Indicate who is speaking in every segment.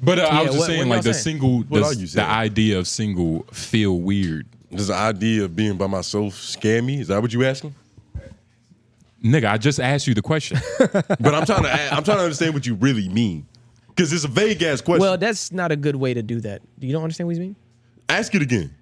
Speaker 1: But uh, I
Speaker 2: Yeah,
Speaker 1: was just
Speaker 2: what-
Speaker 1: saying,
Speaker 2: what
Speaker 1: like
Speaker 2: y'all
Speaker 1: the
Speaker 2: saying?
Speaker 1: single,
Speaker 3: What
Speaker 1: the,
Speaker 3: are you
Speaker 1: the
Speaker 3: saying?
Speaker 1: idea of single feel weird.
Speaker 3: Does the idea of being by myself scare me? Is that what you asking?
Speaker 1: Nigga, I just asked you the question.
Speaker 3: But I'm trying to a- I'm trying to understand what you really mean. Because it's a vague ass question.
Speaker 2: Well, that's not a good way to do that. You don't understand what you mean?
Speaker 3: Ask it again.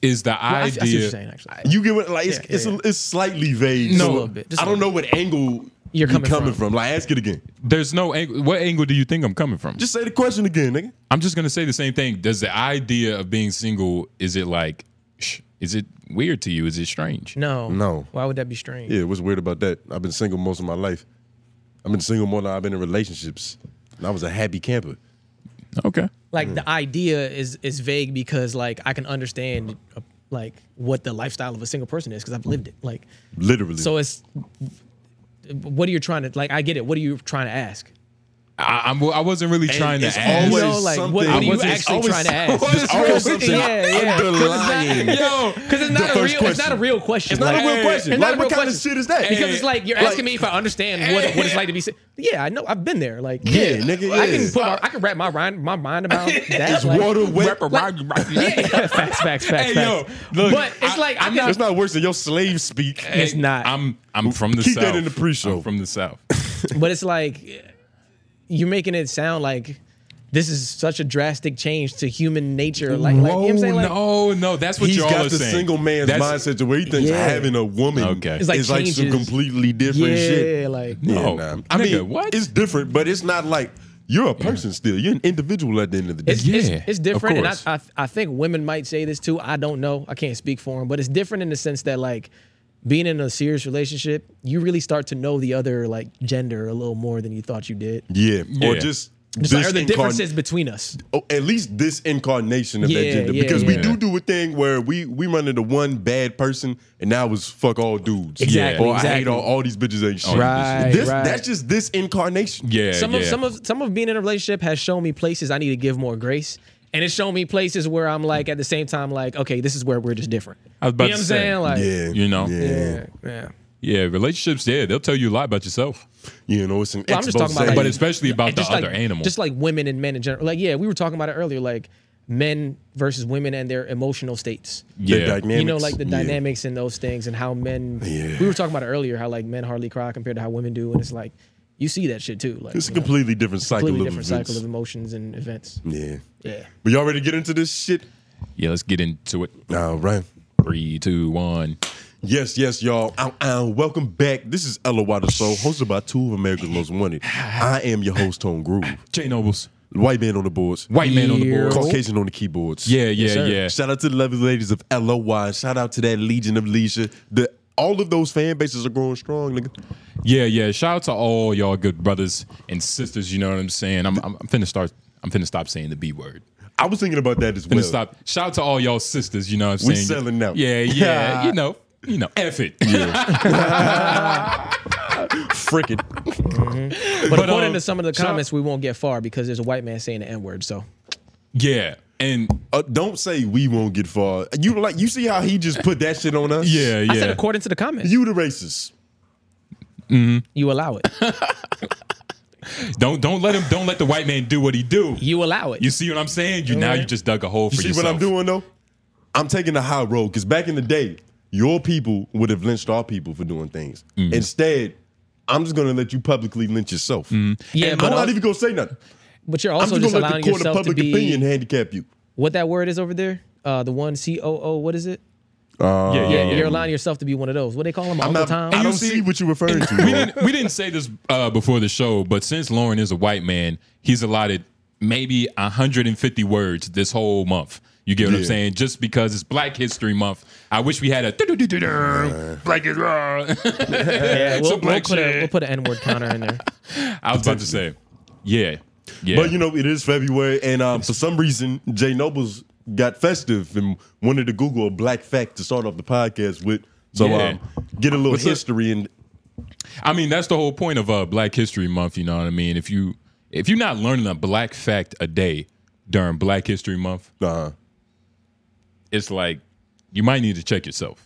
Speaker 1: Is the
Speaker 2: I, I see what you're
Speaker 1: idea?
Speaker 2: saying. Actually,
Speaker 3: You get what like it's
Speaker 2: Yeah,
Speaker 3: it's,
Speaker 2: yeah,
Speaker 3: a- it's slightly vague.
Speaker 2: Just a
Speaker 3: so
Speaker 2: little bit, just a
Speaker 3: I don't know
Speaker 2: little
Speaker 3: what angle
Speaker 2: You're coming
Speaker 3: from. Like ask it again.
Speaker 1: there's no angle. What angle do you think I'm coming from?
Speaker 3: Just say the question again, nigga.
Speaker 1: I'm just gonna say the same thing. Does the idea of being single is it like, sh- is it weird to you? Is it strange?
Speaker 2: no,
Speaker 3: No.
Speaker 2: Why would that be strange?
Speaker 3: Yeah, what's weird about that? I've been single most of my life. I've been single more than I've been in relationships. And I was a happy camper.
Speaker 1: Okay.
Speaker 2: Like the idea is is vague because like I can understand uh, like what the lifestyle of a single person is because I've lived it. Like
Speaker 3: Literally.
Speaker 2: so, it's what are you trying to like? I get it. What are you trying to ask?
Speaker 1: I, I'm, I wasn't really trying to
Speaker 3: it's
Speaker 1: ask.
Speaker 3: always-
Speaker 2: you know, like what,
Speaker 3: something-
Speaker 2: what are
Speaker 1: I
Speaker 2: you
Speaker 1: wasn't-
Speaker 2: actually
Speaker 3: always-
Speaker 2: trying to ask?
Speaker 1: always
Speaker 2: It's
Speaker 3: always something
Speaker 2: yeah, yeah.
Speaker 3: underlying.
Speaker 1: Yo,
Speaker 2: Because it's not
Speaker 3: The
Speaker 2: a real.
Speaker 3: first
Speaker 2: It's not a
Speaker 3: question.
Speaker 2: real question.
Speaker 3: It's not
Speaker 2: like-
Speaker 3: a real question.
Speaker 2: It's not
Speaker 3: Like,
Speaker 2: a real
Speaker 3: what kind of
Speaker 2: question.
Speaker 3: shit is that?
Speaker 2: Because
Speaker 1: Hey.
Speaker 2: it's like you're asking me if I understand what, what it's like to be. si- Yeah, I know. I've been there. Like,
Speaker 3: Yeah, nigga,
Speaker 2: I can
Speaker 3: yeah.
Speaker 2: put. My, I can wrap my mind. My mind about that.
Speaker 3: It's
Speaker 2: like-
Speaker 3: water wet.
Speaker 2: Yeah, facts, facts, facts,
Speaker 1: Hey, yo,
Speaker 2: facts.
Speaker 1: look,
Speaker 2: but it's
Speaker 1: I-
Speaker 2: like I
Speaker 1: I'm
Speaker 2: can,
Speaker 1: not-
Speaker 3: It's not worse than your slave speak.
Speaker 2: It's not.
Speaker 1: I'm I'm from the
Speaker 3: Keep
Speaker 1: south.
Speaker 3: that in the pre-show.
Speaker 1: I'm from the south.
Speaker 2: But it's like you're making it sound like this is such a drastic change to human nature. Like, like you know what I'm saying? Like,
Speaker 1: no, no, that's what
Speaker 3: He's
Speaker 1: y'all
Speaker 3: got
Speaker 1: are
Speaker 3: the
Speaker 1: saying.
Speaker 3: single man's
Speaker 1: That's-
Speaker 3: mindset to where he thinks
Speaker 2: Yeah.
Speaker 3: having a woman
Speaker 1: Okay. It's
Speaker 2: like
Speaker 3: is like some
Speaker 2: changes.
Speaker 3: completely different shit.
Speaker 2: Yeah, like
Speaker 1: No.
Speaker 3: Yeah, nah. I
Speaker 1: Nigga,
Speaker 3: mean,
Speaker 1: what?
Speaker 3: It's different, but it's not like you're a person still. You're an individual at the end of the day.
Speaker 2: It's,
Speaker 1: Yeah,
Speaker 2: it's, it's
Speaker 1: of
Speaker 2: different, and I,
Speaker 1: course.
Speaker 2: I I think women might say this too. I don't know. I can't speak for them, but it's different in the sense that like being in a serious relationship, you really start to know the other like gender a little more than you thought you did.
Speaker 3: yeah. Or
Speaker 1: Yeah.
Speaker 3: just,
Speaker 2: Just like,
Speaker 3: this
Speaker 2: are the
Speaker 3: incarn-
Speaker 2: differences between us?
Speaker 3: oh, at least this incarnation of that
Speaker 2: Yeah,
Speaker 3: gender.
Speaker 2: yeah,
Speaker 3: because we
Speaker 1: yeah.
Speaker 3: do do a thing where we we run into one bad person, and now it's fuck all dudes.
Speaker 2: Exactly,
Speaker 3: Or I hate
Speaker 2: exactly.
Speaker 3: all, all these bitches ain't shit.
Speaker 2: Right,
Speaker 3: This,
Speaker 2: right.
Speaker 3: That's just this incarnation.
Speaker 1: Yeah,
Speaker 2: some
Speaker 1: yeah.
Speaker 2: of some of some of being in a relationship has shown me places I need to give more grace. And it's shown me places where I'm like, at the same time, like, okay, this is where we're just different.
Speaker 1: I was about
Speaker 2: you know
Speaker 1: to
Speaker 2: what I'm
Speaker 1: say.
Speaker 2: saying? Like,
Speaker 3: Yeah.
Speaker 1: You know?
Speaker 3: Yeah.
Speaker 2: yeah, yeah.
Speaker 1: yeah, relationships. Yeah, they'll tell you a lot about yourself,
Speaker 3: You know, it's an
Speaker 2: Well, I'm just talking about, like-
Speaker 1: but especially about the
Speaker 2: just
Speaker 1: other
Speaker 2: like,
Speaker 1: animal.
Speaker 2: Just like women and men in general. Like, yeah, we were talking about it earlier, like men versus women and their emotional states.
Speaker 1: yeah,
Speaker 2: You know, like the dynamics in those things and how men. We were talking about it earlier, how like men hardly cry compared to how women do, and it's like you see that shit too. Like
Speaker 3: It's a
Speaker 2: you know,
Speaker 3: completely different cycle
Speaker 2: completely
Speaker 3: of
Speaker 2: different
Speaker 3: events.
Speaker 2: cycle of emotions and events.
Speaker 3: yeah.
Speaker 2: Yeah.
Speaker 3: But y'all ready to get into this shit?
Speaker 1: yeah. Let's get into it.
Speaker 3: All right.
Speaker 1: Three, two, one.
Speaker 3: Yes, yes, y'all. Ow, ow. Welcome back. This is Ella Water Soul, hosted by two of America's Most Wanted. I am your host, Tone Groove.
Speaker 1: Jay Nobles,
Speaker 3: White man on the boards.
Speaker 1: white man on the
Speaker 2: Here.
Speaker 1: board.
Speaker 3: Caucasian on the keyboards.
Speaker 1: Yeah, yeah,
Speaker 2: sir.
Speaker 1: yeah.
Speaker 3: Shout out to the lovely ladies of LOY. Shout out to that Legion of Leisure. The all of those fan bases are growing strong, nigga.
Speaker 1: Yeah, yeah. Shout out to all y'all good brothers and sisters. You know what I'm saying? I'm, I'm, I'm finna start. I'm finna stop saying the B word.
Speaker 3: I was thinking about that as
Speaker 1: Finna
Speaker 3: well.
Speaker 1: stop. Shout out to all y'all sisters. You know what I'm
Speaker 3: We
Speaker 1: saying?
Speaker 3: selling out.
Speaker 1: Yeah, yeah. you know, you know. F it.
Speaker 3: Frick it.
Speaker 2: But, according
Speaker 1: um,
Speaker 2: to some of the
Speaker 1: shout-
Speaker 2: comments, we won't get far because there's a white man saying the N word. So
Speaker 1: yeah. And
Speaker 3: Uh, don't say we won't get far. You like you see how he just put that shit on us?
Speaker 1: yeah, yeah.
Speaker 2: I said, according to the comments, you,
Speaker 3: You the racist.
Speaker 2: allow it.
Speaker 1: Don't don't let him. Don't let the white man do what he do.
Speaker 2: You allow it.
Speaker 1: You see what I'm saying? You now you just dug a hole for
Speaker 3: You see
Speaker 1: yourself.
Speaker 3: what I'm doing though? I'm taking the high road because back in the day, your people would have lynched our people for doing things. Instead, I'm just gonna let you publicly lynch yourself.
Speaker 2: yeah,
Speaker 3: I'm
Speaker 2: but,
Speaker 3: not
Speaker 2: al-
Speaker 3: even gonna say nothing.
Speaker 2: but you're
Speaker 3: I'm
Speaker 2: also
Speaker 3: just,
Speaker 2: just,
Speaker 3: gonna let
Speaker 2: allowing
Speaker 3: the court of
Speaker 2: yourself to
Speaker 3: public
Speaker 2: be
Speaker 3: opinion handicap you.
Speaker 2: what that word is over there. Uh, the one C O O. What is it?
Speaker 1: Yeah, yeah, yeah.
Speaker 2: Um, You're allowing yourself to be one of those. What they call them?
Speaker 3: Um, I'm
Speaker 2: Uncle
Speaker 3: not,
Speaker 2: Tom.
Speaker 3: I
Speaker 1: you
Speaker 3: don't
Speaker 1: see-
Speaker 3: see what you're referring to.
Speaker 1: we
Speaker 3: bro.
Speaker 1: didn't we didn't say this uh, before the show, but since Lauren is a white man, he's allotted maybe 150 words this whole month. You get what I'm
Speaker 3: Yeah.
Speaker 1: saying? Just because it's Black History Month, I wish we had a do-do-do-do-do, Black is raw.
Speaker 2: Yeah, we'll,
Speaker 1: Some
Speaker 2: we'll
Speaker 1: black
Speaker 2: put a,
Speaker 1: shit.
Speaker 2: we'll put an N word counter in there.
Speaker 1: I was about to say, yeah, yeah.
Speaker 3: But you know, it is February, and um, for some reason, Jay Nobles got festive and wanted to Google a black fact to start off the podcast with. So
Speaker 1: Yeah.
Speaker 3: um, get a little
Speaker 1: What's up?
Speaker 3: history and
Speaker 1: I mean, that's the whole point of uh, Black History Month. You know what I mean? If you if you're not learning a black fact a day during Black History Month,
Speaker 3: uh,
Speaker 1: it's like you might need to check yourself.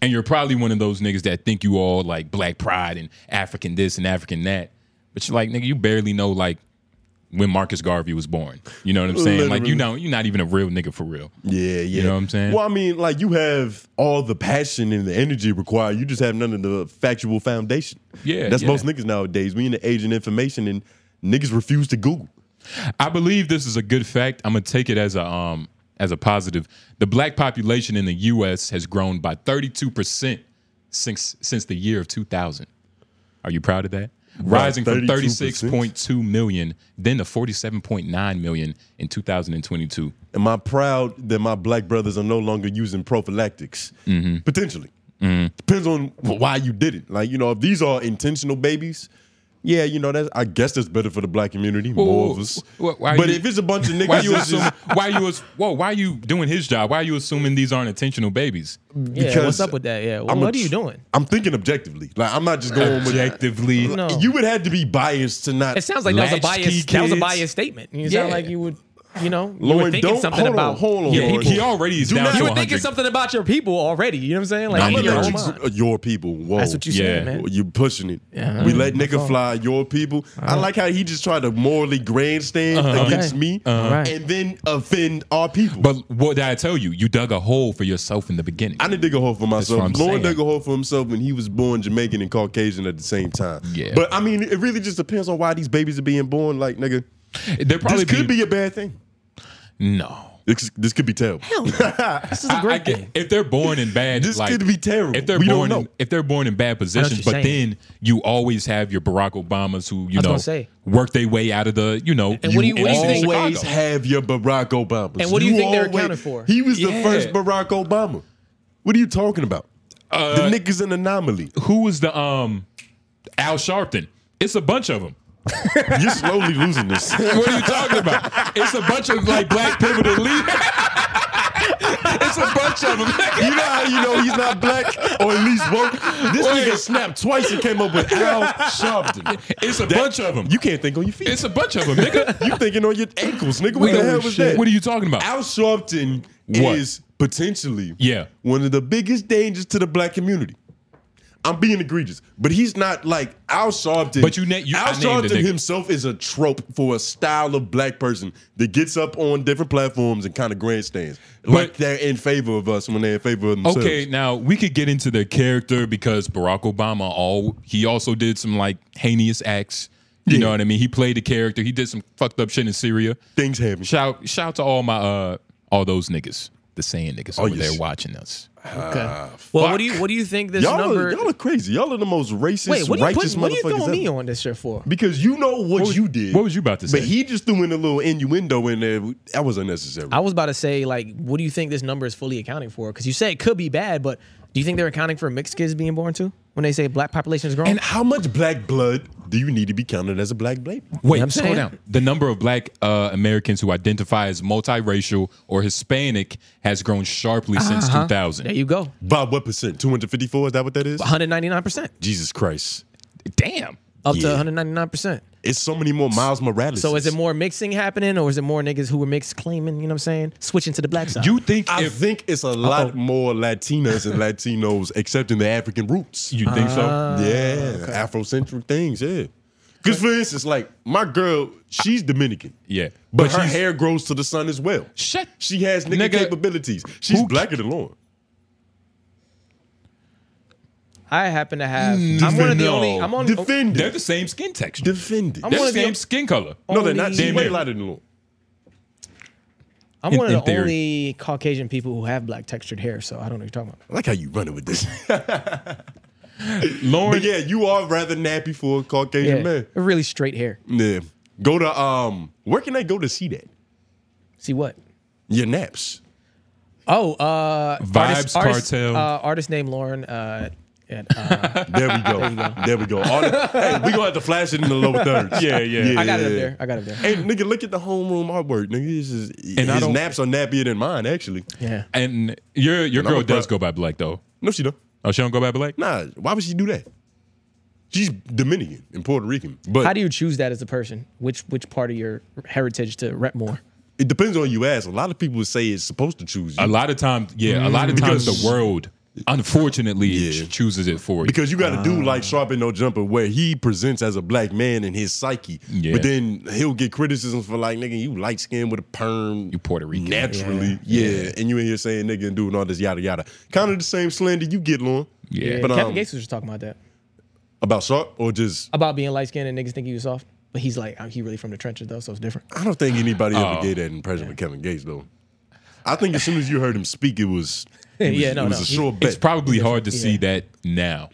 Speaker 1: And you're probably one of those niggas that think you all like black pride and African this and African that. But you're like, nigga, you barely know like when Marcus Garvey was born. You know what I'm saying? Like
Speaker 3: Literally.
Speaker 1: you know, you're not even a real nigga for real.
Speaker 3: Yeah, yeah. You
Speaker 1: know what I'm saying?
Speaker 3: Well, I mean, like you have all the passion and the energy required. You just have none of the factual foundation.
Speaker 1: Yeah,
Speaker 3: that's
Speaker 1: yeah.
Speaker 3: most niggas nowadays. We in the age of information, and niggas refuse to Google.
Speaker 1: I believe this is a good fact. I'm gonna take it as a um as a positive. The black population in the U.S. has grown by 32 percent since since the year of 2000. Are you proud of that? Rising from
Speaker 3: 32%?
Speaker 1: 36.2 million then to 47.9 million in 2022.
Speaker 3: Am I proud that my black brothers are no longer using prophylactics?
Speaker 2: Mm-hmm.
Speaker 3: Potentially. Depends on wh- why you did it. Like, you know, if these are intentional babies, yeah, you know, that's I guess that's better for the black community, more of us.
Speaker 1: wh- wh- why
Speaker 3: but
Speaker 1: you-
Speaker 3: if it's a bunch of niggas,
Speaker 1: Why you
Speaker 3: that's
Speaker 1: assume?
Speaker 3: just-
Speaker 1: Why you as? Whoa! Why you doing his job? Why you assuming these aren't intentional babies?
Speaker 2: Yeah,
Speaker 3: because
Speaker 2: what's up with that? Yeah,
Speaker 3: I'm a-
Speaker 2: what are you doing?
Speaker 3: I'm thinking objectively. Like, I'm not just going with
Speaker 1: Objectively,
Speaker 2: No.
Speaker 3: You would have to be biased to not.
Speaker 2: It sounds like that was a
Speaker 1: Latchkey
Speaker 2: biased. That was a
Speaker 1: kids.
Speaker 2: biased statement. You
Speaker 1: Yeah.
Speaker 2: sound like you would, you know, you were
Speaker 3: Lauren,
Speaker 2: thinking
Speaker 3: don't-
Speaker 2: something
Speaker 3: hold on,
Speaker 2: about
Speaker 3: hold on,
Speaker 2: your
Speaker 1: he,
Speaker 3: Lauren.
Speaker 2: people.
Speaker 1: he already is
Speaker 3: Do
Speaker 1: down
Speaker 3: not-
Speaker 1: to
Speaker 2: You were
Speaker 1: 100.
Speaker 2: thinking something about your people already. You know what I'm saying? Like,
Speaker 1: Nah,
Speaker 2: I'm
Speaker 1: he
Speaker 2: in your
Speaker 1: got
Speaker 2: own
Speaker 1: you.
Speaker 2: mind.
Speaker 3: your people. Whoa.
Speaker 2: That's what you
Speaker 1: Yeah.
Speaker 2: said, man.
Speaker 3: You pushing it.
Speaker 2: Yeah. Uh-huh.
Speaker 3: we let nigga fly your people. I like how he just tried to morally grandstand against
Speaker 2: Okay.
Speaker 3: me
Speaker 2: Uh-huh. Uh-huh. Right.
Speaker 3: and then offend our people. But
Speaker 1: But what did I tell you? You dug a hole for yourself in the beginning.
Speaker 3: I didn't dig a hole for
Speaker 1: what I'm
Speaker 3: myself.
Speaker 1: saying.
Speaker 3: Lauren dug a hole for himself when he was born Jamaican and Caucasian at the same time.
Speaker 1: Yeah.
Speaker 3: But I mean, it really just depends on why these babies are being born. Like, nigga,
Speaker 1: there probably
Speaker 3: this could be a bad thing.
Speaker 1: no.
Speaker 3: This, this could be terrible.
Speaker 2: This is a
Speaker 1: I
Speaker 2: great
Speaker 1: get-
Speaker 2: thing.
Speaker 1: if they're born in bad,
Speaker 3: This
Speaker 1: like,
Speaker 3: could be terrible.
Speaker 1: If they're
Speaker 3: We don't
Speaker 1: born,
Speaker 3: know.
Speaker 1: In, if they're born in bad positions,
Speaker 2: you're
Speaker 1: but
Speaker 2: saying.
Speaker 1: then you always have your Barack Obamas who you
Speaker 2: was
Speaker 1: know
Speaker 2: gonna say.
Speaker 1: work their way out of the you know.
Speaker 2: And what do you- what do
Speaker 1: in
Speaker 2: you think-
Speaker 1: Chicago.
Speaker 3: always have your Barack Obama.
Speaker 2: And what do you think they're accounted for?
Speaker 3: He was the
Speaker 1: Yeah.
Speaker 3: first Barack Obama. What are you talking about? the nigga's an anomaly.
Speaker 1: Uh, Who was the um Al Sharpton? It's a bunch of them.
Speaker 3: You're slowly losing this.
Speaker 1: What are you talking about? It's a bunch of like black people that leave. it's a bunch of them.
Speaker 3: You know how you know he's not black or at least woke? This
Speaker 1: Wait.
Speaker 3: nigga snapped twice and came up with Al Sharpton.
Speaker 1: It's a bunch of them.
Speaker 3: You can't think on your feet.
Speaker 1: It's a bunch of them, nigga.
Speaker 3: You thinking on your ankles, nigga. What
Speaker 1: Nigga,
Speaker 3: the hell was that?
Speaker 1: What are you talking about?
Speaker 3: Al Sharpton
Speaker 1: What?
Speaker 3: is potentially
Speaker 1: Yeah.
Speaker 3: one of the biggest dangers to the black community. I'm being egregious, but he's not like Al Sharpton.
Speaker 1: But you na- you-
Speaker 3: Al
Speaker 1: I named the
Speaker 3: Sharpton
Speaker 1: nigga.
Speaker 3: himself is a trope for a style of black person that gets up on different platforms and kind of grandstands, like
Speaker 1: But-
Speaker 3: they're in favor of us when they're in favor of themselves.
Speaker 1: Okay, now we could get into their character because Barack Obama all he also did some like heinous acts. You know what I mean? He played the character. He did some fucked up shit in Syria.
Speaker 3: things happen.
Speaker 1: Shout shout to all my uh all those niggas, the saying niggas over
Speaker 3: Oh, yes.
Speaker 1: there watching us.
Speaker 2: Okay. well, what do you what do you think this
Speaker 3: Uh, Y'all
Speaker 2: number?
Speaker 3: are, y'all are crazy. Y'all are the most racist,
Speaker 2: wait, what are you
Speaker 3: righteous
Speaker 2: putting? What are you
Speaker 3: motherfuckers
Speaker 2: throwing me
Speaker 3: ever.
Speaker 2: on this shit for?
Speaker 3: Because you know what,
Speaker 1: was-
Speaker 3: you did.
Speaker 1: what was you about to
Speaker 3: But
Speaker 1: say?
Speaker 3: he just threw in a little innuendo in there. That was unnecessary.
Speaker 2: I was about to say, like, what do you think this number is fully accounting for? Because you say it could be bad, but do you think they're accounting for mixed kids being born too? When they say black population is growing,
Speaker 3: And how much black blood do you need to be counted as a black baby?
Speaker 1: Wait,
Speaker 2: I'm
Speaker 1: slow
Speaker 2: saying?
Speaker 1: down. The number of black uh, Americans who identify as multiracial or Hispanic has grown sharply since
Speaker 3: Uh-huh.
Speaker 1: 2000.
Speaker 2: there you go,
Speaker 3: By what percent? 254? Is that what that is?
Speaker 2: 199 percent
Speaker 3: Jesus Christ.
Speaker 1: Damn.
Speaker 2: up to
Speaker 3: Yeah.
Speaker 2: 199 percent.
Speaker 3: It's so many more Miles Morales.
Speaker 2: So is it more mixing happening, or is it more niggas who were mixed claiming? You know what I'm saying? Switching to the black side.
Speaker 1: You think
Speaker 3: I
Speaker 1: if
Speaker 3: think it's a lot more Latinas and Latinos accepting the African roots.
Speaker 1: you think so?
Speaker 3: Uh, yeah, Afrocentric things, yeah. Because for instance, like my girl, she's Dominican.
Speaker 1: Yeah.
Speaker 3: But,
Speaker 1: But
Speaker 3: her
Speaker 1: she's-
Speaker 3: hair grows to the sun as well.
Speaker 1: Shut-
Speaker 3: She has nigga,
Speaker 1: Nigga,
Speaker 3: capabilities. She's
Speaker 1: who-
Speaker 3: blacker than Lauren.
Speaker 2: I happen to have. I'm one of the
Speaker 1: no.
Speaker 2: only. I'm on.
Speaker 3: Defend
Speaker 1: They're
Speaker 3: it.
Speaker 1: the same skin texture.
Speaker 3: Defend it.
Speaker 2: I'm
Speaker 1: They're
Speaker 2: one
Speaker 1: the
Speaker 2: of the-
Speaker 1: same skin color.
Speaker 3: no, they're not.
Speaker 2: only-
Speaker 3: She's way
Speaker 1: Damn it.
Speaker 3: lighter than Lauren.
Speaker 2: I'm
Speaker 1: in-
Speaker 2: one of
Speaker 1: in
Speaker 2: the
Speaker 1: theory.
Speaker 2: only Caucasian people who have black textured hair, so I don't know what you're talking about.
Speaker 3: I like how you running with this.
Speaker 1: Lauren,
Speaker 3: but yeah, you are rather nappy for a Caucasian man.
Speaker 2: really straight hair.
Speaker 3: Yeah. Go to um. Where can I go to see that?
Speaker 2: See what?
Speaker 3: Your naps.
Speaker 2: Oh, uh,
Speaker 1: Vibes
Speaker 2: artist,
Speaker 1: Cartel.
Speaker 2: Uh, artist named Lauren. Uh, and, uh,
Speaker 3: There we go. there we go. All the, hey, we gonna have to flash it in the low thirds.
Speaker 1: Yeah, yeah.
Speaker 2: I got it up there. I got it up there.
Speaker 3: Hey, nigga, look at the homeroom artwork, nigga. This is,
Speaker 1: I
Speaker 3: his
Speaker 1: don't-
Speaker 3: naps are nappier than mine, actually.
Speaker 2: Yeah.
Speaker 1: and your your
Speaker 3: I'm
Speaker 1: girl
Speaker 3: a pro-
Speaker 1: does go by black though.
Speaker 3: No, she don't.
Speaker 1: Oh, she don't go by black.
Speaker 3: Nah, why would she do that? She's Dominican and Puerto Rican, but
Speaker 2: How do you choose that as a person? Which which part of your heritage to rep more?
Speaker 3: it depends on you ask. A lot of people say it's supposed to choose you.
Speaker 1: A lot of times, yeah. A lot of times, the world Unfortunately, it
Speaker 3: Mm. Yeah.
Speaker 1: ch- chooses it for you.
Speaker 3: Because you got to
Speaker 1: Ah.
Speaker 3: do like Sharpen No Jumper, where he presents as a black man in his psyche,
Speaker 1: Yeah.
Speaker 3: but then he'll get criticism for like, nigga, you light skinned with a perm,
Speaker 1: You Puerto Rican.
Speaker 3: naturally,
Speaker 1: Yeah.
Speaker 3: yeah.
Speaker 1: Yeah.
Speaker 3: and you in here saying nigga and doing all this yada yada, kind of the same slander you get, Lauren.
Speaker 1: Yeah.
Speaker 2: Yeah,
Speaker 3: but
Speaker 2: Kevin
Speaker 3: um,
Speaker 2: Gates was just talking about that
Speaker 3: about Sharp or just
Speaker 2: about being light skinned and niggas think he was soft, but he's like he really from the trenches though, so it's different.
Speaker 3: I don't think anybody
Speaker 1: Oh.
Speaker 3: ever gave that impression of Kevin Gates though. I think as soon as you heard him speak, it was it was,
Speaker 2: Yeah, no,
Speaker 3: it was
Speaker 2: no.
Speaker 3: a sure
Speaker 1: it's
Speaker 3: bet.
Speaker 1: probably hard to see
Speaker 2: yeah.
Speaker 1: that now.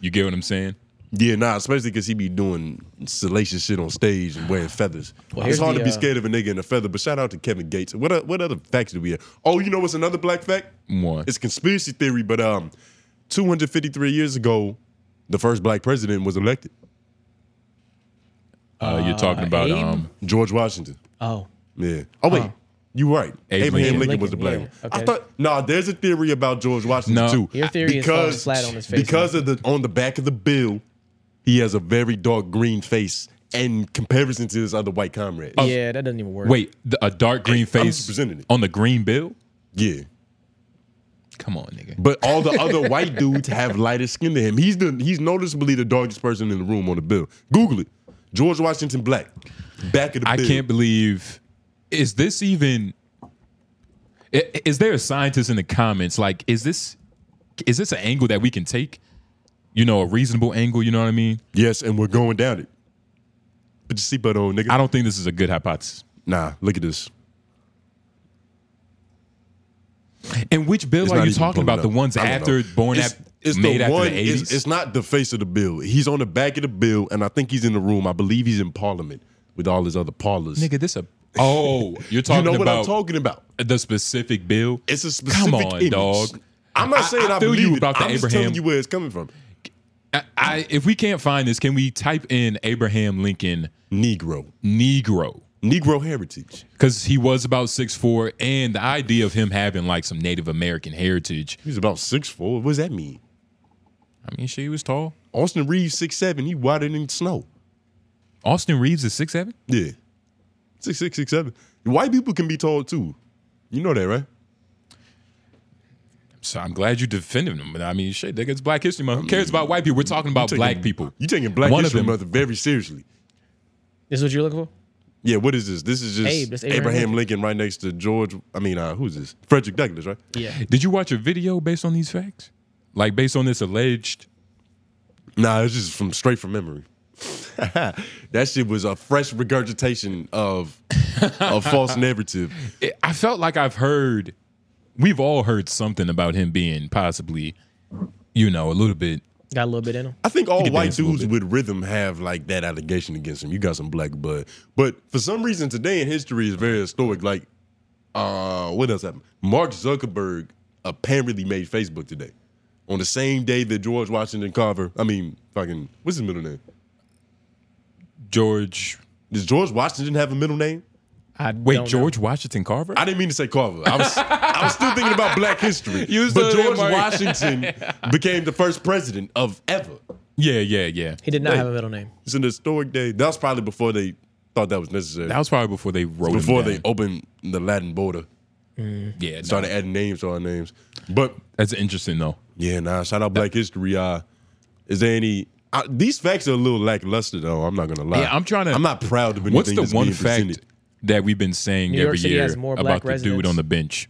Speaker 1: You get what I'm saying?
Speaker 3: yeah, nah, especially because he be doing salacious shit on stage and wearing feathers.
Speaker 2: here's
Speaker 3: it's hard
Speaker 2: the,
Speaker 3: to be
Speaker 2: uh,
Speaker 3: scared of a nigga in a feather. But shout out to Kevin Gates. What o- what other facts do we have? Oh, you know what's another black fact?
Speaker 1: One.
Speaker 3: It's a conspiracy theory, but um, 253 years ago, the first black president was elected,
Speaker 1: Uh, you're talking about
Speaker 2: Abe?
Speaker 1: um,
Speaker 3: George Washington.
Speaker 2: Oh,
Speaker 3: Yeah. Oh wait, you right.
Speaker 1: Abe
Speaker 3: Abraham
Speaker 1: Lincoln.
Speaker 3: Lincoln, was the black
Speaker 2: Lincoln,
Speaker 3: one.
Speaker 2: yeah.
Speaker 3: I
Speaker 2: Okay.
Speaker 3: thought no, there's a theory about George Washington
Speaker 1: No.
Speaker 3: too.
Speaker 2: Your theory is falling flat on his face,
Speaker 3: Because of the on the back of the bill, he has a very dark green face in comparison to his other white comrade.
Speaker 2: yeah, that doesn't even work.
Speaker 1: Oh. wait, the, a dark green
Speaker 3: I'm
Speaker 1: face
Speaker 3: presenting it.
Speaker 1: on the green bill.
Speaker 3: Yeah.
Speaker 1: Come on, nigga.
Speaker 3: But all the other white dudes have lighter skin than him. He's the he's noticeably the darkest person in the room on the bill. Google it. George Washington black. Back of the
Speaker 1: I
Speaker 3: bill.
Speaker 1: can't believe. Is this even? i- Is there a scientist in the comments? Like, is this is this an angle that we can take? You know, a reasonable angle. You know what I mean?
Speaker 3: Yes, and we're going down it. Put your seatbelt on, oh, nigga.
Speaker 1: I don't think this is a good hypothesis.
Speaker 3: nah, look at this.
Speaker 1: And which bill
Speaker 3: It's
Speaker 1: are
Speaker 3: not
Speaker 1: you
Speaker 3: even
Speaker 1: talking
Speaker 3: pulling
Speaker 1: about?
Speaker 3: up.
Speaker 1: The ones
Speaker 3: I don't
Speaker 1: after
Speaker 3: know.
Speaker 1: born
Speaker 3: It's-
Speaker 1: after
Speaker 3: it's
Speaker 1: made after
Speaker 3: one-
Speaker 1: the
Speaker 3: it's-
Speaker 1: eighties?
Speaker 3: It's, not the face of the bill. He's on the back of the bill, and I think he's in the room. I believe he's in Parliament with all his other parlors.
Speaker 1: nigga, this a oh, you're
Speaker 3: you
Speaker 1: talking
Speaker 3: know what
Speaker 1: about
Speaker 3: I'm talking about?
Speaker 1: the specific bill.
Speaker 3: It's a specific
Speaker 1: Come on,
Speaker 3: image.
Speaker 1: dog.
Speaker 3: I'm not
Speaker 1: I-
Speaker 3: saying
Speaker 1: I
Speaker 3: I,
Speaker 1: feel
Speaker 3: believe
Speaker 1: you
Speaker 3: it.
Speaker 1: about the
Speaker 3: I'm just
Speaker 1: Abraham-
Speaker 3: telling you where it's coming from.
Speaker 1: I, I if we can't find this, can we type in Abraham Lincoln
Speaker 3: Negro,
Speaker 1: Negro?
Speaker 3: Negro heritage.
Speaker 1: Because he was about six four, and the idea of him having like some Native American heritage.
Speaker 3: He's about six four. What does that mean?
Speaker 1: I mean, she was tall.
Speaker 3: Austin Reeves six seven. He wider than snow.
Speaker 1: Austin Reeves is six seven.
Speaker 3: Yeah, six six six seven. White people can be tall too. You know that, right?
Speaker 1: So I'm glad you defended him. But I mean, shit, nigga, it's Black History Month. Who cares about white people? We're talking about
Speaker 3: Taking-
Speaker 1: black people.
Speaker 3: You taking black
Speaker 1: One of
Speaker 3: history
Speaker 1: them-
Speaker 3: month very seriously.
Speaker 2: this is what you're looking for?
Speaker 3: Yeah, what is this? This is just
Speaker 2: Abe, that's Abraham
Speaker 3: Abraham, Lincoln. right next to George. I mean, uh, who's this? Frederick Douglass, right?
Speaker 2: Yeah,
Speaker 1: Did you watch a video based on these facts? Like based on this alleged?
Speaker 3: Nah, it's just from straight from memory. that shit was a fresh regurgitation of a false narrative.
Speaker 1: It- I felt like I've heard. We've all heard something about him being possibly, you know, a little bit.
Speaker 2: got a little bit in him.
Speaker 3: I think all
Speaker 1: can
Speaker 3: white
Speaker 1: dance a little
Speaker 3: dudes
Speaker 1: bit.
Speaker 3: with rhythm have like that allegation against them. You got some black blood, but for some reason today in history is very historic. Like, uh, what else happened? Mark Zuckerberg apparently made Facebook today on the same day that George Washington Carver. I mean, fucking what's his middle name?
Speaker 1: George.
Speaker 3: Does George Washington have a middle name?
Speaker 2: I
Speaker 1: Wait,
Speaker 2: don't know.
Speaker 1: George Washington Carver?
Speaker 3: I didn't mean to say Carver. I was, I was still thinking about black history.
Speaker 1: You was
Speaker 3: but
Speaker 1: still there,
Speaker 3: George
Speaker 1: Mark.
Speaker 3: Washington became the first president of ever.
Speaker 1: yeah, yeah, yeah.
Speaker 2: He did not
Speaker 3: Hey.
Speaker 2: have a middle name.
Speaker 3: It's an historic day. That was probably before they thought that was necessary.
Speaker 1: That was probably before they wrote him
Speaker 3: before they
Speaker 1: down.
Speaker 3: opened the Latin border,
Speaker 1: Yeah, no.
Speaker 3: started adding names to our names. But
Speaker 1: that's interesting though.
Speaker 3: yeah, nah, shout out Black History. Uh, is there any? Uh, these facts are a little lackluster, though. I'm not gonna lie.
Speaker 1: Yeah, I'm trying to-
Speaker 3: I'm not proud of anything.
Speaker 1: What's the
Speaker 3: that's
Speaker 1: one
Speaker 3: being
Speaker 1: fact
Speaker 3: presented.
Speaker 1: that we've been saying
Speaker 2: New York
Speaker 1: every
Speaker 2: City
Speaker 1: year
Speaker 2: has more
Speaker 1: about
Speaker 2: black
Speaker 1: the dude
Speaker 2: residents.
Speaker 1: on the bench?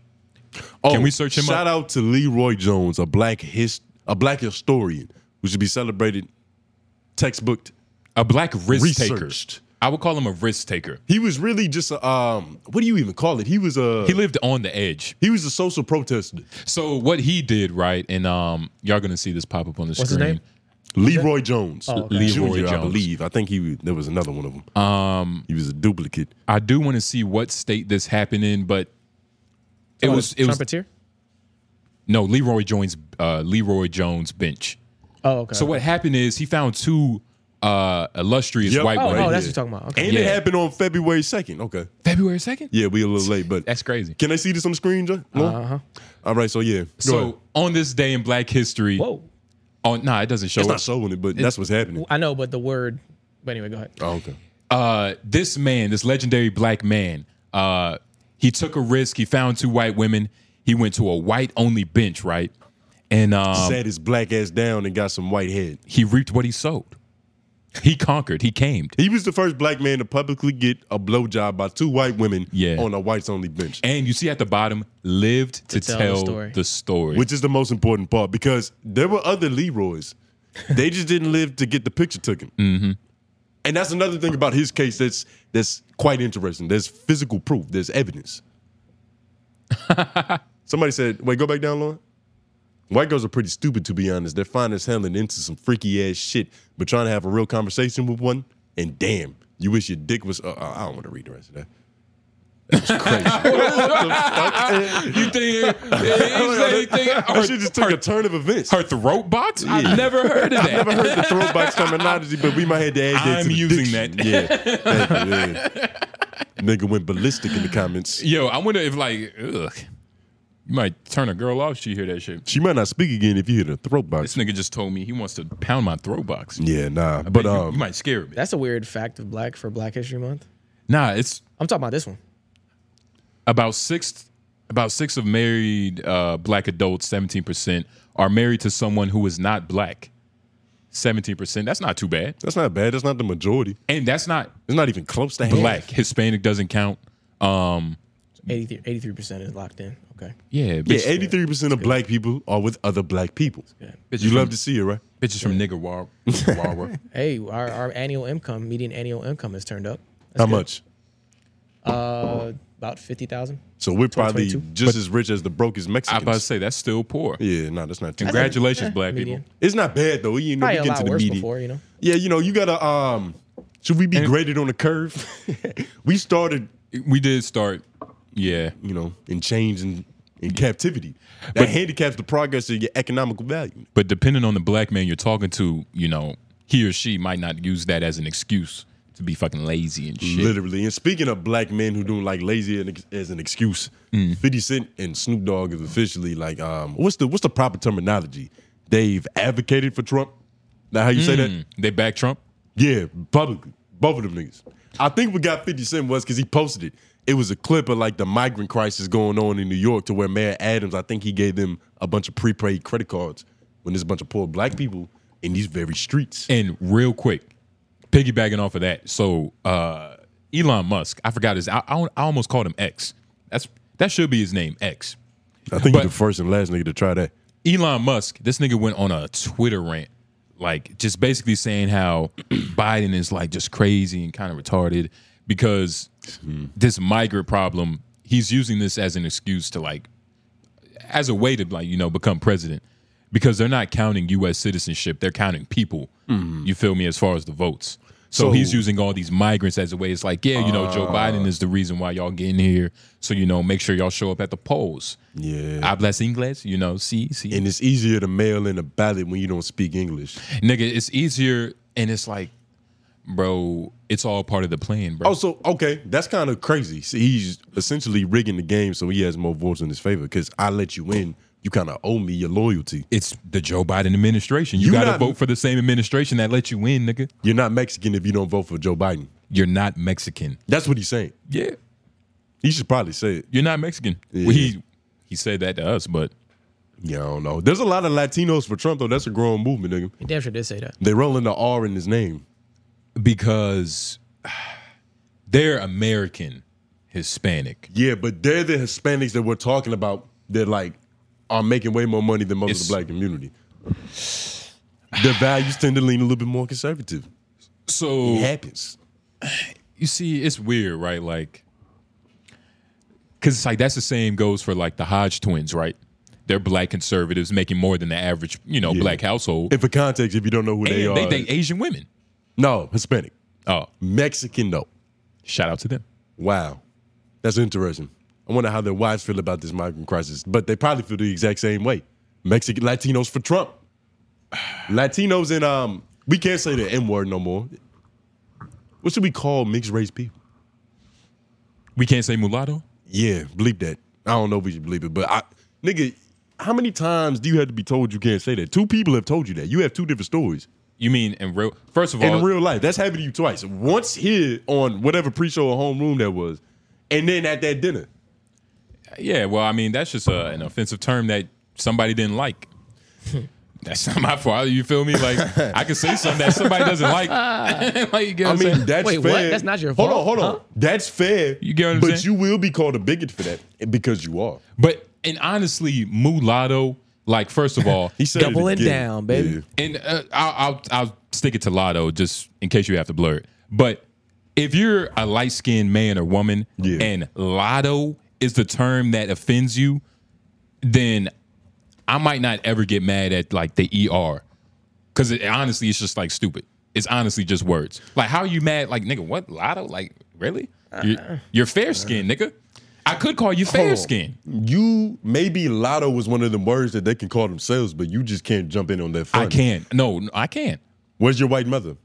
Speaker 3: Oh,
Speaker 1: Can we search him
Speaker 3: Shout
Speaker 1: up?
Speaker 3: out to Leroy Jones, a black hist, a black historian who should be celebrated, textbooked,
Speaker 1: A black risk
Speaker 3: researched.
Speaker 1: taker. I would call him a risk taker.
Speaker 3: He was really just a, um, what do you even call it? He was a
Speaker 1: He
Speaker 3: he,
Speaker 1: lived on the edge.
Speaker 3: was a social protester.
Speaker 1: So what he did, right? And um, y'all gonna see this pop up on the
Speaker 2: What's his
Speaker 1: screen.
Speaker 2: name?
Speaker 3: Leroy Jones,
Speaker 2: Oh, okay.
Speaker 1: Leroy
Speaker 3: Junior, I
Speaker 1: Jones.
Speaker 3: believe. I think he there was another one of them. Um, he was a duplicate.
Speaker 1: I do want to see what state this happened in, but it
Speaker 2: Oh,
Speaker 1: was it was
Speaker 2: trumpeter.
Speaker 1: no Leroy joins uh, Leroy Jones bench.
Speaker 2: Oh, okay.
Speaker 1: So what happened is he found two uh, illustrious
Speaker 3: Yep.
Speaker 1: white
Speaker 2: Oh,
Speaker 1: women.
Speaker 2: oh, that's what you're talking about. Okay.
Speaker 3: And it
Speaker 1: Yeah.
Speaker 3: happened on February second. Okay,
Speaker 1: February second.
Speaker 3: yeah, we a little late, but
Speaker 1: That's crazy.
Speaker 3: Can I see this on the screen, John? Uh huh. All right, so yeah, Go ahead.
Speaker 1: So on this day in Black History,
Speaker 2: Whoa,
Speaker 1: on Oh, nah, it doesn't show.
Speaker 3: it's
Speaker 1: up.
Speaker 3: not showing it, but that's what's happening.
Speaker 2: I know, but the word. But anyway, go ahead.
Speaker 3: Oh, okay.
Speaker 1: uh, this man, this legendary black man, uh, he took a risk. He found two white women. He went to a white only bench, right? and um,
Speaker 3: Sat his black ass down and got some white head.
Speaker 1: he reaped what he sowed. He conquered. He camed.
Speaker 3: He was the first black man to publicly get a blowjob by two white women
Speaker 1: Yeah.
Speaker 3: on a whites only bench,
Speaker 1: And you see at the bottom, lived to, tell, the story.
Speaker 3: which is the most important part because there were other Leroys. They just didn't live to get the picture taken. Mm-hmm. And that's another thing about his case that's that's quite interesting. There's physical proof. There's evidence. Somebody said, "Wait, go back down, Lauren." White girls are pretty stupid, to be honest. They're fine as hell and into some freaky ass shit, but trying to have a real conversation with one, and damn, you wish your dick was. Uh, uh, I don't want to read the rest of that. That was crazy.
Speaker 1: you think you think
Speaker 3: That
Speaker 1: her,
Speaker 3: shit just took a turn of events.
Speaker 1: her throat box?
Speaker 3: Yeah.
Speaker 1: I've never heard of
Speaker 3: I've
Speaker 1: that.
Speaker 3: never heard the throwback terminology, but we might have to add that
Speaker 1: I'm
Speaker 3: to the
Speaker 1: using
Speaker 3: diction.
Speaker 1: that.
Speaker 3: Yeah. Thank you, yeah. Nigga went ballistic in the comments.
Speaker 1: Yo, I wonder if like, ugh, you might turn a girl off. She hear that shit.
Speaker 3: She might not speak again if you hit a
Speaker 1: This
Speaker 3: throwback.
Speaker 1: nigga just told me he wants to pound my throat box.
Speaker 3: Yeah, nah. But
Speaker 1: you,
Speaker 3: um,
Speaker 1: you might scare me.
Speaker 2: That's a weird fact of black for Black History Month.
Speaker 1: Nah, it's
Speaker 2: I'm talking about this one.
Speaker 1: about six about six of married uh, black adults, seventeen percent, are married to someone who is not black. Seventeen percent. That's not too bad,
Speaker 3: that's not bad. That's not the majority.
Speaker 1: and that's not
Speaker 3: It's not even close to half.
Speaker 1: black. Hispanic doesn't count. Um,
Speaker 2: 83 percent is locked in. Okay.
Speaker 1: yeah,
Speaker 3: Yeah,
Speaker 1: bitch,
Speaker 3: eighty three percent of black people are with other black people.
Speaker 1: Bitches
Speaker 3: You
Speaker 1: from-
Speaker 3: love to see it, right?
Speaker 1: bitches from nigger war, Warwa.
Speaker 2: Hey, our, our annual income, median annual income, has turned up.
Speaker 3: How much?
Speaker 2: Uh, about fifty thousand.
Speaker 3: So we're probably
Speaker 2: 2022.
Speaker 3: just as rich as the brokest
Speaker 1: I about to
Speaker 3: Mexicans.
Speaker 1: say that's still poor.
Speaker 3: Yeah, no, that's not too bad.
Speaker 1: Congratulations, black people.
Speaker 2: median.
Speaker 3: It's not bad though. You know,
Speaker 2: Probably
Speaker 3: we
Speaker 2: a
Speaker 3: get to
Speaker 2: lot
Speaker 3: the
Speaker 2: worse
Speaker 3: media.
Speaker 2: before, you know.
Speaker 3: Yeah, you know, you gotta. um Should we be graded on a curve? we started,
Speaker 1: We did start. Yeah,
Speaker 3: you know, in chains and in captivity. That handicaps the progress of your economical value.
Speaker 1: but depending on the black man you're talking to, you know, he or she might not use that as an excuse to be fucking lazy and shit.
Speaker 3: Literally. And speaking of black men who don't like lazy an ex- as an excuse, 50 Cent and Snoop Dogg is officially like, um, what's the what's the proper terminology? They've advocated for Trump. Now, how you say that?
Speaker 1: Mm. They back Trump.
Speaker 3: Yeah, publicly. Both of them niggas. I think we got 50 Cent was because he posted it. It was a clip of like the migrant crisis going on in New York to where Mayor Adams, I think he gave them a bunch of prepaid credit cards when there's a bunch of poor black people in these very streets.
Speaker 1: And real quick, piggybacking off of that, so uh, Elon Musk, I forgot his. I, I, I almost called him X. That's that should be his name, X.
Speaker 3: I think
Speaker 1: But-
Speaker 3: you're the first and last nigga to try that.
Speaker 1: Elon Musk, this nigga went on a Twitter rant, like just basically saying how Biden is like just crazy and kind of retarded because this migrant problem, he's using this as an excuse to like, as a way to like, you know, become president because they're not counting US citizenship, they're counting people, you feel me, as far as the votes. So,
Speaker 3: Mm-hmm. So- Ah.
Speaker 1: he's using all these migrants as a way. It's like, yeah, you know, Joe Biden is the reason why y'all getting here. So, you know, make sure y'all show up at the polls.
Speaker 3: Yeah.
Speaker 1: Hablas inglés, you know, see, see.
Speaker 3: and it's easier to mail in a ballot when you don't speak English.
Speaker 1: Nigga, it's easier and it's like, bro, it's all part of the plan, bro.
Speaker 3: Oh, so okay, that's kind of crazy. See, he's essentially rigging the game so he has more votes in his favor because I let you in. You kind of owe me your loyalty.
Speaker 1: it's the Joe Biden administration. You
Speaker 3: You
Speaker 1: gotta
Speaker 3: not-
Speaker 1: vote for the same administration that let you in, nigga.
Speaker 3: You're not Mexican if you don't vote for Joe Biden.
Speaker 1: You're not Mexican.
Speaker 3: That's what he's saying.
Speaker 1: Yeah.
Speaker 3: He should probably say it.
Speaker 1: You're not Mexican.
Speaker 3: Yeah.
Speaker 1: Well, he he said that to us, but
Speaker 3: Yeah, I don't know. There's a lot of Latinos for Trump though. That's a growing movement, nigga.
Speaker 2: He damn sure did say that.
Speaker 3: They rolling the R in his name.
Speaker 1: because they're American Hispanic.
Speaker 3: Yeah, but they're the Hispanics that we're talking about that like are making way more money than most of
Speaker 1: It's-
Speaker 3: the black community. Their values tend to lean a little bit more conservative.
Speaker 1: So
Speaker 3: It happens.
Speaker 1: you see, it's weird, right? Like, because it's like that's the same goes for like the Hodge twins, right? They're black conservatives making more than the average, you know, black household.
Speaker 3: And for context, if you don't know who they
Speaker 1: And
Speaker 3: are,
Speaker 1: they date Asian women.
Speaker 3: no Hispanic,
Speaker 1: Oh,
Speaker 3: Mexican though.
Speaker 1: shout out to them.
Speaker 3: Wow, that's interesting. I wonder how their wives feel about this migrant crisis, but they probably feel the exact same way. Mexican Latinos for Trump. Latinos and um, we can't say the N word no more. What should we call mixed race people?
Speaker 1: We can't say mulatto.
Speaker 3: Yeah, bleep that. I don't know if we should believe it, but I, nigga, how many times do you have to be told you can't say that? Two people have told you that. You have two different stories.
Speaker 1: You mean in real? First of all,
Speaker 3: in real life. That's happened to you twice. Once here on whatever pre-show or home room that was, and then at that dinner.
Speaker 1: yeah. Well, I mean that's just uh an offensive term that somebody didn't like. That's not my fault. You feel me? Like I can say something that somebody doesn't like. like you get
Speaker 3: I
Speaker 1: what I'm
Speaker 3: mean,
Speaker 1: saying?
Speaker 3: that's
Speaker 2: Wait,
Speaker 3: fair.
Speaker 2: what? That's not your
Speaker 3: hold
Speaker 2: fault,
Speaker 3: on, hold on.
Speaker 2: huh?
Speaker 3: That's fair.
Speaker 1: You get what I'm
Speaker 3: But
Speaker 1: saying?
Speaker 3: you will be called a bigot for that eh, because you are.
Speaker 1: but and honestly, mulatto. Like first of all,
Speaker 3: He said it
Speaker 2: Doubling
Speaker 3: again.
Speaker 2: down, baby.
Speaker 1: and uh, I'll, I'll I'll stick it to Lotto just in case you have to blur it. But if you're a light skinned man or woman,
Speaker 3: Yeah.
Speaker 1: and Lotto is the term that offends you, then I might not ever get mad at like the ER because it, honestly, it's just like stupid. It's honestly just words. Like, how are you mad? Like, nigga, what Lotto? Like, really?
Speaker 3: Uh-uh.
Speaker 1: You're, you're fair skinned, nigga. I could call you fair skinned.
Speaker 3: You maybe lotto was one of the words that they can call themselves, but you just can't jump in on that. Fun.
Speaker 1: I can't. No, no, I can't.
Speaker 3: Where's your white mother?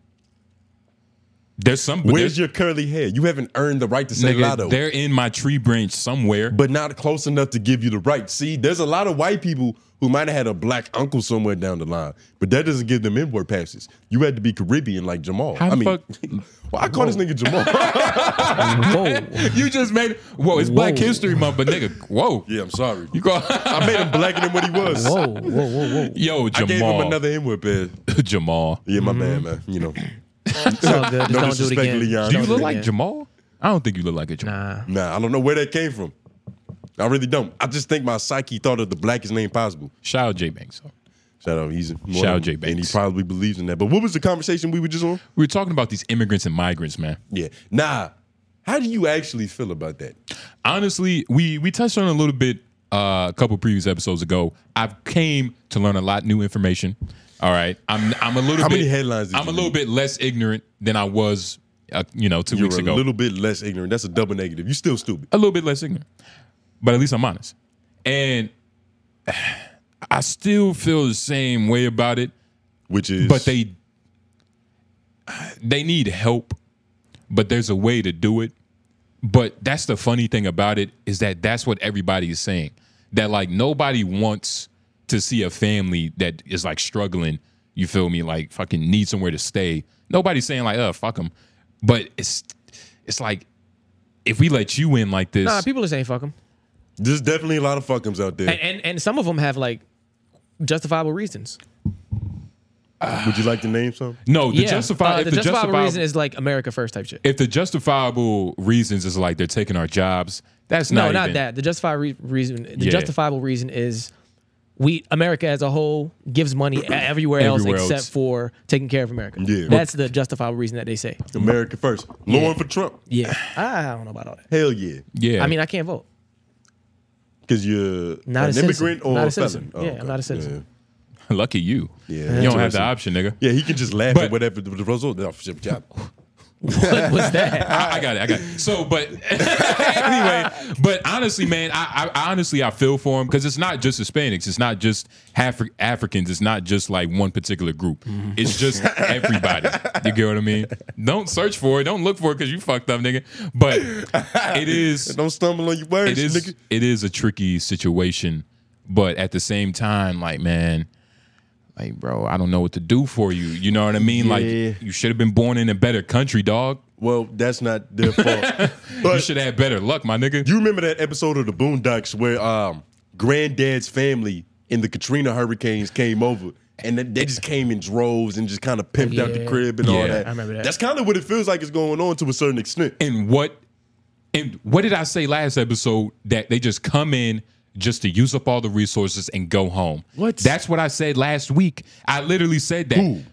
Speaker 1: There's some. but there's-
Speaker 3: Where's your curly hair? You haven't earned the right to say
Speaker 1: nigga,
Speaker 3: lotto.
Speaker 1: They're in my tree branch somewhere.
Speaker 3: but not close enough to give you the right. See, there's a lot of white people who might have had a black uncle somewhere down the line, but that doesn't give them inward passes. You had to be Caribbean like Jamal.
Speaker 1: How
Speaker 3: I
Speaker 1: the
Speaker 3: mean,
Speaker 1: fuck-
Speaker 3: well, I call this nigga Jamal.
Speaker 2: Whoa.
Speaker 1: You just made whoa. It's Black
Speaker 2: Whoa.
Speaker 1: History Month, but nigga, whoa.
Speaker 3: yeah, I'm sorry.
Speaker 1: You call
Speaker 3: I made him blacker than what he was.
Speaker 2: Whoa, whoa, whoa, whoa.
Speaker 1: yo
Speaker 3: I
Speaker 1: Jamal.
Speaker 3: gave him another inward pass.
Speaker 1: Jamal.
Speaker 3: Yeah, my man, man. You know,
Speaker 2: It's all good. Just
Speaker 3: No
Speaker 2: don't do it
Speaker 3: disrespect,
Speaker 2: again.
Speaker 3: Leon.
Speaker 2: Just
Speaker 1: Do you
Speaker 2: don't
Speaker 1: look
Speaker 2: it
Speaker 1: like
Speaker 2: again.
Speaker 1: Jamal? I don't think you look like a Jamal.
Speaker 2: Nah.
Speaker 3: nah, I don't know where that came from. I really don't. I just think my psyche thought of the blackest name possible.
Speaker 1: Shout out J Banks.
Speaker 3: Shout out, he's one
Speaker 1: Shout out
Speaker 3: of them,
Speaker 1: Jay
Speaker 3: and
Speaker 1: Banks.
Speaker 3: he probably believes in that. But what was the conversation we were just on?
Speaker 1: We were talking about these immigrants and migrants, man.
Speaker 3: Yeah, nah. How do you actually feel about that?
Speaker 1: Honestly, we we touched on it a little bit uh, a couple previous episodes ago. I've came to learn a lot new information. All right, I'm I'm a little
Speaker 3: How
Speaker 1: bit
Speaker 3: many headlines did
Speaker 1: I'm
Speaker 3: you
Speaker 1: a little bit less ignorant than I was, uh, you know, 2
Speaker 3: You're
Speaker 1: weeks
Speaker 3: a
Speaker 1: ago.
Speaker 3: little bit less ignorant. That's a double negative. You still stupid.
Speaker 1: a little bit less ignorant, but at least I'm honest. And I still feel the same way about it,
Speaker 3: Which is
Speaker 1: but they they need help, but there's a way to do it. But that's the funny thing about it is that that's what everybody is saying. That like nobody wants to see a family that is like struggling. You feel me? Like fucking need somewhere to stay. Nobody's saying like, "Uh, fuck them," but it's it's like if we let you in like this,
Speaker 2: Nah, people are saying fuck them.
Speaker 3: there's definitely a lot of fuckums out there.
Speaker 2: And, and, and some of them have like justifiable reasons.
Speaker 3: Would you like to name some?
Speaker 1: No, the
Speaker 2: yeah.
Speaker 1: justifiable
Speaker 2: Uh,
Speaker 1: if
Speaker 2: the
Speaker 1: the,
Speaker 2: justifiable,
Speaker 1: justifiable
Speaker 2: reason is like America first type shit.
Speaker 1: if the justifiable reasons is like they're taking our jobs, that's
Speaker 2: No,
Speaker 1: not
Speaker 2: not
Speaker 1: even-
Speaker 2: that. The justifiable re- reason. The
Speaker 1: Yeah.
Speaker 2: justifiable reason is we America as a whole gives money e-, everywhere else
Speaker 1: Everywhere
Speaker 2: except
Speaker 1: else.
Speaker 2: for taking care of America.
Speaker 3: Yeah.
Speaker 2: That's the justifiable reason that they say.
Speaker 3: America first. Low one for Trump.
Speaker 2: Yeah. I don't know about all that.
Speaker 3: Hell yeah.
Speaker 1: Yeah,
Speaker 2: I mean, I can't vote.
Speaker 3: Because you're
Speaker 2: Not
Speaker 3: an
Speaker 2: a citizen.
Speaker 3: immigrant or
Speaker 2: Not a
Speaker 3: a
Speaker 2: citizen.
Speaker 3: felon. Oh,
Speaker 2: Yeah, I'm not a citizen.
Speaker 1: lucky you.
Speaker 3: Yeah.
Speaker 1: you don't have the
Speaker 3: Interesting.
Speaker 1: option, nigga.
Speaker 3: Yeah, Yeah, he can just laugh
Speaker 1: But-
Speaker 3: at whatever the result. Oh, shit, job.
Speaker 2: What was that?
Speaker 1: I, I got it. I got it. So, but anyway, but honestly, man, I, I honestly I feel for him because it's not just Hispanics, it's not just Afri- Africans, it's not just like one particular group.
Speaker 2: Mm-hmm.
Speaker 1: It's just everybody. You get what I mean? Don't search for it. Don't look for it because you fucked up, nigga. But it is.
Speaker 3: Don't stumble on your words,
Speaker 1: it is
Speaker 3: nigga.
Speaker 1: it is a tricky situation, but at the same time, like man, like bro, I don't know what to do for you. You know what I mean?
Speaker 3: Yeah.
Speaker 1: Like you should have been born in a better country, dog.
Speaker 3: Well, that's not their fault.
Speaker 1: You
Speaker 3: But
Speaker 1: should have had better luck, my nigga.
Speaker 3: you remember that episode of the Boondocks where um, Granddad's family in the Katrina hurricanes came over and they- they just came in droves and just kind of pimped out the
Speaker 2: Yeah.
Speaker 3: crib and all
Speaker 1: Yeah.
Speaker 3: that.
Speaker 2: I remember that.
Speaker 3: That's kind of what it feels like is going on to a certain extent.
Speaker 1: and what and what did I say last episode that they just come in just to use up all the resources and go home?
Speaker 3: What?
Speaker 1: That's what I said last week. I literally said that.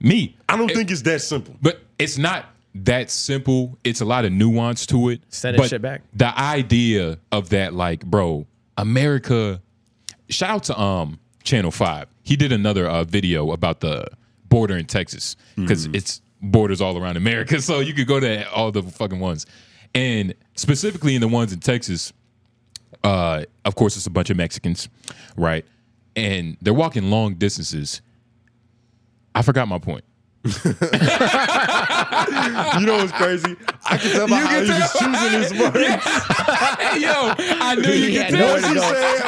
Speaker 1: Me.
Speaker 3: I don't think it's that simple.
Speaker 1: But it's not that simple. It's a lot of nuance to it.
Speaker 2: Send that
Speaker 1: but
Speaker 2: shit back.
Speaker 1: The idea of that, like, bro, America. Shout out to um Channel Five. He did another uh, video about the border in Texas because it's borders all around America. So you could go to all the fucking ones, and specifically in the ones in Texas uh, of course, it's a bunch of Mexicans, right? And they're walking long distances. I forgot my point.
Speaker 3: You know what's crazy? I can tell by
Speaker 1: You
Speaker 3: how
Speaker 1: can
Speaker 3: he was choosing his words.
Speaker 1: Hey, yo, I knew you
Speaker 2: He
Speaker 1: could tell.
Speaker 2: had no
Speaker 3: Once he said,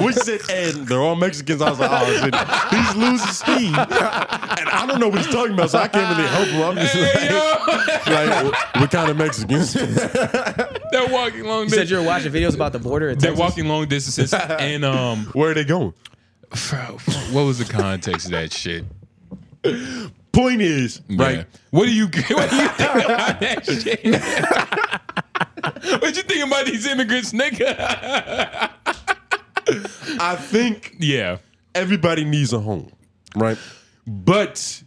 Speaker 3: once he said, and they're all Mexicans, I was like, oh shit, he's losing steam. And I don't know what he's talking about, so I can't really help him. I'm just
Speaker 1: Hey,
Speaker 3: like,
Speaker 1: yo,
Speaker 3: like, we're kind of Mexicans.
Speaker 1: they're walking long.
Speaker 2: You said
Speaker 1: Dis-
Speaker 2: you were watching videos about the border. in
Speaker 1: they're
Speaker 2: Texas.
Speaker 1: walking long distances, and um,
Speaker 3: Where are they going?
Speaker 1: Bro, what was the context of that shit?
Speaker 3: Point is,
Speaker 1: Yeah.
Speaker 3: right?
Speaker 1: What do you what do you think about that shit? what you think about these immigrants, nigga?
Speaker 3: I think
Speaker 1: Yeah.
Speaker 3: everybody needs a home, right? But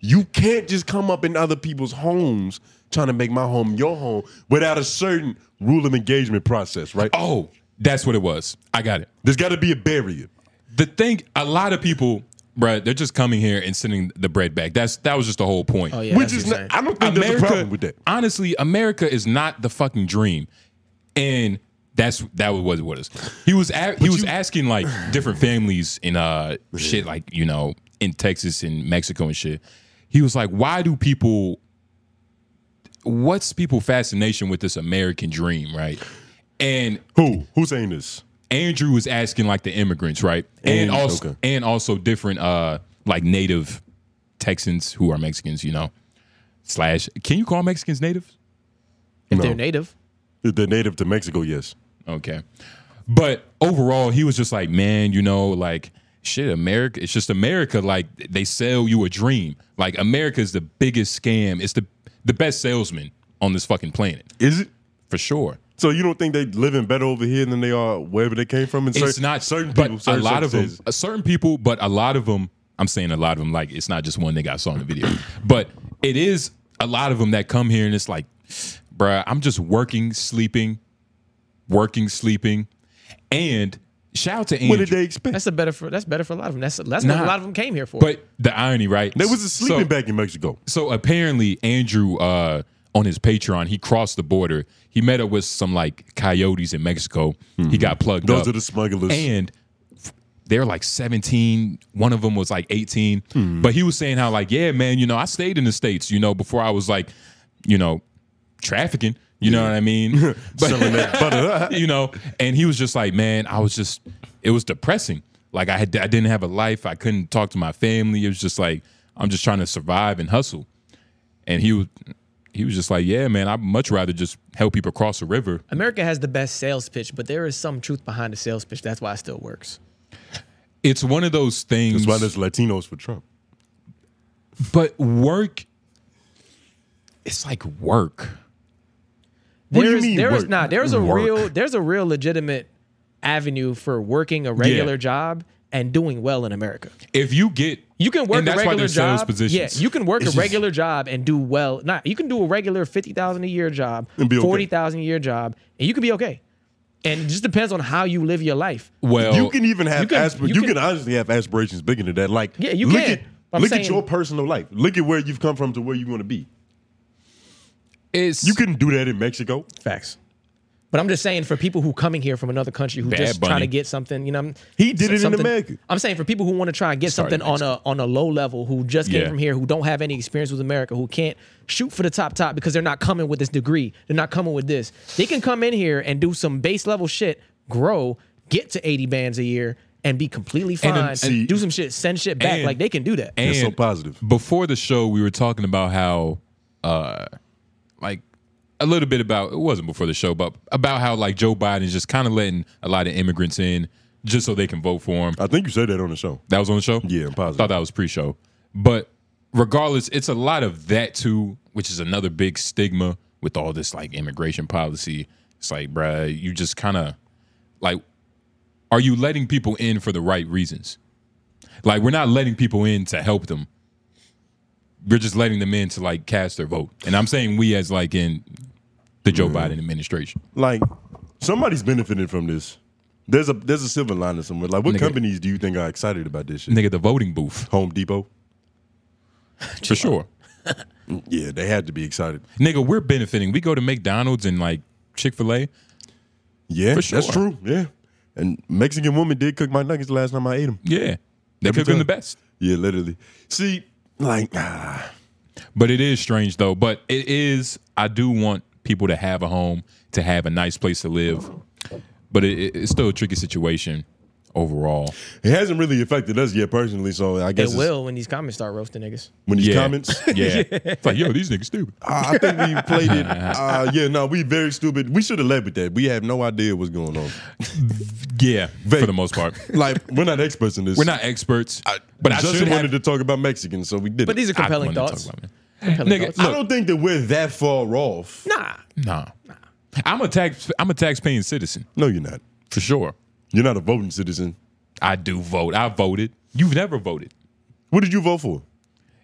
Speaker 3: you can't just come up in other people's homes trying to make my home your home without a certain rule of engagement process, right?
Speaker 1: Oh, that's what it was. I got it.
Speaker 3: There's got to be a barrier.
Speaker 1: The thing, a lot of people, bruh, they're just coming here and sending the bread back. That's that was just the whole point.
Speaker 2: Oh yeah,
Speaker 3: which
Speaker 2: that's
Speaker 3: is not,
Speaker 2: insane.
Speaker 3: I don't think there's a problem with that.
Speaker 1: Honestly, America is not the fucking dream, and that's that was what it was. He was a, he was asking like different families in uh shit like you know in Texas and Mexico and shit. He was like, why do people? What's people fascination with this American dream, right? And
Speaker 3: Who? Who's saying this?
Speaker 1: Andrew was asking like the immigrants, right? And
Speaker 3: Mm,
Speaker 1: also
Speaker 3: okay.
Speaker 1: and also different uh like native Texans who are Mexicans, you know. Slash can you call Mexicans natives?
Speaker 2: if
Speaker 3: No.
Speaker 2: they're native.
Speaker 3: They're native to Mexico, yes.
Speaker 1: Okay. But overall, he was just like, man, you know, like shit, America, it's just America, like they sell you a dream. Like America is the biggest scam. It's the the best salesman on this fucking planet,
Speaker 3: Is it?
Speaker 1: for sure.
Speaker 3: So you don't think they living better over here than they are wherever they came from? And
Speaker 1: it's not
Speaker 3: certain
Speaker 1: but
Speaker 3: people. Certain
Speaker 1: a lot of them,
Speaker 3: circumstances?
Speaker 1: uh, certain people, but a lot of them. I'm saying a lot of them. Like it's not just one nigga I saw in the video, but it is a lot of them that come here and it's like, bruh, I'm just working, sleeping, working, sleeping, and shout out to Andrew.
Speaker 3: What did they expect?
Speaker 2: That's a better for that's better for a lot of them. That's that's
Speaker 1: Nah.
Speaker 2: what a lot of them came here for.
Speaker 1: but the irony, right?
Speaker 3: They was a sleeping
Speaker 1: so,
Speaker 3: back in Mexico.
Speaker 1: So apparently, Andrew uh, on his Patreon, he crossed the border. He met up with some like coyotes in Mexico. He got plugged
Speaker 3: Mm-hmm. Those
Speaker 1: up.
Speaker 3: are the smugglers.
Speaker 1: and f- they're like 17 one of them was like 18 but he was saying how like yeah man you know i stayed in the states you know before i was like you know trafficking you know what i mean
Speaker 3: Selling
Speaker 1: but,
Speaker 3: that butter.
Speaker 1: you know and he was just like man i was just it was depressing like i had i didn't have a life i couldn't talk to my family it was just like i'm just trying to survive and hustle and he was he was just like yeah man i'd much rather just help people cross the river
Speaker 2: America has the best sales pitch, but there is some truth behind the sales pitch. That's why it still works.
Speaker 1: it's one of those things
Speaker 3: That's why there's Latinos for Trump.
Speaker 1: But work, it's like work.
Speaker 3: What do you
Speaker 2: There's-
Speaker 3: mean
Speaker 2: There is
Speaker 3: work?
Speaker 2: not. There's a
Speaker 3: Work.
Speaker 2: real. There's a real legitimate avenue for working a regular job and doing well in America.
Speaker 1: If you get,
Speaker 2: You can work
Speaker 1: and that's
Speaker 2: a regular
Speaker 1: why there's
Speaker 2: job.
Speaker 1: sales positions.
Speaker 2: Yeah, you can work
Speaker 3: It's
Speaker 2: a
Speaker 3: just-
Speaker 2: regular job and do well. Not you can do a regular fifty thousand a year job,
Speaker 3: And be okay.
Speaker 2: forty thousand a year job, and you can be okay. And it just depends on how you live your life.
Speaker 1: well,
Speaker 3: you can even have
Speaker 2: you can-
Speaker 3: aspir-
Speaker 2: you
Speaker 3: you,
Speaker 2: can-
Speaker 3: can, honestly have aspirations bigger than that. Like
Speaker 2: Yeah, you
Speaker 3: look
Speaker 2: can.
Speaker 3: At,
Speaker 2: I'm
Speaker 3: look
Speaker 2: saying-
Speaker 3: at your personal life. Look at where you've come from to where you want to be.
Speaker 1: it's
Speaker 3: You couldn't do that in Mexico.
Speaker 2: Facts. But I'm just saying for people who coming here from another country who
Speaker 1: Bad
Speaker 2: just
Speaker 1: Bunny.
Speaker 2: trying to get something, you know, I'm-
Speaker 3: He did it in
Speaker 2: something-
Speaker 3: America.
Speaker 2: I'm saying for people who want to try and get
Speaker 1: Sorry,
Speaker 2: something on a on a low level, who just came
Speaker 1: Yeah.
Speaker 2: from here, who don't have any experience with America, who can't shoot for the top top because they're not coming with this degree, they're not coming with this. They can come in here and do some base level shit, grow, get to 80 bands a year, and be completely fine,
Speaker 1: And then-
Speaker 2: and
Speaker 1: and-
Speaker 2: do some shit, send shit back.
Speaker 1: and-
Speaker 2: like they can do that.
Speaker 1: and
Speaker 3: That's so positive.
Speaker 1: Before the show, we were talking about how, uh, like a little bit about it wasn't before the show, but about how like Joe Biden is just kind of letting a lot of immigrants in just so they can vote for him.
Speaker 3: I think you said that on the show.
Speaker 1: That was on the show?
Speaker 3: Yeah, I'm positive.
Speaker 1: Thought that was pre-show. But regardless, it's a lot of that too, which is another big stigma with all this like immigration policy. It's like, bruh, you just kind of like are you letting people in for the right reasons? Like we're not letting people in to help them. We're just letting them in to like cast their vote. And I'm saying we as like in the Joe
Speaker 3: Mm-hmm.
Speaker 1: Biden administration.
Speaker 3: Like somebody's benefiting from this. There's a there's a silver lining somewhere. Like what
Speaker 1: Nigga.
Speaker 3: companies do you think are excited about this shit?
Speaker 1: Nigga, the voting booth.
Speaker 3: Home Depot. Mm,
Speaker 1: For sure.
Speaker 3: Yeah, they had to be excited.
Speaker 1: Nigga, we're benefiting. We go to McDonald's and like Chick-fil-A.
Speaker 3: Yeah,
Speaker 1: For sure.
Speaker 3: that's true. Yeah, and Mexican woman did cook my nuggets last time I ate them.
Speaker 1: Yeah. They cook them
Speaker 3: time.
Speaker 1: the best.
Speaker 3: Yeah, literally. See, like, ah,
Speaker 1: But it is strange though. But it is. I do want people to have a home, to have a nice place to live. But it, it- it's still a tricky situation. overall.
Speaker 3: It hasn't really affected us yet personally, so I guess
Speaker 2: It
Speaker 3: it's-
Speaker 2: will when these comments start roasting niggas.
Speaker 3: when these
Speaker 1: yeah.
Speaker 3: comments.
Speaker 1: Yeah. it's like, yo, these niggas stupid.
Speaker 3: Uh, I think we played it. Uh, yeah, no, we very stupid. We should have led with that. We have no idea what's going on.
Speaker 1: Yeah, for
Speaker 3: Vague.
Speaker 1: the most part.
Speaker 3: Like we're not experts in this.
Speaker 1: We're not experts, but I
Speaker 3: Justin
Speaker 1: should
Speaker 3: wanted
Speaker 1: have.
Speaker 3: to talk about Mexicans, so we did.
Speaker 2: But
Speaker 3: it.
Speaker 2: these are
Speaker 1: I
Speaker 2: compelling
Speaker 1: wanted to
Speaker 2: thoughts.
Speaker 1: talk about it.
Speaker 2: Compelling
Speaker 1: Nigga,
Speaker 2: thoughts.
Speaker 3: I don't think that we're that far off.
Speaker 2: Nah.
Speaker 1: Nah. I'm a tax. I'm a tax-paying citizen
Speaker 3: No, you're not.
Speaker 1: for sure.
Speaker 3: You're not a voting citizen.
Speaker 1: I do vote. I voted. You've never voted.
Speaker 3: What did you vote for?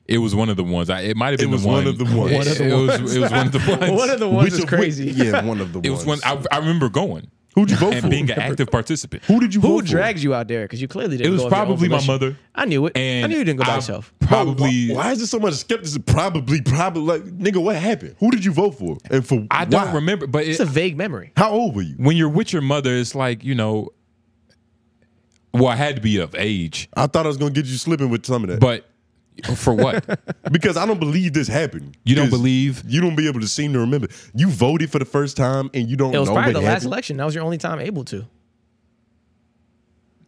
Speaker 1: It was one of the ones. I, it might have been
Speaker 3: It was
Speaker 1: the
Speaker 3: one
Speaker 1: one.
Speaker 3: of the ones. One
Speaker 1: It,
Speaker 3: of the
Speaker 1: it was. It was one of the ones.
Speaker 2: One of the ones
Speaker 3: Which
Speaker 2: is
Speaker 3: of which-
Speaker 2: crazy.
Speaker 3: yeah, one of the.
Speaker 1: It was one.
Speaker 3: ones.
Speaker 1: I, I remember going
Speaker 3: Who'd you vote
Speaker 1: and
Speaker 3: for?
Speaker 1: being an active participant.
Speaker 3: Who did you
Speaker 2: Who
Speaker 3: vote for?
Speaker 2: dragged you out there? Because you clearly didn't.
Speaker 1: It was
Speaker 2: go of your own
Speaker 1: probably my
Speaker 2: volition.
Speaker 1: mother.
Speaker 2: I knew it.
Speaker 1: And
Speaker 2: I knew you didn't go by
Speaker 1: I
Speaker 2: yourself.
Speaker 1: Probably.
Speaker 3: Why, why is there so much skepticism? Probably, probably. Like, nigga, what happened? Who did you vote for? And for
Speaker 1: I don't
Speaker 3: why?
Speaker 1: remember. But it,
Speaker 2: It's a vague memory.
Speaker 3: How old were you?
Speaker 1: when you're with your mother, it's like you know. Well, I had to be of age,
Speaker 3: I thought I was gonna get you slipping with some of that,
Speaker 1: but for what?
Speaker 3: because I don't believe this happened.
Speaker 1: You don't
Speaker 3: 'Cause
Speaker 1: believe?
Speaker 3: You don't be able to seem to remember. You voted for the first time, and you don't
Speaker 2: It was
Speaker 3: know
Speaker 2: probably
Speaker 3: what
Speaker 2: the last
Speaker 3: happened.
Speaker 2: election. That was your only time able to.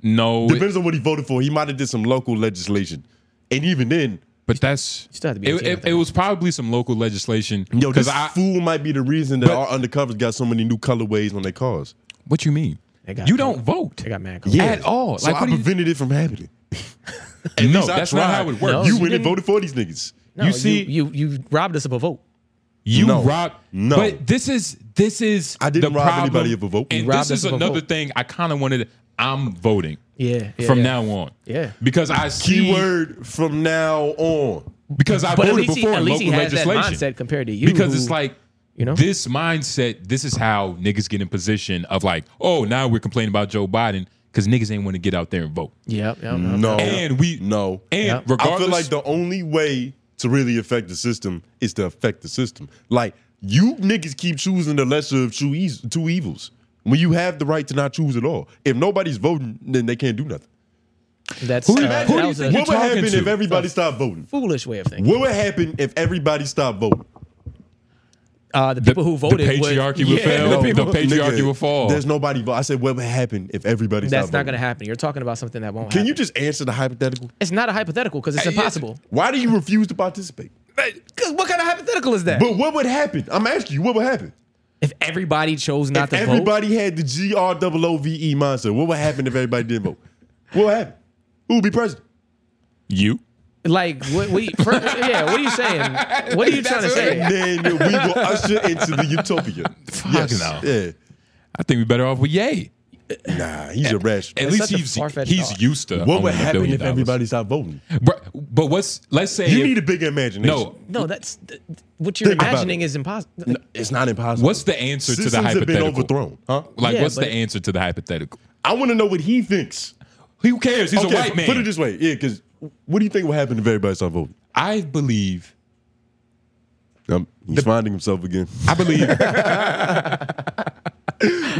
Speaker 1: No, it-
Speaker 3: Depends on what he voted for. He might have did some local legislation, and even then,
Speaker 1: but that's
Speaker 2: still have to be
Speaker 1: it,
Speaker 2: 18, I
Speaker 1: it-
Speaker 2: think.
Speaker 1: it was probably some local legislation.
Speaker 3: yo, this
Speaker 1: Because I,
Speaker 3: fool might be the reason that
Speaker 1: But-
Speaker 3: our undercovers got so many new colorways on their cars.
Speaker 1: what you mean?
Speaker 2: They got-
Speaker 1: You don't vote.
Speaker 2: They got mad.
Speaker 3: Yeah,
Speaker 1: At all.
Speaker 3: So
Speaker 1: Like,
Speaker 3: I
Speaker 1: what do you-
Speaker 3: prevented it from happening.
Speaker 1: no,
Speaker 3: Because I
Speaker 1: that's not
Speaker 3: tried.
Speaker 1: how it works.
Speaker 2: No.
Speaker 3: You
Speaker 2: you
Speaker 3: went and
Speaker 2: didn't-
Speaker 3: voted for these niggas.
Speaker 2: No,
Speaker 1: You see-
Speaker 2: you, you you robbed us of a vote.
Speaker 1: You
Speaker 3: No.
Speaker 1: robbed.
Speaker 3: No.
Speaker 1: But this is this is.
Speaker 3: I didn't
Speaker 1: the
Speaker 3: rob
Speaker 1: problem,
Speaker 3: anybody of a vote. You
Speaker 1: And
Speaker 2: robbed
Speaker 1: this
Speaker 2: us
Speaker 1: is
Speaker 2: of a
Speaker 1: another
Speaker 2: vote.
Speaker 1: thing I kind of wanted. I'm voting
Speaker 2: Yeah. yeah
Speaker 1: from
Speaker 2: yeah.
Speaker 1: now on.
Speaker 2: Yeah.
Speaker 1: Because I see
Speaker 3: Keyword from now on.
Speaker 1: because I
Speaker 2: But at
Speaker 1: voted
Speaker 2: least,
Speaker 1: before
Speaker 2: he, at
Speaker 1: in
Speaker 2: least he
Speaker 1: local
Speaker 2: has that
Speaker 1: legislation.
Speaker 2: mindset compared to you.
Speaker 1: Because
Speaker 2: who-
Speaker 1: it's like.
Speaker 2: you know?
Speaker 1: This mindset, this is how niggas get in position of like, oh, now we're complaining about Joe Biden because niggas ain't want to get out there and vote.
Speaker 2: Yep. yep, yep,
Speaker 3: No.
Speaker 2: yep.
Speaker 1: And we
Speaker 3: No.
Speaker 1: and
Speaker 2: Yeah. I feel
Speaker 1: regardless,
Speaker 3: I feel like the only way to really affect the system is to affect the system. Like you niggas keep choosing the lesser of two, eas two evils when you have the right to not choose at all. If nobody's voting, then they can't do nothing.
Speaker 2: That's
Speaker 1: Who do you-
Speaker 2: uh,
Speaker 1: who do
Speaker 2: that
Speaker 1: you
Speaker 2: was
Speaker 1: think
Speaker 2: a
Speaker 1: you
Speaker 3: What would
Speaker 1: talking
Speaker 3: happen
Speaker 1: to?
Speaker 3: if everybody stopped voting?
Speaker 2: foolish way of thinking.
Speaker 3: What would happen if everybody stopped voting?
Speaker 2: Uh, the people who voted,
Speaker 1: the patriarchy would, fail.
Speaker 2: The
Speaker 1: The,
Speaker 2: people,
Speaker 1: patriarchy
Speaker 3: Nigga,
Speaker 1: will fall.
Speaker 3: There's nobody vote. I said, what would happen if everybody
Speaker 2: that's
Speaker 3: stopped
Speaker 2: not
Speaker 3: voting?
Speaker 2: going to happen. You're talking about something that won't.
Speaker 3: Can
Speaker 2: happen.
Speaker 3: you just answer the hypothetical?
Speaker 2: It's not a hypothetical because it's
Speaker 1: Hey, yes.
Speaker 2: impossible.
Speaker 3: Why do you refuse to participate?
Speaker 2: Because what kind of hypothetical is that?
Speaker 3: But what would happen? I'm asking you, what would happen?
Speaker 2: if everybody chose not
Speaker 3: if
Speaker 2: to vote,
Speaker 3: everybody had the G R O O V E mindset, what would happen if everybody didn't vote? What would happen? Who would be president?
Speaker 1: you.
Speaker 2: like what? what you, first, yeah, what are you saying? What are you trying to
Speaker 1: That's what
Speaker 2: say?
Speaker 1: it
Speaker 3: And then we will usher into the utopia.
Speaker 1: Fuck no.
Speaker 3: Yeah.
Speaker 1: I think we better off with Yay.
Speaker 3: Nah, he's irrational.
Speaker 1: At
Speaker 2: That's
Speaker 1: least
Speaker 2: such a
Speaker 1: he's
Speaker 2: far-fetched
Speaker 1: he's
Speaker 2: thought.
Speaker 1: used to.
Speaker 3: What would
Speaker 1: owning a
Speaker 3: happen
Speaker 1: billion
Speaker 3: if
Speaker 1: dollars.
Speaker 3: everybody stopped voting?
Speaker 1: But, but what's let's say
Speaker 3: You
Speaker 1: if-
Speaker 3: need a big imagination.
Speaker 1: no.
Speaker 2: No, that's th- th- what you're
Speaker 3: Think about
Speaker 2: imagining
Speaker 3: it.
Speaker 2: is impossible.
Speaker 3: It's not impossible.
Speaker 1: What's the answer
Speaker 3: Systems
Speaker 1: to the
Speaker 3: have
Speaker 1: hypothetical?
Speaker 3: been overthrown. Huh?
Speaker 1: Like
Speaker 2: Yeah,
Speaker 1: what's
Speaker 2: but-
Speaker 1: the answer to the hypothetical?
Speaker 3: I want to know what he thinks.
Speaker 1: Who cares? He's
Speaker 3: okay,
Speaker 1: a white man.
Speaker 3: Put it this way. Yeah, because what do you think will happen if everybody stopped voting?
Speaker 1: I believe.
Speaker 3: Um, he's finding himself again.
Speaker 1: I believe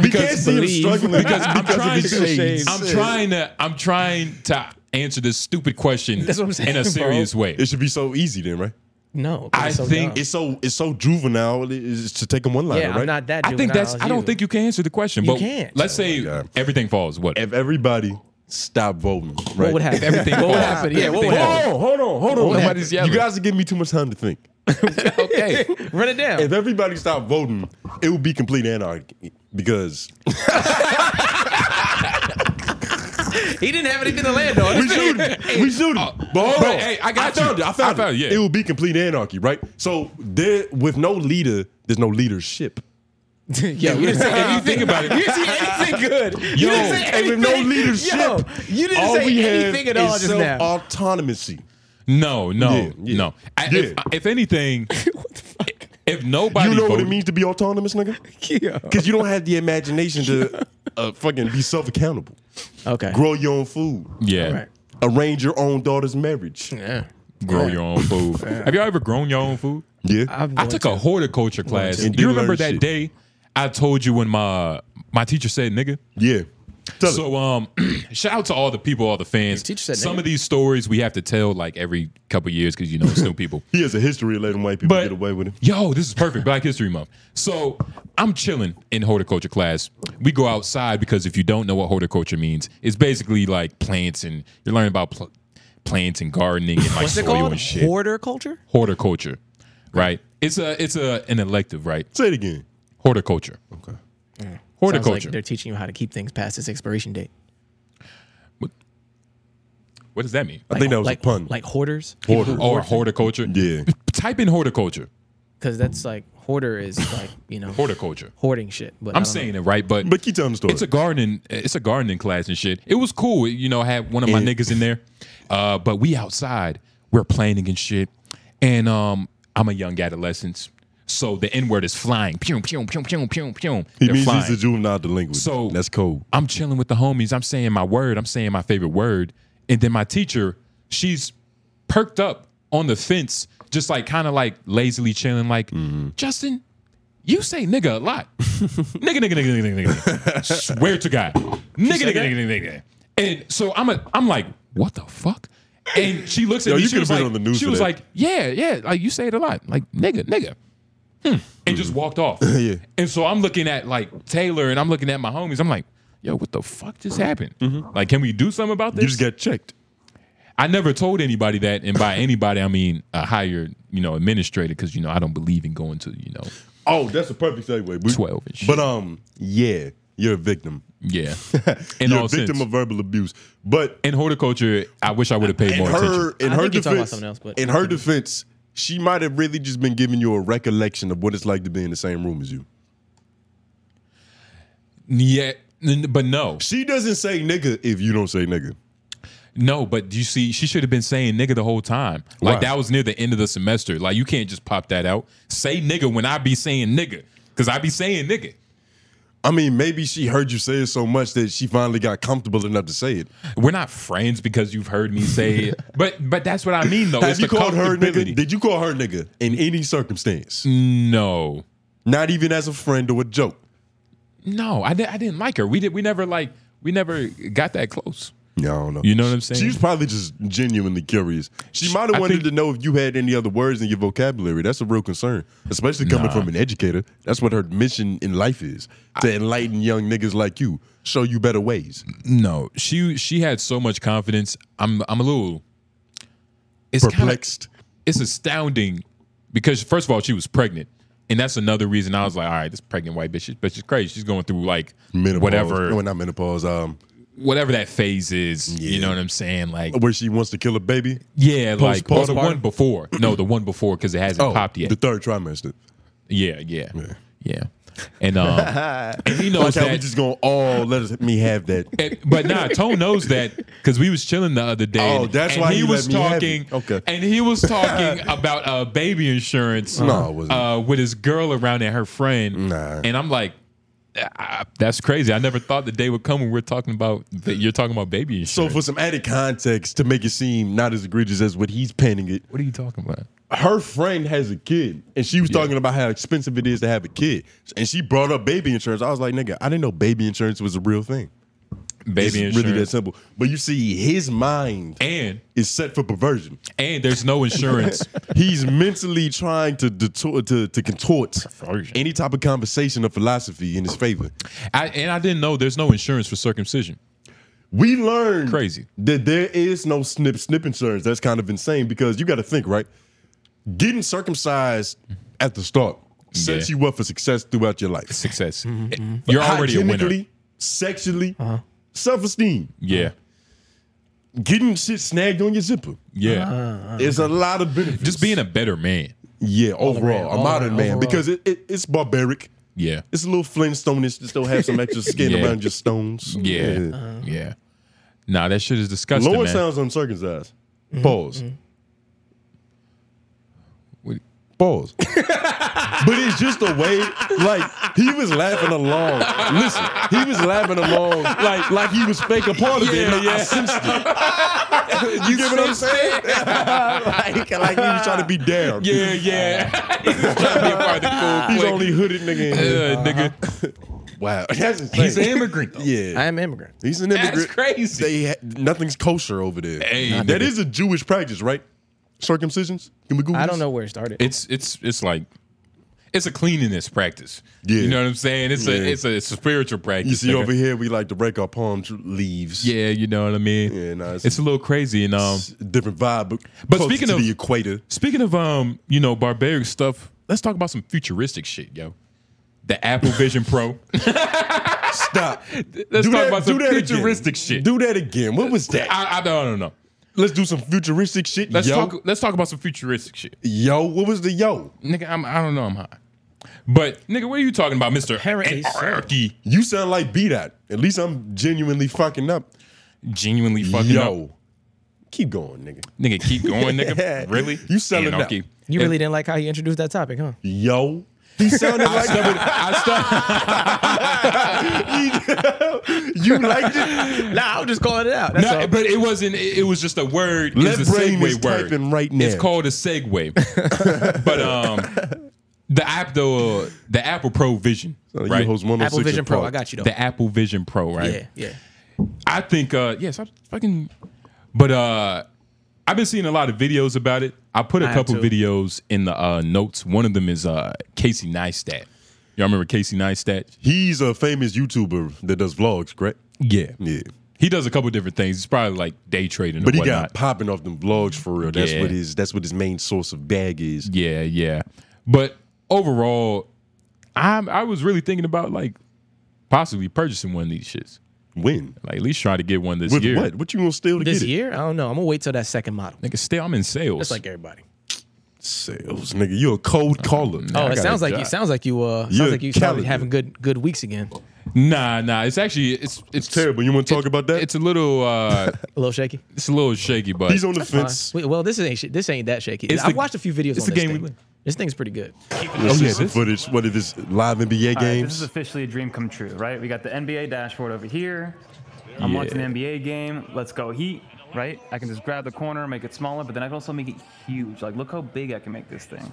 Speaker 3: We can't see him
Speaker 2: believe-
Speaker 3: struggling
Speaker 1: because I'm
Speaker 3: of
Speaker 1: trying
Speaker 3: his
Speaker 1: to.
Speaker 3: shades.
Speaker 1: I'm trying to. I'm trying to answer this stupid question
Speaker 2: That's what I'm saying,
Speaker 1: in a
Speaker 2: bro.
Speaker 1: serious way.
Speaker 3: It should be so easy then, right?
Speaker 2: No, 'cause
Speaker 1: I
Speaker 2: it's so
Speaker 1: think
Speaker 2: dumb.
Speaker 3: It's so it's so juvenile. it is to take him one liner,
Speaker 2: yeah,
Speaker 3: right?
Speaker 2: I'm not that.
Speaker 1: I think
Speaker 2: juvenile
Speaker 1: that's.
Speaker 2: as
Speaker 1: I don't
Speaker 2: you.
Speaker 1: think you can answer the question.
Speaker 2: You
Speaker 1: but
Speaker 2: can't.
Speaker 1: Let's say
Speaker 3: God.
Speaker 1: everything falls. What?
Speaker 3: if everybody stopped voting, right?
Speaker 2: What would happen?
Speaker 1: everything
Speaker 2: what would
Speaker 1: falls.
Speaker 2: happen? Yeah, what would
Speaker 1: Everything
Speaker 2: happen?
Speaker 3: Oh, hold on, hold on.
Speaker 1: Nobody's yelling.
Speaker 3: You guys are giving me too much time to think.
Speaker 1: okay.
Speaker 2: Run it down.
Speaker 3: If everybody stopped voting, it would be complete anarchy because
Speaker 2: He didn't have anything to land on.
Speaker 3: we shooting, we shooting. but hold
Speaker 1: Oh, but
Speaker 3: on.
Speaker 1: hey, I got
Speaker 3: I
Speaker 1: you.
Speaker 3: found it. I found,
Speaker 1: I found
Speaker 3: it.
Speaker 1: it, yeah.
Speaker 3: It would be complete anarchy, right? So there, with no leader, there's no leadership.
Speaker 2: yeah, we didn't say
Speaker 1: If you
Speaker 2: anything.
Speaker 1: think about
Speaker 2: You
Speaker 1: it,
Speaker 2: didn't say anything good. You
Speaker 1: Yo,
Speaker 2: didn't say
Speaker 3: and
Speaker 2: anything.
Speaker 3: with no leadership,
Speaker 2: Yo, you didn't
Speaker 3: all we
Speaker 2: say
Speaker 3: have
Speaker 2: anything at all
Speaker 3: is
Speaker 2: just now.
Speaker 3: Autonomacy.
Speaker 1: no, no,
Speaker 3: Yeah, yeah.
Speaker 1: no. I, if,
Speaker 3: Yeah.
Speaker 1: if anything, if nobody,
Speaker 3: You know what
Speaker 1: voted,
Speaker 3: it means to be autonomous, nigga?
Speaker 2: Yeah.
Speaker 3: Because you don't have the imagination to uh, fucking be self accountable,
Speaker 2: Okay.
Speaker 3: grow your own food,
Speaker 1: Yeah,
Speaker 2: Right.
Speaker 3: arrange your own daughter's marriage.
Speaker 2: Yeah.
Speaker 1: grow your own food. Have y'all ever grown your own food?
Speaker 3: Yeah.
Speaker 2: I'm
Speaker 1: I
Speaker 2: going
Speaker 1: took
Speaker 2: to.
Speaker 1: a horticulture class.
Speaker 3: And
Speaker 1: Do you
Speaker 3: you learn
Speaker 1: remember that
Speaker 3: shit.
Speaker 1: day I told you when my my teacher said nigga?
Speaker 3: yeah. Tell it.
Speaker 1: so um, shout out to all the people, all the fans.
Speaker 2: teacher said
Speaker 1: Some
Speaker 2: nigga.
Speaker 1: of these stories we have to tell like every couple years because you know it's new people.
Speaker 3: He has a history of letting white people
Speaker 1: But-
Speaker 3: get away with it.
Speaker 1: Yo, this is perfect. Black History Month. So I'm chilling in horticulture class. We go outside because if you don't know what horticulture means, it's basically like plants and you're learning about pl- plants and gardening and like
Speaker 2: What's it
Speaker 1: soil
Speaker 2: called?
Speaker 1: and shit.
Speaker 2: Hoarder culture?
Speaker 1: horticulture, right? It's a it's a an elective, right?
Speaker 3: Say it again.
Speaker 1: Horticulture. Okay.
Speaker 2: Sounds
Speaker 1: Horticulture.
Speaker 2: like they're teaching you how to keep things past its expiration date.
Speaker 1: what does that mean?
Speaker 3: I think that was
Speaker 2: like,
Speaker 3: a pun.
Speaker 2: Like hoarders?
Speaker 3: Hoarder.
Speaker 1: Or horticulture?
Speaker 3: Yeah.
Speaker 1: Type in horticulture.
Speaker 2: Because that's like, hoarder is like, you know,
Speaker 1: Horticulture.
Speaker 2: hoarding shit. But I
Speaker 1: I'm
Speaker 2: don't know.
Speaker 1: saying it right, but
Speaker 3: But keep telling the story.
Speaker 1: it's a gardening it's a gardening class and shit. It was cool. It, You know, I had one of my
Speaker 3: Yeah.
Speaker 1: niggas in there. Uh, but we outside, we're planning and shit. And um, I'm a young adolescent. So the N word is flying. Pew, pew, pew, pew, pew, pew.
Speaker 3: he
Speaker 1: They're
Speaker 3: means
Speaker 1: flying.
Speaker 3: he's a juvenile delinquent.
Speaker 1: So-
Speaker 3: that's cold.
Speaker 1: I'm chilling with the homies. I'm saying my word. I'm saying my favorite word. And then my teacher, she's perked up on the fence, just like kind of like lazily chilling, like,
Speaker 3: Mm-hmm.
Speaker 1: Justin, you say nigga a lot. nigga, nigga, nigga, nigga, nigga, nigga. Swear to God. Nigga, nigga, nigga, nigga, nigga. And so I'm a, I'm like, what the fuck? And she looks at
Speaker 3: Yo,
Speaker 1: me.
Speaker 3: you
Speaker 1: she was
Speaker 3: could've been
Speaker 1: like,
Speaker 3: on the news
Speaker 1: she
Speaker 3: for
Speaker 1: was
Speaker 3: that.
Speaker 1: like, yeah, yeah, like you say it a lot, like nigga, nigga and just walked off.
Speaker 3: Mm-hmm. Yeah.
Speaker 1: And so I'm looking at like Taylor and I'm looking at my homies. I'm like, yo, what the fuck just happened? Like, can we do something about
Speaker 3: Mm-hmm. You
Speaker 1: this?
Speaker 3: just got checked.
Speaker 1: I never told anybody that, and by anybody I mean a higher, you know, administrator, because you know I don't believe in going to, you know,
Speaker 3: Oh, that's a perfect segue. We-
Speaker 1: 12 and shit.
Speaker 3: But um, yeah, you're a victim.
Speaker 1: yeah, in
Speaker 3: you're a
Speaker 1: all
Speaker 3: victim
Speaker 1: sense.
Speaker 3: of verbal abuse. But
Speaker 1: in horticulture, I wish I would have paid
Speaker 3: in
Speaker 1: more attention.
Speaker 3: her, in
Speaker 2: I
Speaker 3: her
Speaker 2: think you're talking about
Speaker 3: defense,
Speaker 2: something else, but-
Speaker 3: in her defense, she might have really just been giving you a recollection of what it's like to be in the same room as you.
Speaker 1: Yeah, n- but no,
Speaker 3: She doesn't say nigga if you don't say nigga.
Speaker 1: no. But you see, she should have been saying nigga the whole time. Like
Speaker 3: Why?
Speaker 1: that was near the end of the semester. Like you can't just pop that out. Say nigga when I be saying nigga, because I be saying nigga.
Speaker 3: I mean, maybe she heard you say it so much that she finally got comfortable enough to say it.
Speaker 1: We're not friends because you've heard me say it. But but that's what I mean though.
Speaker 3: Have
Speaker 1: It's
Speaker 3: you
Speaker 1: the
Speaker 3: called her
Speaker 1: comfortability.
Speaker 3: nigga? Did you call her nigga in any circumstance?
Speaker 1: Mm. No.
Speaker 3: Not even as a friend or a joke.
Speaker 1: No, I, di- I didn't like her. We did we never like we never got that close.
Speaker 3: Yeah, I don't know.
Speaker 1: You know what I'm saying?
Speaker 3: She was probably just genuinely curious. She
Speaker 1: Sh- I
Speaker 3: might have wanted
Speaker 1: think-
Speaker 3: to know if you had any other words in your vocabulary. That's a real concern, especially coming
Speaker 1: Nah.
Speaker 3: from an educator. That's what her mission in life is to enlighten young niggas like you, show you better ways.
Speaker 1: No. She she had so much confidence. I'm I'm a little it's kinda,
Speaker 3: Perplexed.
Speaker 1: it's astounding because first of all, she was pregnant. And that's another reason I was like, all right, this pregnant white bitch, but she's crazy. She's going through like
Speaker 3: Menopause.
Speaker 1: whatever
Speaker 3: No, not menopause. Um,
Speaker 1: whatever that phase is. You
Speaker 3: Yeah.
Speaker 1: know what I'm saying? Like
Speaker 3: where she wants to kill a baby.
Speaker 1: Yeah, like or the
Speaker 3: postpartum? Oh,
Speaker 1: one before. No, the one before because it hasn't popped yet.
Speaker 3: the third trimester.
Speaker 1: yeah, yeah, yeah, And um, and he knows
Speaker 3: Like how we
Speaker 1: that.
Speaker 3: just gonna all let me have that.
Speaker 1: and- but nah, Tone knows that because we was chilling the other day.
Speaker 3: Oh,
Speaker 1: and-
Speaker 3: that's
Speaker 1: and
Speaker 3: why
Speaker 1: he
Speaker 3: you
Speaker 1: was
Speaker 3: let me have
Speaker 1: talking.
Speaker 3: it. Okay.
Speaker 1: and he was talking about uh, baby insurance.
Speaker 3: No, it wasn't.
Speaker 1: Uh, with his girl around and her friend.
Speaker 3: Nah.
Speaker 1: and I'm like. "Ah, That's crazy. I never thought the day would come when we're talking about that you're talking about baby
Speaker 3: So
Speaker 1: insurance.
Speaker 3: for some added context to make it seem not as egregious as what he's painting it,
Speaker 1: what are you talking about?
Speaker 3: her friend has a kid, and she was talking about how expensive it is to have a kid, and she brought up baby insurance. I was like, nigga, I didn't know baby insurance was a real thing.
Speaker 1: Baby
Speaker 3: it's
Speaker 1: insurance.
Speaker 3: really that simple. But you see, his mind
Speaker 1: and
Speaker 3: is set for perversion.
Speaker 1: and there's no insurance.
Speaker 3: He's mentally trying to detour, to to contort
Speaker 1: Perversion.
Speaker 3: any type of conversation or philosophy in his favor.
Speaker 1: I, and I didn't know there's no insurance for circumcision.
Speaker 3: We learned
Speaker 1: Crazy.
Speaker 3: that there is no snip snip insurance. That's kind of insane because you got to think right. Getting circumcised at the start sets
Speaker 1: Yeah.
Speaker 3: you up for success throughout your life.
Speaker 1: Success. You're already a winner.
Speaker 3: Mm-hmm, Hygienically, sexually, self esteem,
Speaker 1: Yeah.
Speaker 3: getting shit snagged on your zipper.
Speaker 1: Yeah.
Speaker 3: There's a lot of benefits.
Speaker 1: Just being a better man.
Speaker 3: yeah, overall,
Speaker 2: around,
Speaker 3: a
Speaker 2: all
Speaker 3: modern
Speaker 2: around,
Speaker 3: man
Speaker 2: overall.
Speaker 3: because it, it, it's barbaric.
Speaker 1: Yeah.
Speaker 3: It's a little Flintstone-ish to still have some extra skin
Speaker 1: Yeah.
Speaker 3: around your stones.
Speaker 1: Yeah. Yeah. Nah, that shit is disgusting.
Speaker 3: Lauren
Speaker 1: man.
Speaker 3: sounds uncircumcised. Pause.
Speaker 1: What-
Speaker 3: Pause. but it's just a way, like he was laughing along. Listen, he was laughing along, like like he was fake a part of it.
Speaker 1: Yeah,
Speaker 3: and I- I
Speaker 1: yeah.
Speaker 3: sensed it. you get what I'm saying? like, like he was trying to be down.
Speaker 1: yeah, yeah. He's trying to be a part of the cool
Speaker 3: He's
Speaker 1: clique.
Speaker 3: only hooded nigga. In here.
Speaker 1: Uh, nigga.
Speaker 3: Wow, that's insane.
Speaker 1: He's an immigrant. Though.
Speaker 3: yeah,
Speaker 2: I am immigrant.
Speaker 3: he's an
Speaker 1: That's
Speaker 3: immigrant.
Speaker 1: crazy.
Speaker 3: They ha- nothing's kosher over there.
Speaker 1: Hey,
Speaker 3: that
Speaker 1: nigga.
Speaker 3: is a Jewish practice, right? Circumcisions. Can we Google?
Speaker 2: I don't
Speaker 3: this?
Speaker 2: know where it started.
Speaker 1: it's it's it's like it's a cleanliness practice.
Speaker 3: Yeah.
Speaker 1: You know what I'm saying? It's
Speaker 3: Yeah.
Speaker 1: a it's a, it's a spiritual practice.
Speaker 3: You see
Speaker 1: nigga.
Speaker 3: over here, we like to break our palm tr- leaves.
Speaker 1: Yeah, you know what I mean?
Speaker 3: Yeah, nah, it's-
Speaker 1: it's, a little crazy and um
Speaker 3: It's a different vibe. But,
Speaker 1: But
Speaker 3: closer
Speaker 1: speaking
Speaker 3: to
Speaker 1: of-
Speaker 3: the equator,
Speaker 1: Speaking of um, you know, barbaric stuff, let's talk about some futuristic shit, yo. The Apple Vision Pro.
Speaker 3: stop.
Speaker 1: Let's
Speaker 3: do
Speaker 1: talk
Speaker 3: that,
Speaker 1: about
Speaker 3: do
Speaker 1: some
Speaker 3: that
Speaker 1: futuristic
Speaker 3: again.
Speaker 1: shit.
Speaker 3: Do that again. What was that?
Speaker 1: I, I don't know.
Speaker 3: Let's do some futuristic shit.
Speaker 1: Let's
Speaker 3: yo,
Speaker 1: talk. Let's talk about some futuristic shit,
Speaker 3: yo. What was the yo?
Speaker 1: nigga. I'm, I don't know. I'm high, but nigga, what are you talking about, Mister
Speaker 2: Apparently so.
Speaker 1: Anarchy?
Speaker 3: You sound like B dot. At least I'm genuinely fucking up.
Speaker 1: Genuinely fucking
Speaker 3: yo,
Speaker 1: up,
Speaker 3: keep going, nigga.
Speaker 1: nigga. Keep going, nigga. Really?
Speaker 3: You selling out.
Speaker 1: Anarchy.
Speaker 2: you
Speaker 1: If-
Speaker 2: really didn't like how he introduced that topic, huh?
Speaker 3: Yo, he sounded like
Speaker 1: I stopped.
Speaker 3: you liked it.
Speaker 2: Nah, I'm just calling it out. That's
Speaker 1: No,
Speaker 2: all.
Speaker 1: but it wasn't. It, it was just a word.
Speaker 3: Left
Speaker 1: it's a
Speaker 3: brain
Speaker 1: segue
Speaker 3: is
Speaker 1: word.
Speaker 3: typing right now.
Speaker 1: It's called a segue. but um, the app though, uh, the Apple Pro Vision, right?
Speaker 3: Uh, You host 106
Speaker 2: Apple Vision
Speaker 3: and
Speaker 2: Pro.
Speaker 3: Park.
Speaker 2: I got you though.
Speaker 1: the Apple Vision Pro, right?
Speaker 2: yeah, yeah.
Speaker 1: I think uh yes, I fucking but uh I've been seeing a lot of videos about it. I put a
Speaker 2: have
Speaker 1: couple
Speaker 2: too.
Speaker 1: videos in the uh notes. One of them is uh Casey Neistat. Y'all remember Casey Neistat?
Speaker 3: He's a famous YouTuber that does vlogs, correct?
Speaker 1: Yeah.
Speaker 3: Yeah.
Speaker 1: He does a couple different things. He's probably like day trading
Speaker 3: But
Speaker 1: or
Speaker 3: he
Speaker 1: whatnot.
Speaker 3: got popping off them vlogs for real. That's
Speaker 1: Yeah.
Speaker 3: what his that's what his main source of bag is.
Speaker 1: yeah, yeah. But overall, I'm I was really thinking about like possibly purchasing one of these shits.
Speaker 3: When?
Speaker 1: Like at least trying to get one this
Speaker 3: With
Speaker 1: year.
Speaker 3: what? What you gonna steal to
Speaker 2: This
Speaker 3: get it?
Speaker 2: year, I don't know. I'm gonna wait till that second model.
Speaker 1: Nigga, still I'm in sales.
Speaker 2: Just like everybody.
Speaker 3: Sales, nigga. You a cold caller.
Speaker 1: I
Speaker 2: Oh,
Speaker 1: got
Speaker 2: it
Speaker 1: a
Speaker 2: sounds like
Speaker 1: job.
Speaker 2: you. Sounds like you. Uh,
Speaker 3: You're
Speaker 2: sounds like you started
Speaker 3: calendar.
Speaker 2: having good good weeks again.
Speaker 1: nah, nah. It's actually it's it's,
Speaker 3: Terrible. You want to talk about that?
Speaker 1: It's a little uh
Speaker 2: A little shaky.
Speaker 1: It's a little shaky, but
Speaker 3: He's on the
Speaker 2: Fine.
Speaker 3: fence.
Speaker 2: Wait, well, this ain't shit. This ain't that shaky.
Speaker 1: It's
Speaker 2: I've
Speaker 1: the-
Speaker 2: watched a few videos.
Speaker 1: it's the
Speaker 2: on this
Speaker 1: game we
Speaker 2: thing.
Speaker 1: win.
Speaker 2: this thing's pretty good.
Speaker 3: Let's
Speaker 1: Oh,
Speaker 3: see
Speaker 1: yeah,
Speaker 3: some
Speaker 1: this-
Speaker 3: footage. What is this live NBA
Speaker 4: All right, this is
Speaker 3: games?
Speaker 4: officially a dream come true, right? We got the NBA dashboard over here. I'm watching the NBA game. Let's go Heat, right? I can just grab the corner, make it smaller, but then I can also make it huge. Like, look how big I can make this thing.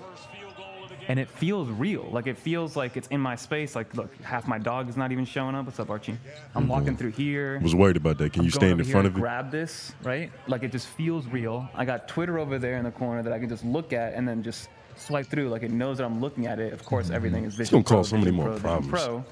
Speaker 4: And it feels real. Like, it feels like it's in my space. Like, look, half my dog is not even showing up. What's up, Archie? I'm walking through here.
Speaker 3: was worried about that. Can you
Speaker 4: Go
Speaker 3: stand
Speaker 4: over
Speaker 3: in
Speaker 4: here
Speaker 3: front
Speaker 4: and
Speaker 3: of it?
Speaker 4: Grab this, right? Like it just feels real. I got Twitter over there in the corner that I can just look at and then just swipe through. Like it knows that I'm looking at it. Of course,
Speaker 1: Mm-hmm.
Speaker 4: everything is Vision.
Speaker 3: gonna
Speaker 4: Pro,
Speaker 3: cause so many
Speaker 4: Vision
Speaker 3: more
Speaker 4: Pro,
Speaker 3: problems.
Speaker 4: Vision Pro.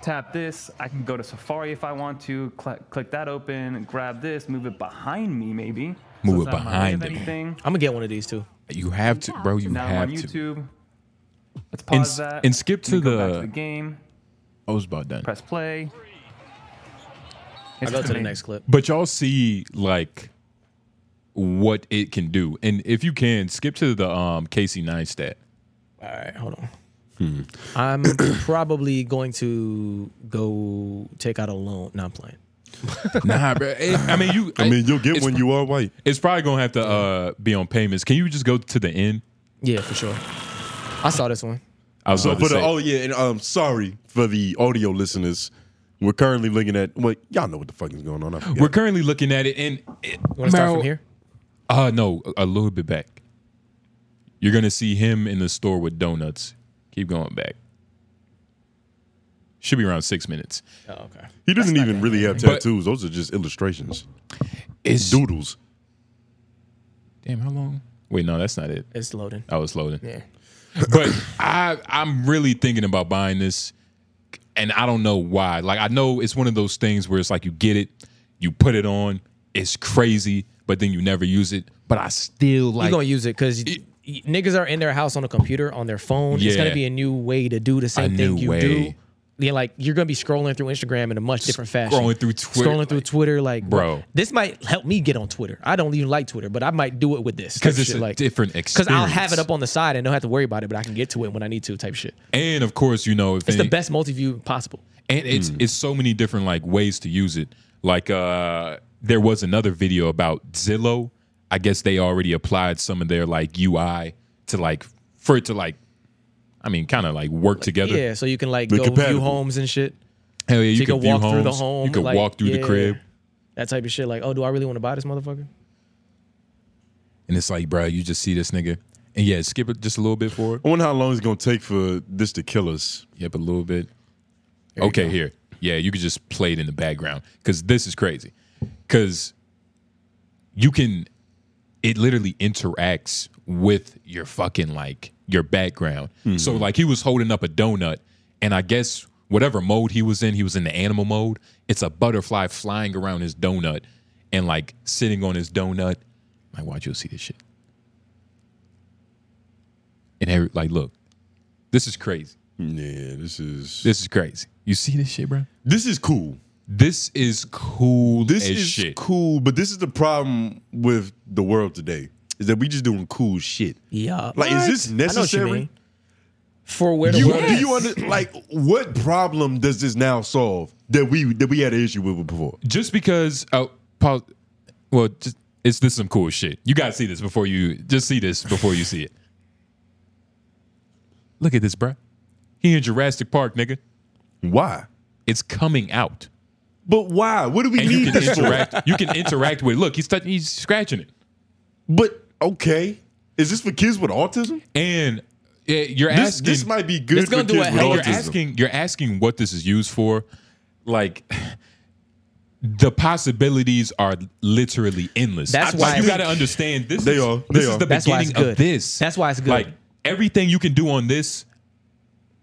Speaker 4: Tap this. I can go to Safari if I want to. Cl- click that open. Grab this. Move it behind me, maybe.
Speaker 1: Move
Speaker 4: it's
Speaker 1: it
Speaker 4: not in my way
Speaker 1: behind
Speaker 4: of
Speaker 1: him.
Speaker 4: Anything.
Speaker 2: I'm gonna get one of these too.
Speaker 1: you have to, bro. You
Speaker 4: Now I'm
Speaker 1: have
Speaker 4: on
Speaker 1: to.
Speaker 4: YouTube. Let's pause
Speaker 1: s-
Speaker 4: that
Speaker 1: and skip
Speaker 4: Let me
Speaker 1: to
Speaker 4: go back
Speaker 1: the-
Speaker 4: to the game.
Speaker 1: I was about done.
Speaker 4: Press play.
Speaker 2: I'll go to the next clip.
Speaker 1: But y'all see like what it can do, and if you can skip to the um Casey Neistat.
Speaker 2: All right, hold on.
Speaker 1: Hmm.
Speaker 2: I'm probably going to go take out a loan. Not playing.
Speaker 1: Nah, bro. It- I mean, you.
Speaker 3: I mean, you'll get
Speaker 1: it's,
Speaker 3: when you are white.
Speaker 1: It's probably gonna have to uh be on payments. Can you just go to the end?
Speaker 2: Yeah, for sure. I saw this one.
Speaker 1: I was
Speaker 3: So
Speaker 1: about to
Speaker 3: for the
Speaker 1: say,
Speaker 3: oh yeah, and um, sorry for the audio listeners. We're currently looking at well, y'all know what the fuck is going on. I forgot.
Speaker 1: we're currently looking at it, and it,
Speaker 2: You want to start from
Speaker 1: Meryl-
Speaker 2: here?
Speaker 1: Uh no, a a little bit back. You're gonna see him in the store with donuts. Keep going back. Should be around six minutes.
Speaker 2: Oh, okay.
Speaker 3: he doesn't even really have
Speaker 1: But-
Speaker 3: tattoos. Those are just illustrations,
Speaker 1: It's
Speaker 3: doodles.
Speaker 1: Damn, how long? Wait, no, that's not it.
Speaker 2: It's loading.
Speaker 1: I was loading.
Speaker 2: Yeah.
Speaker 1: But I I'm really thinking about buying this and I don't know why. Like I know it's one of those things where it's like you get it, you put it on, it's crazy, but then you never use it. But I still like
Speaker 2: You're gonna use it because niggas are in their house on a computer, on their phone. It's gonna
Speaker 1: Yeah.
Speaker 2: be a new way to do the same
Speaker 1: new
Speaker 2: thing you do.
Speaker 1: way.
Speaker 2: Yeah, like you're gonna be scrolling through Instagram in a much different fashion.
Speaker 1: Scrolling through Twitter,
Speaker 2: Scrolling through
Speaker 1: like-
Speaker 2: Twitter, like
Speaker 1: Bro.
Speaker 2: this might help me get on Twitter. I don't even like Twitter, but I might do it with this
Speaker 1: because
Speaker 2: type
Speaker 1: it's
Speaker 2: shit,
Speaker 1: a
Speaker 2: like
Speaker 1: different
Speaker 2: because
Speaker 1: experience.
Speaker 2: I'll have it up on the side and don't have to worry about it, but I can get to it when I need to. Type shit.
Speaker 1: and of course, you know, if
Speaker 2: It's the
Speaker 1: any-
Speaker 2: best Mm. multi view possible.
Speaker 1: and it's it's so many different like ways to use it like uh there was another video about zillow i guess they already applied some of their like ui to like for it to like i mean kind of like work together
Speaker 2: Yeah, so you can like
Speaker 3: Be
Speaker 2: go view
Speaker 3: compatible.
Speaker 2: homes and shit.
Speaker 1: hell yeah you,
Speaker 2: So you,
Speaker 1: can,
Speaker 2: can,
Speaker 1: view
Speaker 2: walk
Speaker 1: homes,
Speaker 2: through the home.
Speaker 1: you can
Speaker 2: like,
Speaker 1: walk through
Speaker 2: yeah,
Speaker 1: the crib
Speaker 2: That type of shit. Like, oh, do I really want to buy this motherfucker?
Speaker 1: and it's like bro you just see this nigga and yeah skip it just a little bit forward
Speaker 3: I wonder how long it's gonna take for this to kill us.
Speaker 1: yep a little bit okay, here. Yeah, you could just play it in the background because this is crazy. Because you can, it literally interacts with your fucking like your background. So like he was holding up a donut, and I guess whatever mode he was in, he was in the animal mode. It's a butterfly flying around his donut and like sitting on his donut. Like, watch, you'll see this shit. And every, like, look, this is crazy.
Speaker 3: Yeah, this is
Speaker 1: This is crazy. You see this shit, bro?
Speaker 3: this is cool.
Speaker 1: This is cool
Speaker 3: This
Speaker 1: as
Speaker 3: is
Speaker 1: shit.
Speaker 3: cool, but this is the problem with the world today is that we just doing cool shit.
Speaker 2: Yeah.
Speaker 3: Like, is
Speaker 2: What?
Speaker 3: this
Speaker 2: I know what you
Speaker 3: necessary?
Speaker 2: mean. For where the
Speaker 3: You,
Speaker 2: world
Speaker 3: Do
Speaker 2: is.
Speaker 3: you under, like what problem does this now solve that we that we had an issue with before?
Speaker 1: Just because, oh, pause. Well, just, it's this is some cool shit. You gotta see this before you just see this before you see it. Look at this, bro. He in Jurassic Park, nigga.
Speaker 3: Why?
Speaker 1: It's coming out,
Speaker 3: But why? What do we
Speaker 1: and
Speaker 3: need
Speaker 1: you can
Speaker 3: this for?
Speaker 1: interact. You can interact with. Look, he's touch, he's scratching it,
Speaker 3: But okay, is this for kids with autism?
Speaker 1: and eh, you're
Speaker 3: This,
Speaker 1: asking.
Speaker 3: this might be good
Speaker 2: It's
Speaker 3: for
Speaker 2: gonna do
Speaker 3: kids
Speaker 2: a
Speaker 3: with
Speaker 2: hell
Speaker 1: you're
Speaker 2: of
Speaker 3: autism.
Speaker 1: asking you're asking what this is used for like the possibilities are literally endless
Speaker 2: That's
Speaker 1: Like,
Speaker 2: why-
Speaker 1: you got to understand this
Speaker 3: They
Speaker 1: is,
Speaker 3: are.
Speaker 1: this
Speaker 3: They
Speaker 1: is
Speaker 3: are.
Speaker 1: the
Speaker 2: That's why it's
Speaker 1: beginning of
Speaker 2: good.
Speaker 1: this
Speaker 2: That's why it's good.
Speaker 1: like everything you can do on this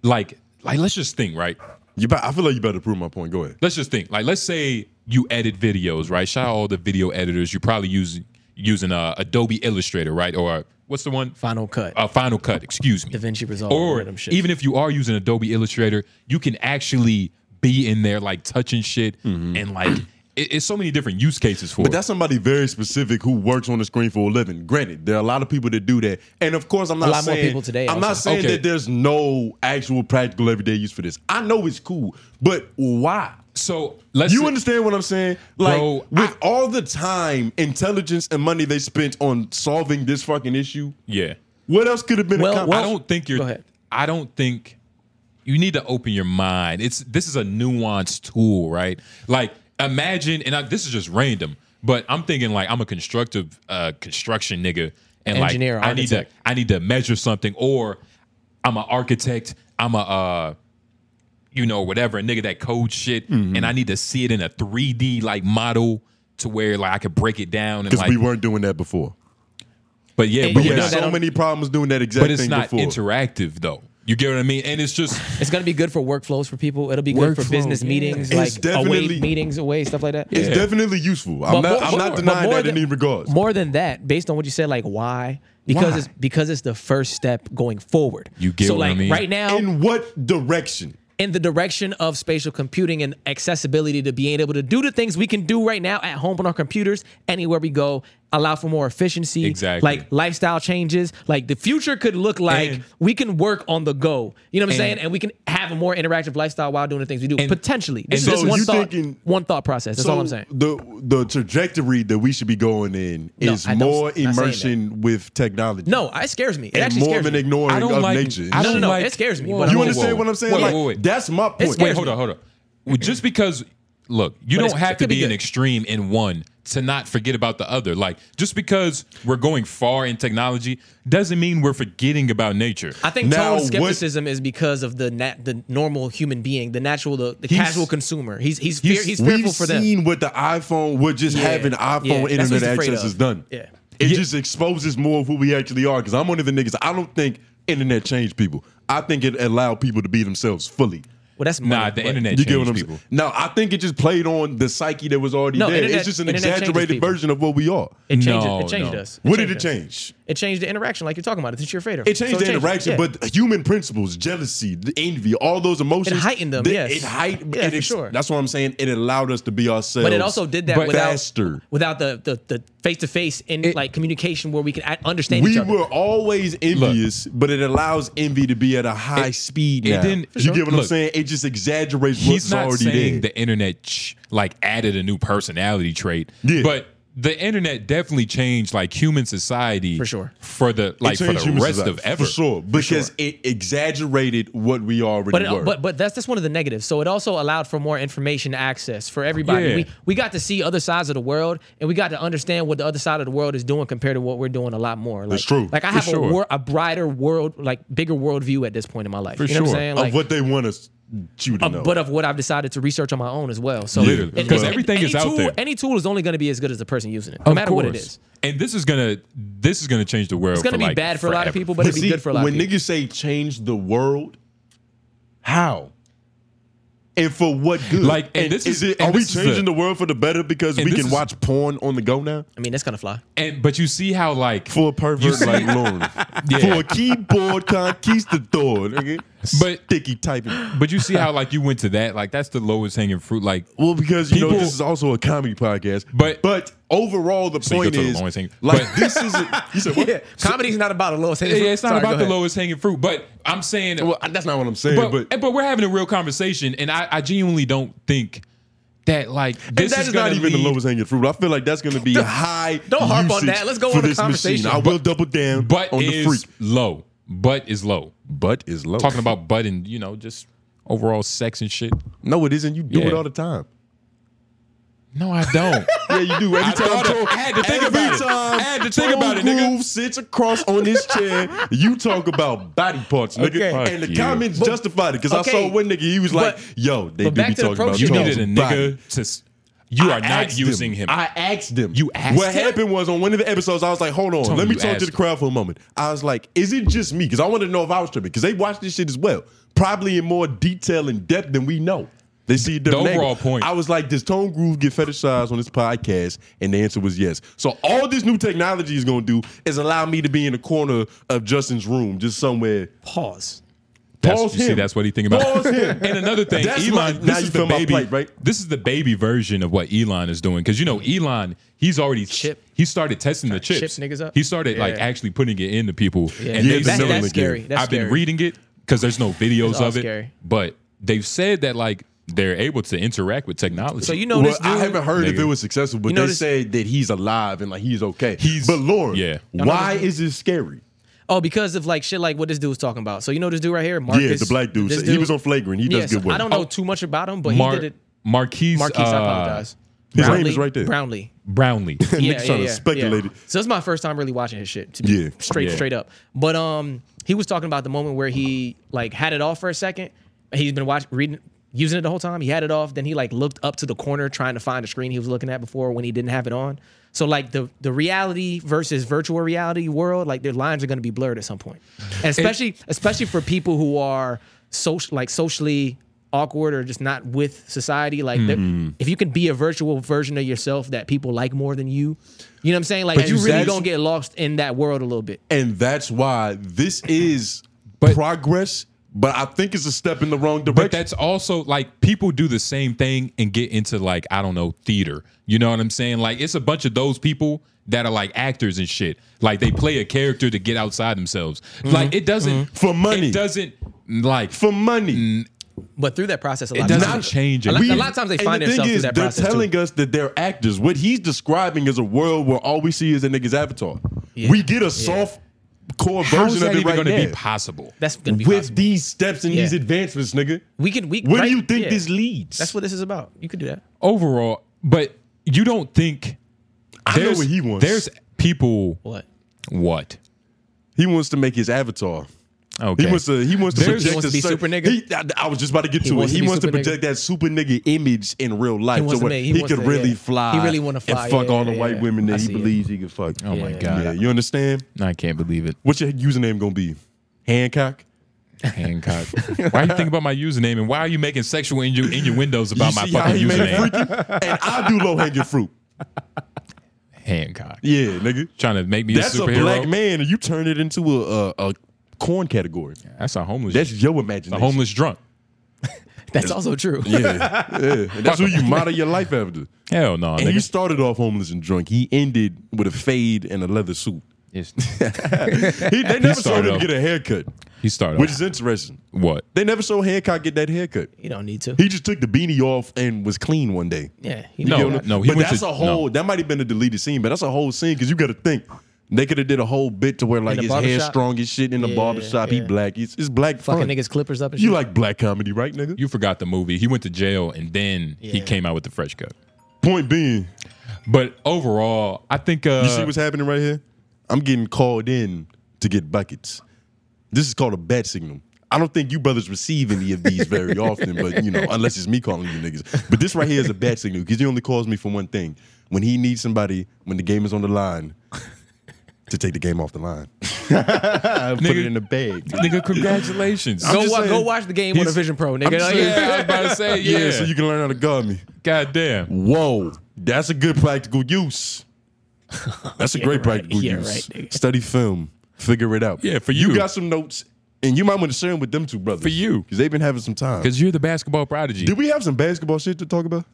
Speaker 1: like like let's just think right
Speaker 3: You, bet- I feel like you better prove my point. Go ahead.
Speaker 1: let's just think like let's say you edit videos right shout out all the video editors you're probably using using uh, adobe illustrator right or what's the one
Speaker 2: Final cut.
Speaker 1: uh, Final Cut, excuse me.
Speaker 2: DaVinci Resolve, one
Speaker 1: Or
Speaker 2: of them shits.
Speaker 1: even if you are using Adobe Illustrator, you can actually be in there like touching shit and like it- it's so many different use cases for
Speaker 3: But
Speaker 1: it.
Speaker 3: that's somebody very specific who works on the screen for a living. Granted, there are a lot of people that do that, and of course, I'm not
Speaker 2: lot more
Speaker 3: saying
Speaker 2: people today
Speaker 3: I'm not
Speaker 2: also.
Speaker 3: saying
Speaker 1: Okay.
Speaker 3: that there's no actual practical everyday use for this. I know it's cool, but why?
Speaker 1: So let's
Speaker 3: You
Speaker 1: say-
Speaker 3: understand what I'm saying? Like
Speaker 1: Bro,
Speaker 3: with
Speaker 1: I-
Speaker 3: all the time, intelligence, and money they spent on solving this fucking issue,
Speaker 1: yeah.
Speaker 3: what else could have been
Speaker 2: Well,
Speaker 3: accomplished?
Speaker 1: I don't think you're.
Speaker 2: Go ahead.
Speaker 1: I don't think you need to open your mind. It's this is a nuanced tool, right? Like imagine, and I, this is just random, but I'm thinking like I'm a constructive uh, construction nigga, and
Speaker 2: Engineer,
Speaker 1: like I need to
Speaker 2: architect.
Speaker 1: I need to measure something, or I'm an architect, I'm a uh, you know whatever a nigga that codes shit,
Speaker 2: Mm-hmm.
Speaker 1: and I need to see it in a 3D like model to where like I could break it down and
Speaker 3: Because
Speaker 1: like,
Speaker 3: we weren't doing that before.
Speaker 1: but yeah,
Speaker 2: And
Speaker 1: but
Speaker 3: We
Speaker 1: we're
Speaker 2: you
Speaker 3: had
Speaker 2: know
Speaker 1: not-
Speaker 2: that
Speaker 3: so
Speaker 2: don't-
Speaker 3: many problems doing that exact
Speaker 1: but it's
Speaker 3: thing
Speaker 1: not
Speaker 3: before.
Speaker 1: interactive though. You get what I mean? And it's just
Speaker 2: It's gonna be good for workflows for people. It'll be good
Speaker 1: Workflow,
Speaker 2: for business
Speaker 1: yeah.
Speaker 2: meetings,
Speaker 3: It's
Speaker 2: like away
Speaker 3: definitely-
Speaker 2: meetings away, stuff like that.
Speaker 3: it's
Speaker 1: Yeah.
Speaker 3: definitely useful. I'm
Speaker 2: But
Speaker 3: not,
Speaker 2: more-
Speaker 3: I'm not
Speaker 2: but
Speaker 3: denying
Speaker 2: more
Speaker 3: that
Speaker 2: than-
Speaker 3: in any regards.
Speaker 2: More than that, based on what you said, like why? Because
Speaker 1: Why?
Speaker 2: it's because it's the first step going forward.
Speaker 1: You get
Speaker 2: so
Speaker 1: what I
Speaker 2: like
Speaker 1: mean?
Speaker 2: right now in,
Speaker 3: in what direction?
Speaker 2: the direction of spatial computing and accessibility to being able to do the things we can do right now at home on our computers, anywhere we go, allow for more efficiency.
Speaker 1: Exactly.
Speaker 2: Like lifestyle changes. Like the future could look like
Speaker 1: And-
Speaker 2: we can work on the go. You know what I'm
Speaker 1: And-
Speaker 2: saying? And we can have a more interactive lifestyle while doing the things we do. Potentially.
Speaker 1: and
Speaker 2: This is
Speaker 1: so
Speaker 2: just one
Speaker 3: you
Speaker 2: thought,
Speaker 3: thinking-
Speaker 2: one thought process. That's all I'm saying.
Speaker 3: The the trajectory that we should be going in
Speaker 2: No,
Speaker 3: is
Speaker 2: I don't-
Speaker 3: more
Speaker 2: not saying that.
Speaker 3: immersion with technology.
Speaker 2: No, it scares me. It
Speaker 3: and
Speaker 2: actually
Speaker 3: more
Speaker 2: scares
Speaker 3: of an
Speaker 2: me.
Speaker 3: ignoring
Speaker 1: I don't
Speaker 3: of
Speaker 1: like.
Speaker 3: nature.
Speaker 1: I
Speaker 2: No,
Speaker 1: don't
Speaker 2: no, no,
Speaker 1: like-
Speaker 2: it scares me,
Speaker 1: Whoa,
Speaker 2: but
Speaker 1: whoa,
Speaker 3: You
Speaker 1: whoa,
Speaker 3: understand
Speaker 1: whoa.
Speaker 3: what I'm saying?
Speaker 1: Wait,
Speaker 3: like,
Speaker 1: wait, wait.
Speaker 3: That's my point.
Speaker 1: Wait, hold on, hold on. Well, just because, look, you
Speaker 2: But
Speaker 1: don't
Speaker 2: it's- it
Speaker 1: have to
Speaker 2: could be
Speaker 1: be an
Speaker 2: good.
Speaker 1: extreme in one to not forget about the other. Like, just because we're going far in technology doesn't mean we're forgetting about nature.
Speaker 2: I think
Speaker 3: Now,
Speaker 2: Tone's
Speaker 3: what-
Speaker 2: skepticism is because of the nat- the normal human being, the natural, the, the
Speaker 3: He's-
Speaker 2: casual consumer. He's he's fear, he's fearful
Speaker 3: We've
Speaker 2: for them.
Speaker 3: seen what the iPhone, what just
Speaker 2: Yeah,
Speaker 3: having
Speaker 2: yeah,
Speaker 3: iPhone
Speaker 2: that's what
Speaker 3: internet
Speaker 2: he's afraid
Speaker 3: access
Speaker 2: of.
Speaker 3: has done.
Speaker 2: Yeah.
Speaker 3: It just exposes more of who we actually are. Because I'm one of the niggas. I don't think internet changed people. I think it allowed people to be themselves fully.
Speaker 2: Well, that's
Speaker 1: nah,
Speaker 2: money,
Speaker 1: the
Speaker 2: but-
Speaker 1: internet
Speaker 3: You
Speaker 1: changed
Speaker 3: get what I'm
Speaker 1: people.
Speaker 3: saying? No, I think it just played on the psyche that was already
Speaker 2: No,
Speaker 3: there.
Speaker 2: internet-
Speaker 3: it's just an
Speaker 2: internet changes
Speaker 3: exaggerated
Speaker 2: people.
Speaker 3: version of what we are.
Speaker 2: It changed,
Speaker 1: No,
Speaker 2: it changed
Speaker 1: no.
Speaker 2: us.
Speaker 3: what did it
Speaker 2: changed us.
Speaker 3: change?
Speaker 2: It changed the interaction, like you're talking about. It's that you're afraid of.
Speaker 3: It changed
Speaker 2: So
Speaker 3: the interaction,
Speaker 2: yeah.
Speaker 3: but human principles, jealousy, the envy, all those emotions.
Speaker 2: It heightened them, yes.
Speaker 3: It heightened.
Speaker 2: Yeah,
Speaker 3: it
Speaker 2: for sure.
Speaker 3: That's what I'm saying. It allowed us to be ourselves.
Speaker 2: But it also did that
Speaker 1: But-
Speaker 2: without
Speaker 3: faster.
Speaker 2: without the the the face to face and like communication where we can a- understand
Speaker 3: We
Speaker 2: each other.
Speaker 3: were always envious, but it allows envy to be at a high speed
Speaker 1: it
Speaker 3: now.
Speaker 1: didn't-
Speaker 3: you get what I'm
Speaker 1: Look,
Speaker 3: saying? It just exaggerates
Speaker 1: He's
Speaker 3: what's
Speaker 1: not
Speaker 3: already
Speaker 1: saying
Speaker 3: there.
Speaker 1: the internet ch- like added a new personality trait,
Speaker 3: Yeah.
Speaker 1: but the internet definitely changed like human society
Speaker 2: For sure.
Speaker 1: for the like for
Speaker 3: It changed
Speaker 1: the
Speaker 3: human
Speaker 1: rest
Speaker 3: society,
Speaker 1: of ever.
Speaker 3: for sure, because it exaggerated what we already
Speaker 1: uh,
Speaker 2: But,
Speaker 3: were.
Speaker 2: it, uh, but but that's that's one of the negatives. So it also allowed for more information access for everybody.
Speaker 1: Yeah.
Speaker 2: We we got to see other sides of the world, and we got to understand what the other side of the world is doing compared to what we're doing a lot more. Like,
Speaker 3: That's true.
Speaker 2: Like I
Speaker 1: For
Speaker 2: have a,
Speaker 1: sure.
Speaker 2: wor- a brighter world, like bigger world view at this point in my life. you know what
Speaker 1: sure.
Speaker 2: I'm saying?
Speaker 3: of
Speaker 2: Like,
Speaker 3: what they want us you
Speaker 1: uh,
Speaker 3: to know.
Speaker 2: but of what I've decided to research on my own as well. So
Speaker 1: Literally,
Speaker 2: and-
Speaker 1: 'cause
Speaker 2: and-
Speaker 1: everything
Speaker 2: any
Speaker 1: is out
Speaker 2: tool,
Speaker 1: there.
Speaker 2: Any tool is only going to be as good as the person using it, no
Speaker 1: Of
Speaker 2: matter what it
Speaker 1: course.
Speaker 2: is.
Speaker 1: And this is gonna this is gonna change the world.
Speaker 2: It's going to be bad for a lot of people, but it'd be
Speaker 3: see,
Speaker 2: good for a lot
Speaker 3: when
Speaker 2: of people.
Speaker 3: niggas say change the world, how? And for what good?
Speaker 1: Like, and this is-
Speaker 3: it,
Speaker 1: and
Speaker 3: are we
Speaker 1: this is the-
Speaker 3: changing the, world for the better because
Speaker 1: and
Speaker 3: we
Speaker 1: this
Speaker 3: can
Speaker 1: is-
Speaker 3: watch porn on the go now?
Speaker 2: I mean, that's going to fly.
Speaker 1: And but you see how like
Speaker 3: For a pervert
Speaker 1: see-
Speaker 3: like Lauren. For a keyboard conquistador, nigga.
Speaker 1: But-
Speaker 3: sticky typing.
Speaker 1: but you see how like you went to that like that's the lowest hanging fruit. Like
Speaker 3: Well, because you know
Speaker 1: People-
Speaker 3: this is also a comedy podcast,
Speaker 1: But-
Speaker 3: but overall the
Speaker 1: you go
Speaker 3: point
Speaker 1: to the
Speaker 3: is
Speaker 1: lowest hanging-
Speaker 3: like
Speaker 1: but-
Speaker 3: this is a, you said what?
Speaker 2: Yeah, comedy's not about the lowest.
Speaker 1: yeah, it's not about the lowest hanging fruit. But I'm saying
Speaker 3: Well, that's not what I'm saying,
Speaker 1: but,
Speaker 3: but,
Speaker 1: but we're having a real conversation, and I, I genuinely don't think that like
Speaker 3: and
Speaker 1: this
Speaker 3: that
Speaker 1: is
Speaker 3: is not
Speaker 1: gonna
Speaker 3: even the
Speaker 1: lead-
Speaker 3: lowest hanging fruit. I feel like that's going to be high.
Speaker 2: don't harp on
Speaker 3: usage
Speaker 2: that. Let's go
Speaker 3: for
Speaker 2: on the
Speaker 3: this machine.
Speaker 2: conversation.
Speaker 3: I will double down
Speaker 1: But
Speaker 3: on the
Speaker 1: is
Speaker 3: freak.
Speaker 1: low. But is low.
Speaker 3: Butt is low.
Speaker 1: Talking about butt and you know just overall sex and shit.
Speaker 3: no, it isn't. You do
Speaker 1: Yeah.
Speaker 3: it all the time.
Speaker 1: No, I don't.
Speaker 3: Yeah, you do. Every
Speaker 1: I
Speaker 3: time,
Speaker 1: thought
Speaker 3: Tone-
Speaker 1: it- I had to think
Speaker 3: every
Speaker 1: about it.
Speaker 3: time
Speaker 1: I had to think about it,
Speaker 3: Tone
Speaker 1: nigga.
Speaker 3: Groove sits across on his chair. You talk about body parts, nigga,
Speaker 2: Okay.
Speaker 1: Fuck
Speaker 3: and the
Speaker 1: you.
Speaker 3: comments justified it because
Speaker 2: okay.
Speaker 3: I saw one nigga. He was like,
Speaker 2: But-
Speaker 3: "Yo, they
Speaker 2: but
Speaker 3: do
Speaker 2: back
Speaker 3: be
Speaker 2: to the
Speaker 3: talking about
Speaker 2: approach
Speaker 1: you
Speaker 2: No,
Speaker 1: needed a
Speaker 3: Charles' body."
Speaker 1: nigga to. s- You
Speaker 3: I
Speaker 1: are not
Speaker 3: asked them.
Speaker 1: using him.
Speaker 3: I asked them.
Speaker 1: You asked
Speaker 3: What
Speaker 1: him?
Speaker 3: happened was on one of the episodes, I was like, hold on,
Speaker 1: Tony,
Speaker 3: let me
Speaker 1: you
Speaker 3: talk
Speaker 1: asked
Speaker 3: to the
Speaker 1: him.
Speaker 3: crowd for a moment. I was like, is it just me? Because I wanted to know if I was tripping, because they watch this shit as well, probably in more detail and depth than we know. They see a different
Speaker 1: overall
Speaker 3: angle.
Speaker 1: point.
Speaker 3: I was like, does Tone Groove get fetishized on this podcast? And the answer was yes. So all this new technology is going to do is allow me to be in the corner of Justin's room, just somewhere.
Speaker 2: Pause.
Speaker 1: That's,
Speaker 3: Pause
Speaker 1: you see,
Speaker 3: him.
Speaker 1: that's what he thinking about.
Speaker 3: Pause him.
Speaker 1: And another thing,
Speaker 3: That's
Speaker 1: Elon.
Speaker 3: my-
Speaker 1: this
Speaker 3: now
Speaker 1: is
Speaker 3: you
Speaker 1: the
Speaker 3: feel my
Speaker 1: baby,
Speaker 3: plight, right?
Speaker 1: This is the baby version of what Elon is doing because you know Elon, he's already
Speaker 2: Chip.
Speaker 1: He started testing the
Speaker 2: Chip
Speaker 1: chips.
Speaker 2: niggas up.
Speaker 1: He started like
Speaker 2: Yeah.
Speaker 1: actually putting it into people.
Speaker 2: Yeah,
Speaker 1: And
Speaker 3: Yeah,
Speaker 1: they've
Speaker 3: the
Speaker 1: said-
Speaker 2: that,
Speaker 3: villain
Speaker 2: that's
Speaker 3: again.
Speaker 2: scary. That's
Speaker 1: I've
Speaker 2: scary.
Speaker 1: been reading it because there's no videos
Speaker 2: It's all
Speaker 1: of it,
Speaker 2: scary.
Speaker 1: but they've said that like they're able to interact with technology.
Speaker 2: So you know
Speaker 3: well,
Speaker 2: this dude.
Speaker 3: I haven't heard if
Speaker 1: Nigga.
Speaker 3: it was successful, but
Speaker 2: You know
Speaker 3: they
Speaker 2: this-
Speaker 3: said that he's alive and like he's okay.
Speaker 1: He's-
Speaker 3: but Lauren,
Speaker 1: yeah.
Speaker 3: why is this scary?
Speaker 2: Oh, because of like shit, like what this dude was talking about. So you know this dude right here, Marcus.
Speaker 3: yeah, the black dude.
Speaker 2: this
Speaker 3: He was on flagrant. He does
Speaker 2: Yes,
Speaker 3: good work.
Speaker 2: I don't know too much about him, but
Speaker 1: Oh. Mar-
Speaker 2: he did it.
Speaker 1: Marquise,
Speaker 2: Marquise, I
Speaker 1: uh,
Speaker 2: apologize.
Speaker 3: his name is right there.
Speaker 2: Brownlee.
Speaker 1: Brownlee.
Speaker 2: Yeah,
Speaker 3: Nick's
Speaker 2: yeah,
Speaker 3: trying to
Speaker 2: yeah,
Speaker 3: speculate
Speaker 2: yeah.
Speaker 3: it.
Speaker 2: So that's my first time really watching his shit. To be
Speaker 3: Yeah.
Speaker 2: straight,
Speaker 1: Yeah.
Speaker 2: straight up. But um, he was talking about the moment where he like had it off for a second. He's been watching, reading, using it the whole time. He had it off. Then he like looked up to the corner trying to find the screen he was looking at before when he didn't have it on. So like the the reality versus virtual reality world, like their lines are going to be blurred at some point, and especially especially for people who are social like socially awkward or just not with society like there- if you can be a virtual version of yourself that people like more than you you know what i'm saying like
Speaker 3: But
Speaker 2: you
Speaker 3: you-
Speaker 2: really
Speaker 3: that's-
Speaker 2: gonna get lost in that world a little bit
Speaker 3: And that's why this is
Speaker 1: But-
Speaker 3: progress, but I think it's a step in the wrong
Speaker 1: But
Speaker 3: direction.
Speaker 1: that's also like people do the same thing and get into like I don't know theater. You know what I'm saying? Like it's a bunch of those people that are like actors and shit. Like they play a character to get outside themselves. Like it doesn't
Speaker 3: Mm-hmm. For money.
Speaker 1: It doesn't like
Speaker 3: For money.
Speaker 1: Mm,
Speaker 2: but through that process a
Speaker 1: it
Speaker 2: lot of
Speaker 1: doesn't
Speaker 2: times
Speaker 1: change
Speaker 2: a lot,
Speaker 1: anything.
Speaker 2: a lot of times they
Speaker 3: and
Speaker 2: find
Speaker 3: the thing
Speaker 2: themselves
Speaker 3: is,
Speaker 2: through that
Speaker 3: they're
Speaker 2: process
Speaker 3: telling
Speaker 2: too.
Speaker 3: us that they're actors. What he's describing is a world where all we see is a nigga's avatar.
Speaker 2: Yeah.
Speaker 3: We get a soft core
Speaker 1: How is
Speaker 3: version
Speaker 1: that
Speaker 3: of it
Speaker 1: even
Speaker 3: right
Speaker 1: going to
Speaker 3: now.
Speaker 1: be possible?
Speaker 2: that's gonna be
Speaker 3: With
Speaker 2: possible.
Speaker 3: these steps and
Speaker 2: Yeah.
Speaker 3: these advancements, nigga,
Speaker 2: we can we
Speaker 3: where
Speaker 2: right-
Speaker 3: do you think
Speaker 2: yeah.
Speaker 3: this leads?
Speaker 2: that's what this is about you could do that
Speaker 1: Overall, but you don't think
Speaker 3: I know what he wants.
Speaker 1: There's people
Speaker 2: what
Speaker 1: what?
Speaker 3: he wants to make his avatar.
Speaker 1: Okay.
Speaker 3: He wants to. He wants to
Speaker 1: There's-
Speaker 3: project
Speaker 1: He
Speaker 2: wants
Speaker 3: a
Speaker 2: to be
Speaker 3: cer-
Speaker 2: super nigga?
Speaker 3: He, I, I was just about to get to
Speaker 2: wants
Speaker 3: it.
Speaker 2: to
Speaker 3: He
Speaker 2: be
Speaker 3: wants to
Speaker 2: super nigga?
Speaker 3: project that super nigga image in real life,
Speaker 2: wants
Speaker 3: so
Speaker 2: to
Speaker 3: where
Speaker 2: make- he
Speaker 3: he,
Speaker 2: wants
Speaker 3: could
Speaker 2: to-
Speaker 3: really
Speaker 2: yeah.
Speaker 3: fly.
Speaker 2: He really wanna fly,
Speaker 3: and fuck
Speaker 2: yeah,
Speaker 3: all the
Speaker 2: yeah,
Speaker 3: white
Speaker 2: yeah.
Speaker 3: women
Speaker 2: I
Speaker 3: that he
Speaker 2: see it.
Speaker 3: believes he can fuck.
Speaker 1: oh my
Speaker 2: Yeah.
Speaker 1: god.
Speaker 3: Yeah, you understand?
Speaker 1: I can't believe it.
Speaker 3: What's your username gonna be? Hancock.
Speaker 1: Hancock. why are you thinking about my username and why are you making sexual innu- innuendos
Speaker 3: You
Speaker 1: about my
Speaker 3: see how
Speaker 1: fucking
Speaker 3: he made it
Speaker 1: username?
Speaker 3: freaky? and I do low hanging fruit.
Speaker 1: Hancock.
Speaker 3: Yeah, nigga.
Speaker 1: Trying to make me
Speaker 3: That's
Speaker 1: a
Speaker 3: a,
Speaker 1: superhero.
Speaker 3: black man, and you turn it into a, a, a corn category.
Speaker 1: That's a homeless.
Speaker 3: That's your
Speaker 1: a
Speaker 3: imagination.
Speaker 1: homeless drunk.
Speaker 2: that's also true
Speaker 3: Yeah, yeah. And that's who you model your life after.
Speaker 1: Hell no,
Speaker 3: And
Speaker 1: nigga.
Speaker 3: he started off homeless and drunk. He ended with a fade and a leather suit. He, they never saw
Speaker 1: started
Speaker 3: him
Speaker 1: off-
Speaker 3: get a haircut,
Speaker 1: he started.
Speaker 3: which
Speaker 1: off-
Speaker 3: is interesting.
Speaker 1: what?
Speaker 3: They never saw Hancock get that haircut.
Speaker 2: you don't need to
Speaker 3: He just took the beanie off and was clean one day.
Speaker 2: yeah he
Speaker 1: No,
Speaker 2: know
Speaker 3: You know?
Speaker 2: that.
Speaker 1: no, he
Speaker 3: but
Speaker 1: went
Speaker 3: that's
Speaker 1: to-
Speaker 3: a whole.
Speaker 1: no.
Speaker 3: That might have been a deleted scene, but that's a whole scene because you got to think they could have did a whole bit to where like
Speaker 2: the
Speaker 3: his hair
Speaker 2: barbershop?
Speaker 3: strong as shit in the
Speaker 2: Yeah,
Speaker 3: barbershop.
Speaker 2: yeah.
Speaker 3: He black. It's, it's black
Speaker 2: fucking
Speaker 3: fun.
Speaker 2: niggas clippers up and
Speaker 3: You
Speaker 2: shit.
Speaker 3: like black comedy, right, nigga?
Speaker 1: You forgot the movie. He went to jail and then he
Speaker 2: Yeah.
Speaker 1: came out with the fresh cut.
Speaker 3: Point being,
Speaker 1: But overall, I think uh,
Speaker 3: You see what's happening right here? I'm getting called in to get buckets. This is called a bat signal. I don't think you brothers receive any of these very often, but you know, unless it's me calling you niggas. But this right here is a bad signal because he only calls me for one thing: when he needs somebody, when the game is on the line, to take the game off the line, put it in the bag.
Speaker 1: Nigga, congratulations.
Speaker 3: I'm
Speaker 2: Go,
Speaker 3: just
Speaker 2: wa- go
Speaker 3: saying.
Speaker 2: watch the game on a
Speaker 1: He's-
Speaker 2: Vision Pro,
Speaker 1: I'm
Speaker 2: nigga. Like,
Speaker 1: saying, I was about to say, yeah.
Speaker 3: yeah, so you can learn how to guard me.
Speaker 1: God damn.
Speaker 3: Whoa, that's a good practical use. That's a great
Speaker 2: right.
Speaker 3: practical
Speaker 2: Yeah,
Speaker 3: use.
Speaker 2: right, nigga.
Speaker 3: Study film, figure it out.
Speaker 1: Yeah, for you.
Speaker 3: You got some notes, and you might want to share them with them two brothers.
Speaker 1: For you.
Speaker 3: because they've been having some time.
Speaker 1: Because you're the basketball prodigy.
Speaker 3: Did we have some basketball shit to talk about?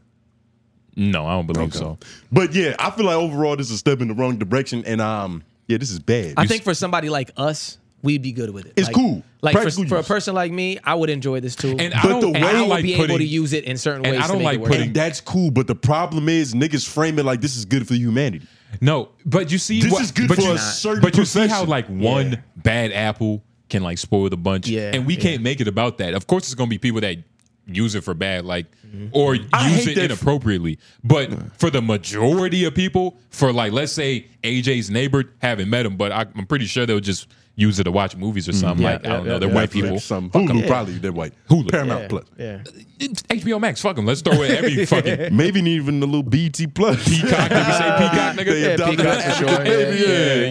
Speaker 1: no, I don't believe so.
Speaker 3: But yeah, I feel like overall this is a step in the wrong direction, and um, yeah, this is bad.
Speaker 2: I think for somebody like us, we'd be good with it.
Speaker 3: It's
Speaker 2: Like-
Speaker 3: cool.
Speaker 2: Like for,
Speaker 3: Practical
Speaker 2: for a
Speaker 3: use.
Speaker 2: person like me, I would enjoy this tool.
Speaker 1: And I
Speaker 3: But
Speaker 1: don't,
Speaker 3: the
Speaker 1: and
Speaker 3: way-
Speaker 1: I
Speaker 2: I
Speaker 1: don't
Speaker 2: would
Speaker 1: like
Speaker 2: be
Speaker 1: putting,
Speaker 2: able to use it in certain
Speaker 1: and
Speaker 2: ways.
Speaker 1: I don't
Speaker 2: to make
Speaker 1: like
Speaker 2: it work.
Speaker 1: putting-
Speaker 3: and that's cool, but the problem is niggas frame it like this is good for humanity.
Speaker 1: No, but you see,
Speaker 3: This
Speaker 1: what-
Speaker 3: is good
Speaker 1: but
Speaker 3: for
Speaker 1: you,
Speaker 3: a certain
Speaker 1: But you see how
Speaker 3: profession.
Speaker 1: like one bad apple can like spoil the bunch,
Speaker 2: Yeah,
Speaker 1: and we can't make it about that. Of course, it's gonna be people that use it for bad, like or
Speaker 3: I
Speaker 1: use
Speaker 3: hate
Speaker 1: it
Speaker 3: that-
Speaker 1: inappropriately. But for the majority of people, for like let's say AJ's neighbor, haven't met him, but I, I'm pretty sure they'll just use it to watch movies or something. like I don't know, they're white people.
Speaker 3: Some
Speaker 1: Fuck 'em.
Speaker 3: Hulu, probably they're white.
Speaker 1: Hulu.
Speaker 3: Paramount
Speaker 2: Yeah,
Speaker 3: Plus.
Speaker 2: yeah.
Speaker 1: It's HBO Max, fuck them. Let's throw in every fucking
Speaker 3: Maybe even the little BT Plus.
Speaker 1: peacock. Did we say peacock, nigga?
Speaker 3: They adopted
Speaker 2: Peacock
Speaker 3: that
Speaker 2: for sure,
Speaker 3: African
Speaker 2: yeah,
Speaker 3: baby,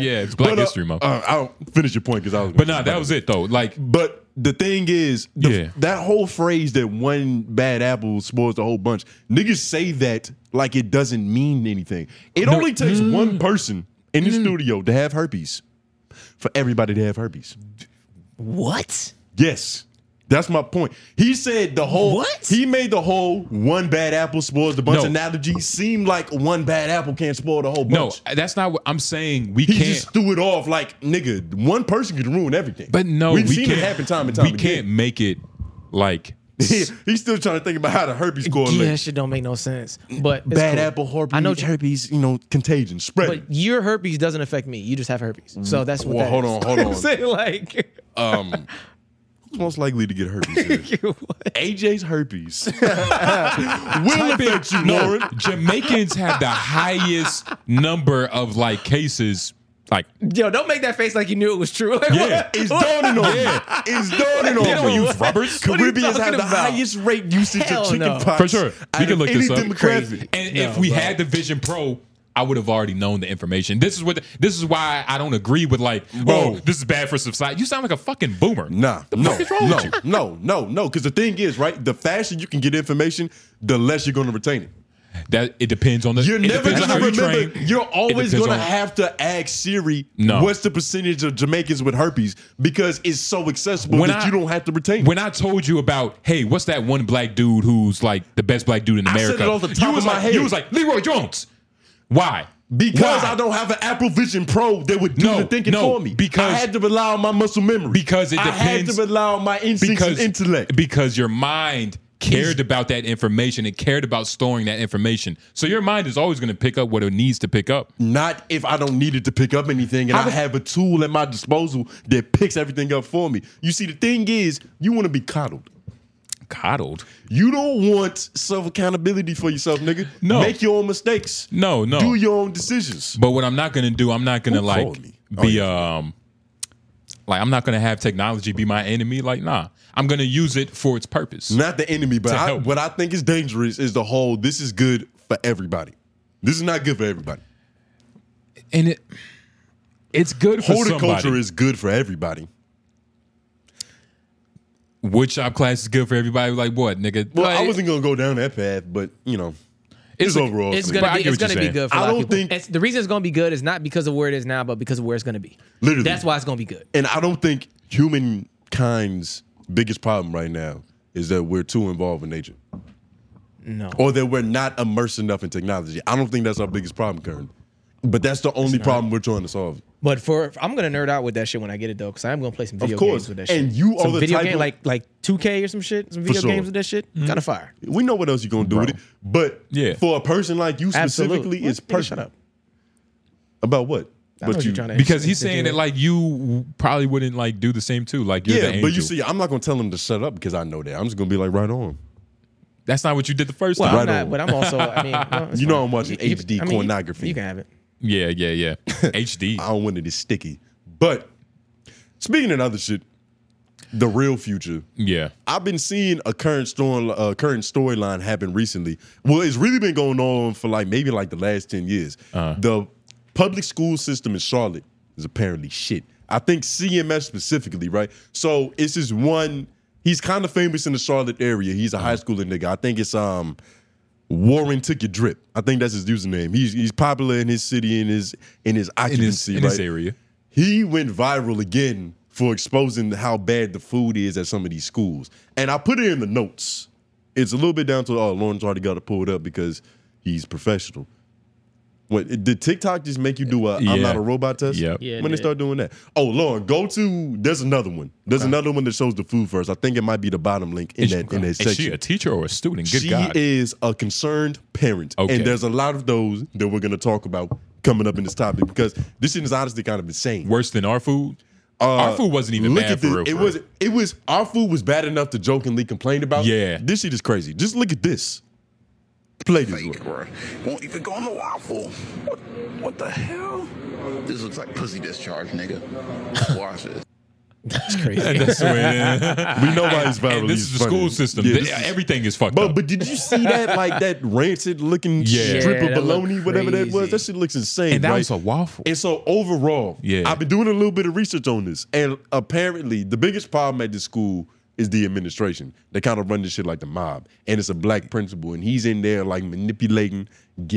Speaker 1: yeah, yeah, it's Black History Month.
Speaker 3: Uh, I'll finish your point because I was.
Speaker 1: But nah, that was it though. Like
Speaker 3: But the thing is, the,
Speaker 1: Yeah.
Speaker 3: that whole phrase that one bad apple spoils the whole bunch, niggas say that like it doesn't mean anything. It only takes
Speaker 1: Mm.
Speaker 3: one person in the studio to have herpes for everybody to have herpes.
Speaker 2: What?
Speaker 3: Yes. That's my point. He said the whole
Speaker 2: What?
Speaker 3: he made the whole one bad apple spoils the bunch
Speaker 1: No.
Speaker 3: analogy seem like one bad apple can't spoil the whole
Speaker 1: no,
Speaker 3: bunch.
Speaker 1: that's not what I'm saying. We
Speaker 3: He
Speaker 1: can't.
Speaker 3: just threw it off like nigga, one person could ruin everything.
Speaker 1: But no,
Speaker 3: we've
Speaker 1: we
Speaker 3: seen
Speaker 1: can't,
Speaker 3: it happen time and time
Speaker 1: We
Speaker 3: again.
Speaker 1: can't make it like
Speaker 3: Yeah, he's still trying to think about how the herpes
Speaker 2: Yeah, that
Speaker 3: correlates.
Speaker 2: shit don't make no sense. But it's
Speaker 3: Bad
Speaker 2: cool.
Speaker 3: apple herpes.
Speaker 2: I know, what you-
Speaker 3: herpes. You know, contagion spread.
Speaker 2: but your herpes doesn't affect me. You just have herpes. So that's what.
Speaker 3: Well,
Speaker 2: that
Speaker 3: hold
Speaker 2: is.
Speaker 3: on, hold on.
Speaker 2: I'm saying like,
Speaker 3: Who's most likely to get herpes? Here?
Speaker 2: what?
Speaker 3: AJ's herpes will
Speaker 1: Type in-
Speaker 3: affect you,
Speaker 1: no,
Speaker 3: Lauren.
Speaker 1: Jamaicans have the highest number of like cases. Like
Speaker 2: yo, don't make that face like you knew it was true. Like,
Speaker 1: Yeah,
Speaker 2: what?
Speaker 3: It's dawning on you. It's dawning on
Speaker 1: they don't
Speaker 3: you.
Speaker 1: use rubbers.
Speaker 2: What are you
Speaker 3: Caribbeans have
Speaker 2: talking
Speaker 3: the
Speaker 2: about?
Speaker 3: highest rate usage
Speaker 2: Hell
Speaker 3: of chicken
Speaker 2: no.
Speaker 3: pox
Speaker 1: For sure.
Speaker 3: out
Speaker 1: We can
Speaker 3: of
Speaker 1: look
Speaker 3: any
Speaker 1: this up.
Speaker 3: demographic.
Speaker 1: And if we had the Vision Pro, I would have already known the information. This is what this is why I don't agree with like, oh,
Speaker 3: Bro.
Speaker 1: this is bad for society. You sound like a fucking boomer.
Speaker 3: Nah, no,
Speaker 1: fuck is wrong
Speaker 3: no,
Speaker 1: with you?
Speaker 3: no, no, no. Because the thing is, right? The faster you can get information, the less you're going to retain it.
Speaker 1: That it depends on the
Speaker 3: You're
Speaker 1: it
Speaker 3: never
Speaker 1: depends on
Speaker 3: gonna
Speaker 1: how you
Speaker 3: remember.
Speaker 1: train.
Speaker 3: You're
Speaker 1: It
Speaker 3: always
Speaker 1: depends
Speaker 3: gonna
Speaker 1: on-
Speaker 3: have to ask Siri
Speaker 1: No.
Speaker 3: what's the percentage of Jamaicans with herpes because it's so accessible that you don't have to retain.
Speaker 1: When I told you about, hey, what's that one black dude who's like the best black dude in
Speaker 3: said
Speaker 1: America?
Speaker 3: it off the top
Speaker 1: you was
Speaker 3: of my
Speaker 1: like,
Speaker 3: head.
Speaker 1: You was like Leroy Jones. Why?
Speaker 3: because
Speaker 1: Why?
Speaker 3: I don't have an Apple Vision Pro that would do
Speaker 1: No,
Speaker 3: the thinking
Speaker 1: no,
Speaker 3: for me.
Speaker 1: because-
Speaker 3: I had to rely on my muscle memory.
Speaker 1: Because it
Speaker 3: I had
Speaker 1: depends-
Speaker 3: to rely on my instincts
Speaker 1: because
Speaker 3: and intellect.
Speaker 1: Because your mind cared about that information. It cared about storing that information. So your mind is always going to pick up what it needs to pick up.
Speaker 3: Not if I don't need it to pick up anything and I, have a tool at my disposal that picks everything up for me. You see, the thing is, you want to be coddled.
Speaker 1: Coddled.
Speaker 3: You don't want self accountability for yourself, nigga.
Speaker 1: No.
Speaker 3: Make your own mistakes.
Speaker 1: No, no.
Speaker 3: Do your own decisions.
Speaker 1: But what I'm not going to do, I'm not going to
Speaker 3: Who
Speaker 1: like
Speaker 3: called me? Oh,
Speaker 1: be um like I'm not going to have technology be my enemy. Like nah, I'm going to use it for its purpose.
Speaker 3: Not the enemy, but
Speaker 1: To
Speaker 3: I,
Speaker 1: help.
Speaker 3: what I think is dangerous is the whole this is good for everybody. This is not good for everybody.
Speaker 1: And it it's good for
Speaker 3: Horticulture
Speaker 1: somebody.
Speaker 3: is good for everybody.
Speaker 1: woodshop class is good for everybody. Like what, nigga?
Speaker 3: Well, I
Speaker 1: Like,
Speaker 3: wasn't gonna go down that path, but you know, it's,
Speaker 1: a-
Speaker 3: overall.
Speaker 2: It's
Speaker 3: for me.
Speaker 1: But I
Speaker 2: gonna be,
Speaker 1: get
Speaker 2: it's
Speaker 1: what you're
Speaker 2: gonna be
Speaker 1: saying.
Speaker 2: good. For
Speaker 3: I
Speaker 2: a lot of
Speaker 3: don't
Speaker 2: people.
Speaker 3: think-
Speaker 2: It's- the reason it's gonna be good is not because of where it is now, but because of where it's gonna be.
Speaker 3: Literally.
Speaker 2: that's why it's gonna be good.
Speaker 3: and I don't think humankind's biggest problem right now is that we're too involved in nature,
Speaker 2: No,
Speaker 3: or that we're not immersed enough in technology. I don't think that's our biggest problem, Kern. But that's the only problem we're trying to solve.
Speaker 2: but for I'm gonna nerd out with that shit when I get it though, because I'm gonna play some video
Speaker 3: Of course,
Speaker 2: games with that shit.
Speaker 3: and you
Speaker 2: some
Speaker 3: are the
Speaker 2: video
Speaker 3: type
Speaker 2: game
Speaker 3: of,
Speaker 2: like like 2K or some shit, some video
Speaker 3: sure.
Speaker 2: games with that shit,
Speaker 3: Mm-hmm.
Speaker 2: kind of fire.
Speaker 3: we know what else you're gonna do with it. But
Speaker 1: Yeah.
Speaker 3: for a person like you specifically,
Speaker 2: Absolutely,
Speaker 3: it's
Speaker 2: What? Nigga,
Speaker 3: perfect.
Speaker 2: Shut up.
Speaker 3: About what?
Speaker 2: I know what you're trying to
Speaker 1: because he's
Speaker 2: to do
Speaker 1: saying that
Speaker 2: it.
Speaker 1: like you probably wouldn't like do the same too. Like you're the
Speaker 3: yeah,
Speaker 1: angel.
Speaker 3: but you see, I'm not gonna tell him to shut up because I know that. I'm just gonna be like, right on.
Speaker 1: That's not what you did the first
Speaker 2: Well,
Speaker 1: time.
Speaker 2: I'm
Speaker 3: Right
Speaker 2: not,
Speaker 3: on.
Speaker 2: but I'm also. I mean, no, it's
Speaker 3: You know
Speaker 2: fine.
Speaker 3: I'm watching HD
Speaker 2: you-
Speaker 3: pornography.
Speaker 2: You can have it.
Speaker 1: Yeah, yeah, yeah. HD.
Speaker 3: I don't want it to sticky. But speaking of other shit, the real future.
Speaker 1: Yeah.
Speaker 3: I've been seeing a current story, uh, current storyline happen recently. Well, it's really been going on for like maybe like the last ten years.
Speaker 1: Uh-huh.
Speaker 3: The public school system in Charlotte is apparently shit. I think CMS specifically, right? So it's this one. He's kind of famous in the Charlotte area. He's a high
Speaker 1: Uh-huh.
Speaker 3: schooler nigga. I think it's um Warren Ticket Drip. I think that's his username. He's he's popular in his city in his
Speaker 1: In
Speaker 3: in his
Speaker 1: his,
Speaker 3: occupancy
Speaker 1: in his
Speaker 3: right?
Speaker 1: area.
Speaker 3: he went viral again for exposing how bad the food is at some of these schools. And I put it in the notes. It's a little bit down to oh, Lawrence already got to pull it up because he's professional. What did TikTok just make you do a
Speaker 1: Yeah.
Speaker 3: am not a robot test?
Speaker 1: Yep.
Speaker 2: Yeah, it
Speaker 3: when they
Speaker 2: did.
Speaker 3: start doing that. Oh, Lauren, go to there's another one. There's another one that shows the food first. I think it might be the bottom link in that in that
Speaker 1: Is
Speaker 3: section
Speaker 1: she a teacher or a student? Good
Speaker 3: she
Speaker 1: God.
Speaker 3: is a concerned parent.
Speaker 1: Okay.
Speaker 3: And there's a lot of those that we're going to talk about coming up in this topic because this shit is honestly kind of insane.
Speaker 1: Worse than our food? our food wasn't even
Speaker 3: Uh, look
Speaker 1: bad
Speaker 3: at
Speaker 1: for
Speaker 3: this.
Speaker 1: real.
Speaker 3: it
Speaker 1: for
Speaker 3: was
Speaker 1: real.
Speaker 3: it was our food was bad enough to jokingly complain about.
Speaker 1: Yeah.
Speaker 3: This shit is crazy. Just look at this. Play this one.
Speaker 5: fake or won't even go on the waffle. What, what the hell? This looks like pussy discharge, nigga. Watch this.
Speaker 2: It's crazy.
Speaker 1: That's what it is.
Speaker 3: We know why it's viral.
Speaker 1: And this is
Speaker 3: It's
Speaker 1: the
Speaker 3: funny.
Speaker 1: school system.
Speaker 3: Yeah,
Speaker 1: They-
Speaker 3: this is-
Speaker 1: Everything is fucked
Speaker 3: but
Speaker 1: up.
Speaker 3: but did you see that like that rancid looking
Speaker 1: Yeah.
Speaker 3: strip
Speaker 2: Yeah,
Speaker 3: of
Speaker 2: that looked
Speaker 3: bologna, whatever that was?
Speaker 2: crazy.
Speaker 3: That shit looks insane.
Speaker 1: and that
Speaker 3: right?
Speaker 1: was a waffle.
Speaker 3: And so overall,
Speaker 1: Yeah.
Speaker 3: I've been doing a little bit of research on this, and apparently the biggest problem at this school is the administration. They kind of run this shit like the mob, and it's a black principal, and he's in there like manipulating,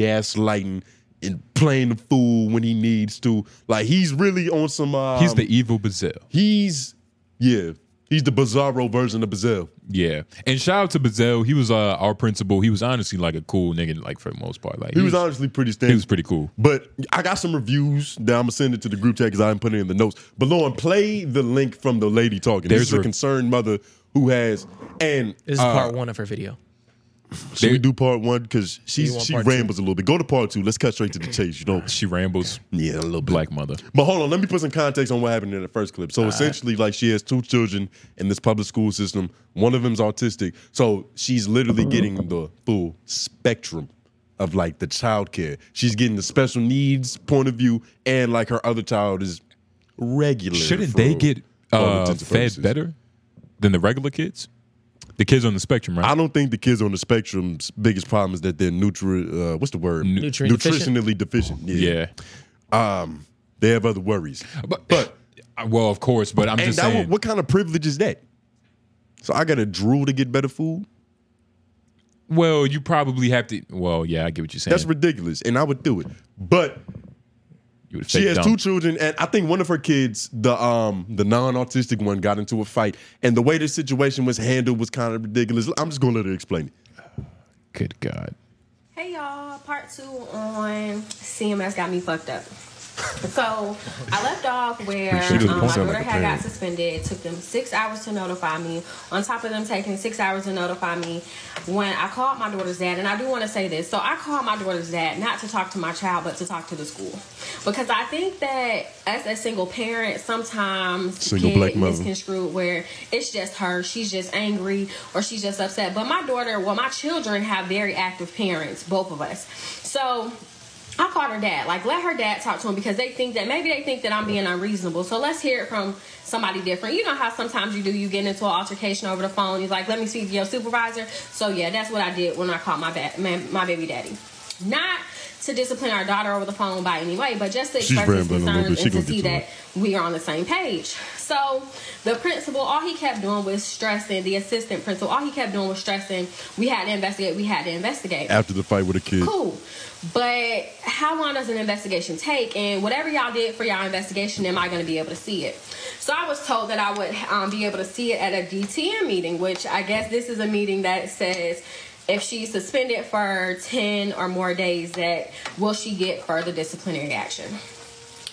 Speaker 3: gaslighting, and playing the fool when he needs to. Like he's really on some. Um,
Speaker 1: He's the evil Bazelle.
Speaker 3: he's yeah. He's the bizarro version of Bazelle.
Speaker 1: Yeah. And shout out to Bazelle. He was uh, our principal. He was honestly like a cool nigga, like for the most part. Like
Speaker 3: He was honestly pretty standard.
Speaker 1: he was pretty cool.
Speaker 3: But I got some reviews that I'm gonna send it to the group chat because I didn't put it in the notes. But Lauren, play the link from the lady talking.
Speaker 1: There's
Speaker 3: this is a
Speaker 1: re-
Speaker 3: concerned mother who has and
Speaker 2: This is
Speaker 3: uh,
Speaker 2: part one of her video.
Speaker 3: should we
Speaker 1: There-
Speaker 3: do part one because she
Speaker 2: want
Speaker 3: she
Speaker 2: part two?
Speaker 3: rambles a little bit. Go to part two. Let's cut straight to the chase. You know,
Speaker 1: She rambles.
Speaker 3: yeah, a little bit.
Speaker 1: Black mother.
Speaker 3: But hold on, let me put some context on what happened in the first clip. So essentially, like she has two children in this public school system. One of them's autistic, so she's literally getting the full spectrum of like the childcare. She's getting the special needs point of view, and like her other child is regular.
Speaker 1: Shouldn't
Speaker 3: for
Speaker 1: they get
Speaker 3: all
Speaker 1: uh,
Speaker 3: intents
Speaker 1: fed
Speaker 3: and purposes.
Speaker 1: better than the regular kids? The kids on the spectrum, right?
Speaker 3: I don't think the kids on the spectrum's biggest problem is that they're nutri- uh, what's the word?
Speaker 2: Nutrient deficient?
Speaker 3: Nutritionally deficient. Um,
Speaker 1: yeah.
Speaker 3: They have other worries.
Speaker 1: But, uh, well, of course, but I'm
Speaker 3: And
Speaker 1: just
Speaker 3: that
Speaker 1: saying.
Speaker 3: what, what kind of privilege is that? So I gotta drool to get better food.
Speaker 1: well, you probably have to. Well, yeah, I get what you're saying.
Speaker 3: That's ridiculous, and I would do it. But
Speaker 1: you would
Speaker 3: she
Speaker 1: fake
Speaker 3: has
Speaker 1: dumb.
Speaker 3: two children, and I think one of her kids, the um the non-autistic one, got into a fight, and the way the situation was handled was kind of ridiculous. I'm just gonna let her explain it.
Speaker 1: Good God.
Speaker 6: Hey y'all, part two on CMS got me fucked up. So I left off where
Speaker 3: She doesn't
Speaker 6: um, my
Speaker 3: sound
Speaker 6: daughter
Speaker 3: like a
Speaker 6: had got
Speaker 3: parent.
Speaker 6: suspended. It took them six hours to notify me. On top of them taking six hours to notify me, when I called my daughter's dad, and I do want to say this. So I called my daughter's dad not to talk to my child, but to talk to the school, because I think that us as single parents sometimes
Speaker 3: Single
Speaker 6: get
Speaker 3: black mother.
Speaker 6: misconstrued where it's just her, she's just angry or she's just upset. But my daughter, well, my children have very active parents, both of us. So I called her dad. Like, let her dad talk to him because they think that maybe they think that I'm being unreasonable. So let's hear it from somebody different. You know how sometimes you do, you get into an altercation over the phone. You're like, let me see your supervisor. So yeah, that's what I did when I called my ba- my, my baby daddy. Not to discipline our daughter over the phone by any way, but just to
Speaker 3: She's
Speaker 6: express his
Speaker 3: rambling a little bit.
Speaker 6: concerns
Speaker 3: She
Speaker 6: and to
Speaker 3: gonna get
Speaker 6: see
Speaker 3: to it.
Speaker 6: that we are on the same page. So the principal, all he kept doing was stressing, the assistant principal, all he kept doing was stressing, we had to investigate, we had to investigate.
Speaker 3: After the fight with a kid,
Speaker 6: Cool. But how long does an investigation take? And whatever y'all did for y'all investigation, am I going to be able to see it? So I was told that I would um, be able to see it at a DTM meeting, which I guess this is a meeting that says if she's suspended for 10 or more days, that will she get further disciplinary action?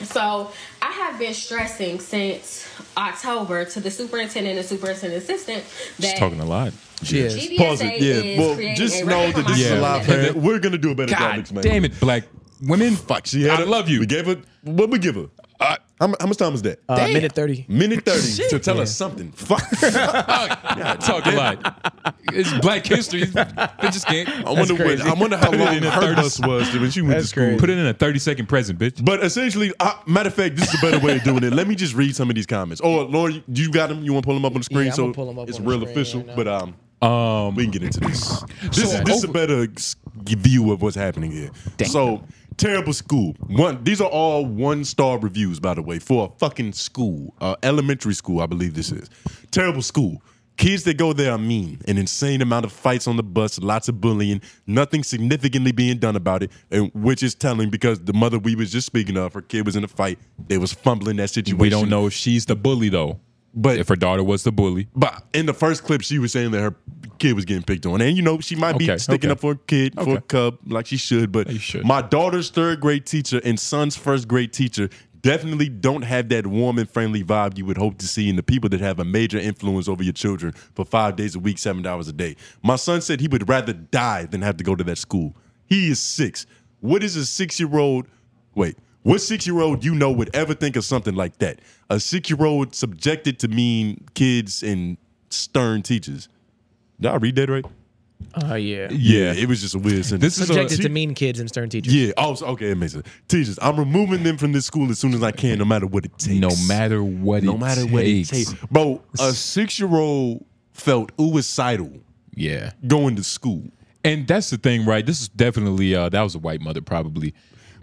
Speaker 6: So I have been stressing since October to the superintendent and superintendent assistant
Speaker 1: She's
Speaker 6: that
Speaker 1: talking a lot.
Speaker 2: She is.
Speaker 6: GBSA
Speaker 3: pause it.
Speaker 6: is
Speaker 3: Yeah, well,
Speaker 6: creating
Speaker 3: just
Speaker 6: a
Speaker 3: know that this is a
Speaker 1: Yeah.
Speaker 3: live
Speaker 6: recommendation.
Speaker 3: parent. We're gonna do a better job
Speaker 1: God
Speaker 3: next man.
Speaker 1: damn it, black women. Fuck,
Speaker 3: She had
Speaker 1: I
Speaker 3: a-
Speaker 1: love you.
Speaker 3: We gave her what we give her.
Speaker 1: Uh,
Speaker 3: How, mu- how much time is that?
Speaker 2: Uh, minute 30.
Speaker 3: Minute 30 to tell us something. Fuck. I
Speaker 1: I talk a lot. It's Black History. They just can't.
Speaker 3: wonder what,
Speaker 2: crazy.
Speaker 3: I wonder how
Speaker 1: Put it
Speaker 3: long
Speaker 1: in the
Speaker 3: her
Speaker 1: 30s.
Speaker 3: bus was when she went to
Speaker 2: That's
Speaker 3: school.
Speaker 2: crazy.
Speaker 1: Put it in a thirty second present, bitch.
Speaker 3: But essentially, I, matter of fact, this is a better way of doing it. Let me just read some of these comments. Oh, Lauren, you you got them? You want to pull them up on the screen?
Speaker 2: Yeah, I'm
Speaker 3: so
Speaker 2: gonna pull 'em up
Speaker 3: it's
Speaker 2: on the
Speaker 3: real
Speaker 2: screen
Speaker 3: official.
Speaker 2: right now.
Speaker 3: but um,
Speaker 1: Um,
Speaker 3: we can get into this.
Speaker 1: So
Speaker 3: This, is this is a
Speaker 1: over-
Speaker 3: better s- view of what's happening here. So terrible school. One. These are all one star reviews, by the way, for a fucking school, uh, elementary school, I believe this is. Terrible school. Kids that go there are mean. An insane amount of fights on the bus, lots of bullying, nothing significantly being done about it, and which is telling because the mother we was just speaking of, her kid was in a fight. They was fumbling that situation.
Speaker 1: we don't know if she's the bully though.
Speaker 3: But-
Speaker 1: if her daughter was the bully,
Speaker 3: But in the first clip, she was saying that her kid was getting picked on, and you know she might be
Speaker 1: Okay,
Speaker 3: sticking
Speaker 1: okay.
Speaker 3: up for a kid for a
Speaker 1: Okay.
Speaker 3: cub like she should. But
Speaker 1: You should.
Speaker 3: my daughter's third grade teacher and son's first grade teacher definitely don't have that warm and friendly vibe you would hope to see in the people that have a major influence over your children for five days a week, seven hours a day. My son said he would rather die than have to go to that school. He is six. What is a six year old? Wait. What six year old you know would ever think of something like that? A six year old subjected to mean kids and stern teachers. Did I read that right?
Speaker 2: Oh, yeah.
Speaker 3: Yeah, it was just a weird sentence.
Speaker 1: this is a,
Speaker 2: Subjected to mean kids and stern teachers.
Speaker 3: Yeah. Oh, so- okay. It makes sense. Teachers, I'm removing them from this school as soon as I can, no matter what it takes.
Speaker 1: no matter what.
Speaker 3: no
Speaker 1: it
Speaker 3: matter
Speaker 1: takes.
Speaker 3: what it takes. Bro, a six year old felt suicidal
Speaker 1: Yeah,
Speaker 3: going to school,
Speaker 1: and that's the thing, right? This is definitely uh, that was a white mother probably.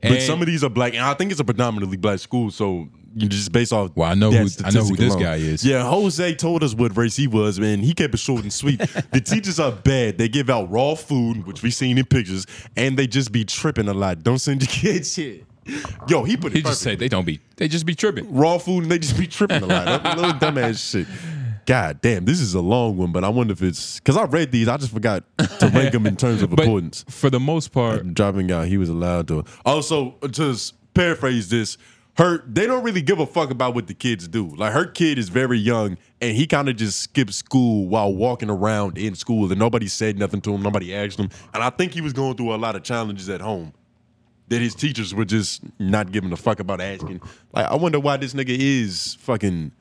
Speaker 3: but
Speaker 1: And-
Speaker 3: some of these are black, and I think it's a predominantly black school, so. You just based off.
Speaker 1: Well, I know
Speaker 3: that
Speaker 1: who- I know who
Speaker 3: statistic
Speaker 1: this
Speaker 3: alone.
Speaker 1: guy is.
Speaker 3: Yeah, Jose told us what race he was, man. He kept it short and sweet. the teachers are bad. They give out raw food, which we seen in pictures, and they just be tripping a lot. Don't send your kids here. Yo, he put it
Speaker 1: He just
Speaker 3: perfect.
Speaker 1: said they don't be. They just be tripping.
Speaker 3: raw food and they just be tripping a lot. That little dumbass shit. God damn, this is a long one, but I wonder if it's because I read these, I just forgot to rank them in terms of
Speaker 1: But
Speaker 3: importance.
Speaker 1: for the most part,
Speaker 3: Dropping out, he was allowed to. Also, to s- paraphrase this, her they don't really give a fuck about what the kids do. Like her kid is very young, and he kind of just skipped school while walking around in school, and nobody said nothing to him, nobody asked him, and I think he was going through a lot of challenges at home that his teachers were just not giving a fuck about asking. Like, I wonder why this nigga is fucking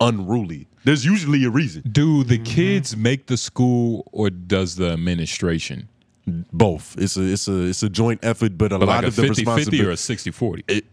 Speaker 3: unruly. There's usually a reason.
Speaker 1: do the
Speaker 3: Mm-hmm.
Speaker 1: kids make the school or does the administration?
Speaker 3: Both. It's a it's a it's a joint effort, but a
Speaker 1: But
Speaker 3: lot
Speaker 1: like a
Speaker 3: of the
Speaker 1: 50 50 or a
Speaker 3: responsibility.
Speaker 1: 60 40.
Speaker 3: it-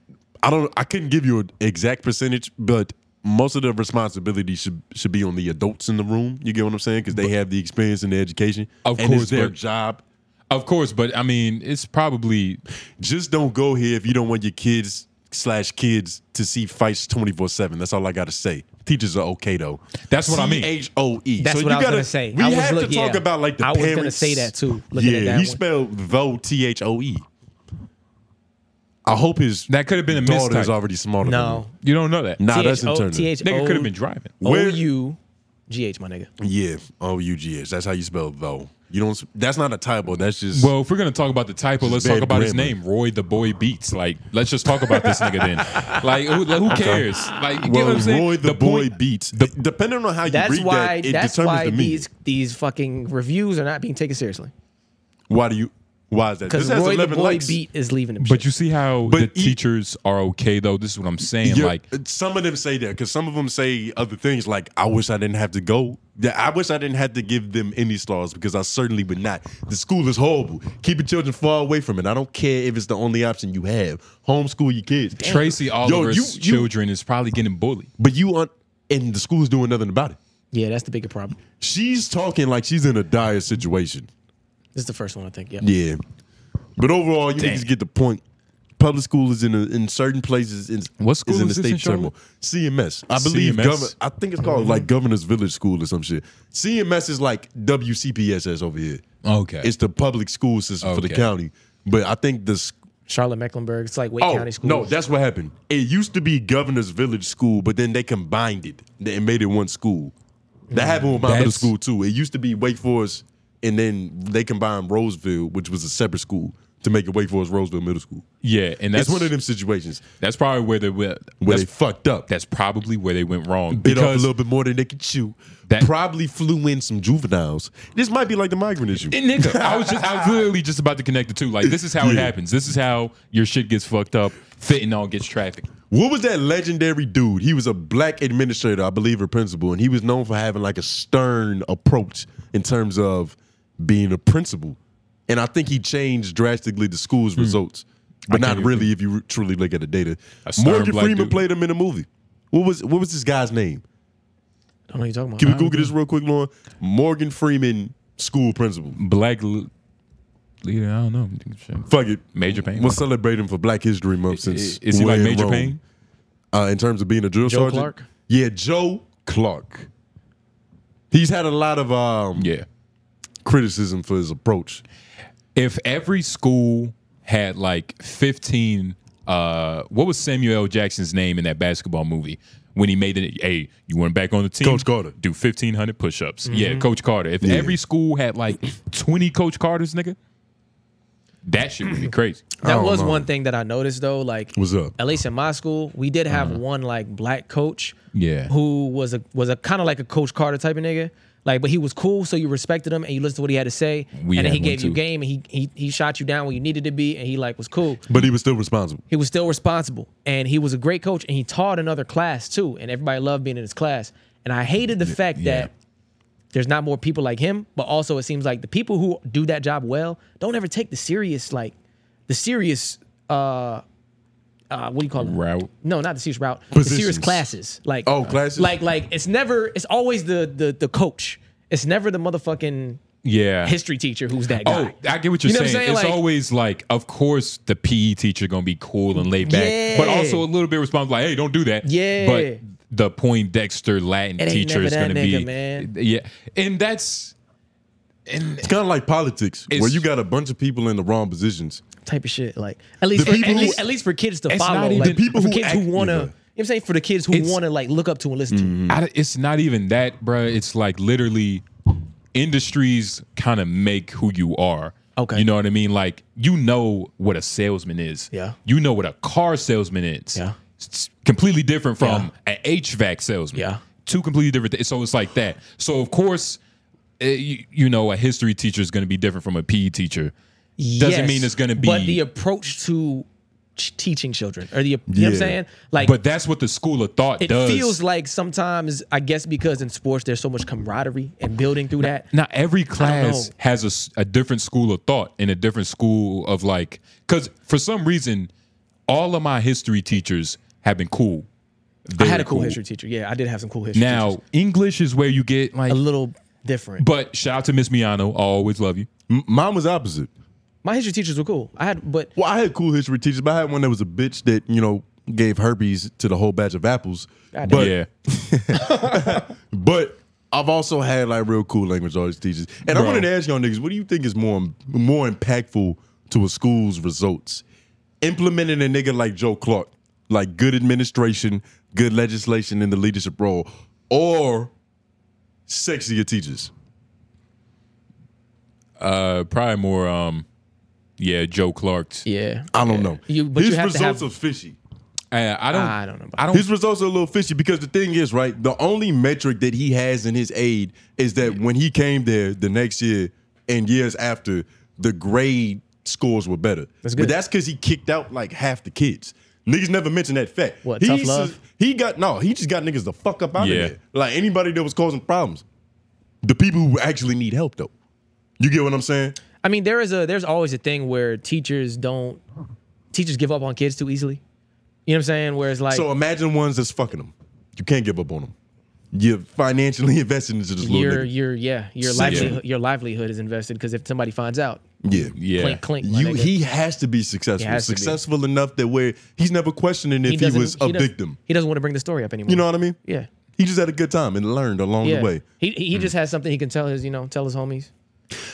Speaker 3: I don't. I couldn't give you an exact percentage, but most of the responsibility should should be on the adults in the room. You get what I'm saying? Because they have the experience and the education.
Speaker 1: Of
Speaker 3: and
Speaker 1: course,
Speaker 3: it's their
Speaker 1: but-
Speaker 3: job.
Speaker 1: Of course, but I mean, it's probably
Speaker 3: Just don't go here if you don't want your kids slash kids to see fights 24 7. That's all I got to say. Teachers are okay though.
Speaker 1: That's what I mean.
Speaker 3: H O E.
Speaker 2: That's what I was gonna say.
Speaker 3: We
Speaker 2: I was
Speaker 3: have
Speaker 2: look-
Speaker 3: to talk
Speaker 2: yeah.
Speaker 3: about like the
Speaker 2: I was gonna
Speaker 3: parents.
Speaker 2: say that, too, looking
Speaker 3: yeah,
Speaker 2: at that one.
Speaker 3: he spelled Vo T H O E. I hope his
Speaker 1: that could have been a
Speaker 3: daughter's
Speaker 1: mistype.
Speaker 3: already smarter.
Speaker 2: No.
Speaker 1: You don't know that.
Speaker 3: Nah, that's
Speaker 2: T H O-
Speaker 3: internal.
Speaker 2: T H
Speaker 1: Nigga could
Speaker 2: O-
Speaker 1: have been driving.
Speaker 3: Where-
Speaker 2: O-U-G-H, my nigga.
Speaker 3: than him. Yeah, O U G H. That's how you spell Vo. You don't. s- That's not a typo. That's just
Speaker 1: Well, if we're gonna talk about the typo, let's talk
Speaker 3: bad
Speaker 1: about his
Speaker 3: grammar.
Speaker 1: name, Roy the Boy Beats. Like, let's just talk about this nigga then. Like, who, who cares? Like, you get
Speaker 3: Well,
Speaker 1: what I'm saying?
Speaker 3: Roy the, boy
Speaker 1: point-
Speaker 3: beats. Depending on how you
Speaker 2: That's
Speaker 3: read
Speaker 2: why.
Speaker 3: that, it
Speaker 2: that's
Speaker 3: determines
Speaker 2: why
Speaker 3: the meaning.
Speaker 2: these these fucking reviews are not being taken seriously
Speaker 3: Why do you? Why is that?
Speaker 2: because
Speaker 3: This has
Speaker 2: Roy the
Speaker 3: 11
Speaker 2: Boy
Speaker 3: likes.
Speaker 2: Beat is leaving him.
Speaker 1: But you see how
Speaker 3: But
Speaker 1: the
Speaker 3: he-
Speaker 1: teachers are okay though. This is what I'm saying.
Speaker 3: Yeah,
Speaker 1: Like,
Speaker 3: some of them say that because some of them say other things like I wish I didn't have to go. That I wish I didn't have to give them any stars because I certainly would not. The school is horrible. Keep your children far away from it. I don't care if it's the only option you have. Homeschool your kids.
Speaker 1: Tracy Oliver's
Speaker 3: you- you-
Speaker 1: children is probably getting bullied.
Speaker 3: But you aren't, and the school's doing nothing about it.
Speaker 2: yeah, that's the bigger problem.
Speaker 3: She's talking like she's in a dire situation.
Speaker 2: This is the first one I think. Yeah.
Speaker 3: Yeah. But overall, you niggas get the point. Public school is in a, in certain places in
Speaker 1: What school
Speaker 3: is in
Speaker 1: is
Speaker 3: the
Speaker 1: this in
Speaker 3: state turmoil. CMS, I believe.
Speaker 1: CMS?
Speaker 3: Govern, I think it's called like Governor's Village School or some shit. CMS is like WCPS is over here.
Speaker 1: Okay.
Speaker 3: it's the public school system for the
Speaker 1: Okay.
Speaker 3: county. But I think the s-
Speaker 2: Charlotte Mecklenburg. It's like Wake
Speaker 3: oh
Speaker 2: County School.
Speaker 3: no, that's what happened. It used to be Governor's Village School, but then they combined it and made it one school. That happened with my middle
Speaker 1: That's-
Speaker 3: school too. It used to be Wake Forest, and then they combined Roseville, which was a separate school, to make it Wake Forest Roseville Middle School.
Speaker 1: Yeah, and that's
Speaker 3: it's one of them situations
Speaker 1: That's probably where they went.
Speaker 3: where
Speaker 1: That's,
Speaker 3: they fucked up.
Speaker 1: that's probably where they went wrong
Speaker 3: Bit off a
Speaker 1: because
Speaker 3: little bit more than they could chew.
Speaker 1: That-
Speaker 3: probably flew in some juveniles. This might be like the migrant issue.
Speaker 1: Eh, nigga, I was just I was literally just about to connect the two. Like this is how it
Speaker 3: Yeah.
Speaker 1: happens. This is how your shit gets fucked up. Fentanyl gets trafficked.
Speaker 3: What was that legendary dude? He was a black administrator, I believe, or principal, and he was known for having like a stern approach in terms of being a principal. And I think he changed drastically the school's results, but not
Speaker 1: Hmm. can't
Speaker 3: really if you re- truly look at the data.
Speaker 1: A stern
Speaker 3: Morgan
Speaker 1: black
Speaker 3: Freeman
Speaker 1: dude.
Speaker 3: played him in a movie. What was what was this guy's name?
Speaker 2: I don't know what you're talking about.
Speaker 3: Can we Google this real quick, Lauren? Morgan Freeman, school principal.
Speaker 1: Black l- leader, I don't know.
Speaker 3: Fuck it.
Speaker 1: Major Payne.
Speaker 3: We'll celebrate him for Black History Month
Speaker 1: is,
Speaker 3: since
Speaker 1: is he like
Speaker 3: William
Speaker 1: Major
Speaker 3: Rome.
Speaker 1: Payne?
Speaker 3: uh, in terms of being a drill
Speaker 2: Joe
Speaker 3: sergeant.
Speaker 2: Clark?
Speaker 3: Yeah, Joe Clark. He's had a lot of um,
Speaker 1: Yeah.
Speaker 3: criticism for his approach.
Speaker 1: If every school had like 15, uh, what was Samuel L. Jackson's name in that basketball movie when he made it? Hey, you went back on the team.
Speaker 3: Coach Carter.
Speaker 1: Do 1,500 push ups. Yeah, Coach Carter. If every school had like 20 Coach Carters, nigga, that shit would be crazy.
Speaker 3: I
Speaker 2: That
Speaker 3: don't
Speaker 2: was
Speaker 3: know.
Speaker 2: one thing that I noticed though. Like,
Speaker 3: What's up?
Speaker 2: At least in my school, we did have one like black coach.
Speaker 1: Yeah.
Speaker 2: Who was a was a kind of like a Coach Carter type of nigga. Like, but he was cool, so you respected him and you listened to what he had to say.
Speaker 1: We
Speaker 2: and
Speaker 1: had
Speaker 2: then he
Speaker 1: one,
Speaker 2: gave you
Speaker 1: too.
Speaker 2: game and he, he he shot you down when you needed to be and he like was cool.
Speaker 3: But he was still responsible.
Speaker 2: He was still responsible and he was a great coach and he taught another class too and everybody loved being in his class. And I hated the fact
Speaker 1: yeah.
Speaker 2: that there's not more people like him, but also it seems like the people who do that job well don't ever take the serious like the serious uh uh, what do you call it?
Speaker 1: Route.
Speaker 2: No, not the serious route. The serious
Speaker 3: Positions.
Speaker 2: classes. Like
Speaker 3: Oh, classes?
Speaker 2: Like like it's never. It's always the the the coach. It's never the motherfucking
Speaker 1: Yeah.
Speaker 2: history teacher who's that
Speaker 1: Oh,
Speaker 2: guy.
Speaker 1: I get what you're
Speaker 2: You know what I'm
Speaker 1: saying.
Speaker 2: saying?
Speaker 1: It's
Speaker 2: Like-
Speaker 1: always like, of course, the PE teacher gonna be cool and laid back, but
Speaker 2: Yeah.
Speaker 1: also a little bit responsible. Like, hey, don't do that.
Speaker 2: Yeah.
Speaker 1: But the Poindexter Latin
Speaker 2: It ain't
Speaker 1: teacher
Speaker 2: never
Speaker 1: is
Speaker 2: that
Speaker 1: gonna
Speaker 2: nigga,
Speaker 1: be,
Speaker 2: man.
Speaker 1: yeah, and that's and
Speaker 3: It's kind of like politics,
Speaker 1: It's-
Speaker 3: where you got a bunch of people in the wrong positions.
Speaker 2: type of shit. Like at least
Speaker 3: The
Speaker 2: at,
Speaker 3: people
Speaker 2: at
Speaker 3: who-
Speaker 2: least at least for kids to
Speaker 1: It's
Speaker 2: follow.
Speaker 1: not even-
Speaker 2: Like
Speaker 3: people
Speaker 2: for
Speaker 3: who
Speaker 2: kids
Speaker 3: act-
Speaker 2: who wanna.
Speaker 3: yeah.
Speaker 2: You know what I'm saying for the kids who
Speaker 1: It's- Mm-hmm.
Speaker 2: want to like look up to and listen to.
Speaker 1: I, it's not even that, bruh. It's like literally industries kind of make who you are.
Speaker 2: Okay.
Speaker 1: You know what I mean? Like you know what a salesman is.
Speaker 2: Yeah.
Speaker 1: You know what a car salesman is.
Speaker 2: Yeah.
Speaker 1: It's completely different from an HVAC salesman.
Speaker 2: Yeah.
Speaker 1: Two completely different things. So it's like that. So of course, eh, you, you know, a history teacher is going to be different from a PE teacher. Doesn't
Speaker 2: Yes,
Speaker 1: mean it's going to be.
Speaker 2: But the approach to ch- teaching children or the you know what I'm
Speaker 3: Yeah.
Speaker 2: saying like
Speaker 1: but that's what the school of thought
Speaker 2: It
Speaker 1: does.
Speaker 2: feels like sometimes, I guess, because in sports there's so much camaraderie and building through that.
Speaker 1: Now every class
Speaker 2: know.
Speaker 1: has a s- a, different school of thought and a different school of like because for some reason all of my history teachers have been cool.
Speaker 2: I
Speaker 1: Very
Speaker 2: had a cool, history teacher. Yeah, I did have some cool history.
Speaker 1: Now
Speaker 2: teachers.
Speaker 1: English is where you get like.
Speaker 2: a little different.
Speaker 1: but shout out to Miss Miano. I always love you.
Speaker 3: M- Mine was opposite.
Speaker 2: My history teachers were cool. I had, but
Speaker 3: Well, I had cool history teachers, but I had one that was a bitch that you know gave herpes to the whole batch of apples.
Speaker 2: God
Speaker 3: But
Speaker 1: yeah,
Speaker 3: But I've also had like real cool language arts teachers. And I
Speaker 1: Bro.
Speaker 3: wanted to ask y'all niggas, what do you think is more more impactful to a school's results? Implementing a nigga like Joe Clark, like good administration, good legislation in the leadership role, or sexier teachers?
Speaker 1: uh, probably more. Um, yeah, Joe Clark's.
Speaker 2: yeah,
Speaker 3: I don't know.
Speaker 2: You- but
Speaker 3: His
Speaker 2: you have to
Speaker 3: results
Speaker 2: have-
Speaker 3: are fishy.
Speaker 1: I, I don't.
Speaker 2: I don't know about
Speaker 1: I don't.
Speaker 3: His results are a little fishy because the thing is, right? The only metric that he has in his aid is that when he came there the next year and years after, the grade scores were better.
Speaker 2: That's
Speaker 3: But
Speaker 2: good.
Speaker 3: that's because he kicked out like half the kids. Niggas never mentioned that fact.
Speaker 2: What,
Speaker 3: he
Speaker 2: tough
Speaker 3: s-
Speaker 2: love?
Speaker 3: He got no. He just got niggas the fuck up out
Speaker 1: Yeah.
Speaker 3: of there. Like anybody that was causing problems, the people who actually need help though. You get what I'm saying?
Speaker 2: I mean, there is a there's always a thing where teachers don't teachers give up on kids too easily. You know what I'm saying? Where it's like,
Speaker 3: so imagine ones that's fucking them. You can't give up on them. You're financially invested into this little
Speaker 2: your
Speaker 3: nigga.
Speaker 2: your yeah your
Speaker 3: Yeah.
Speaker 2: livelihood your livelihood is invested because if somebody finds out,
Speaker 3: Yeah.
Speaker 1: yeah,
Speaker 2: clink clink, my
Speaker 3: You,
Speaker 2: nigga.
Speaker 3: he has to be successful.
Speaker 2: has to be.
Speaker 3: successful enough that where he's never questioning if he,
Speaker 2: doesn't-
Speaker 3: was a
Speaker 2: doesn't-
Speaker 3: victim.
Speaker 2: He doesn't want to bring the story up anymore.
Speaker 3: You know what I mean?
Speaker 2: Yeah.
Speaker 3: He just had a good time and learned along
Speaker 2: Yeah.
Speaker 3: the way. Mm-hmm.
Speaker 2: He he he just has something he can tell his you know tell his homies.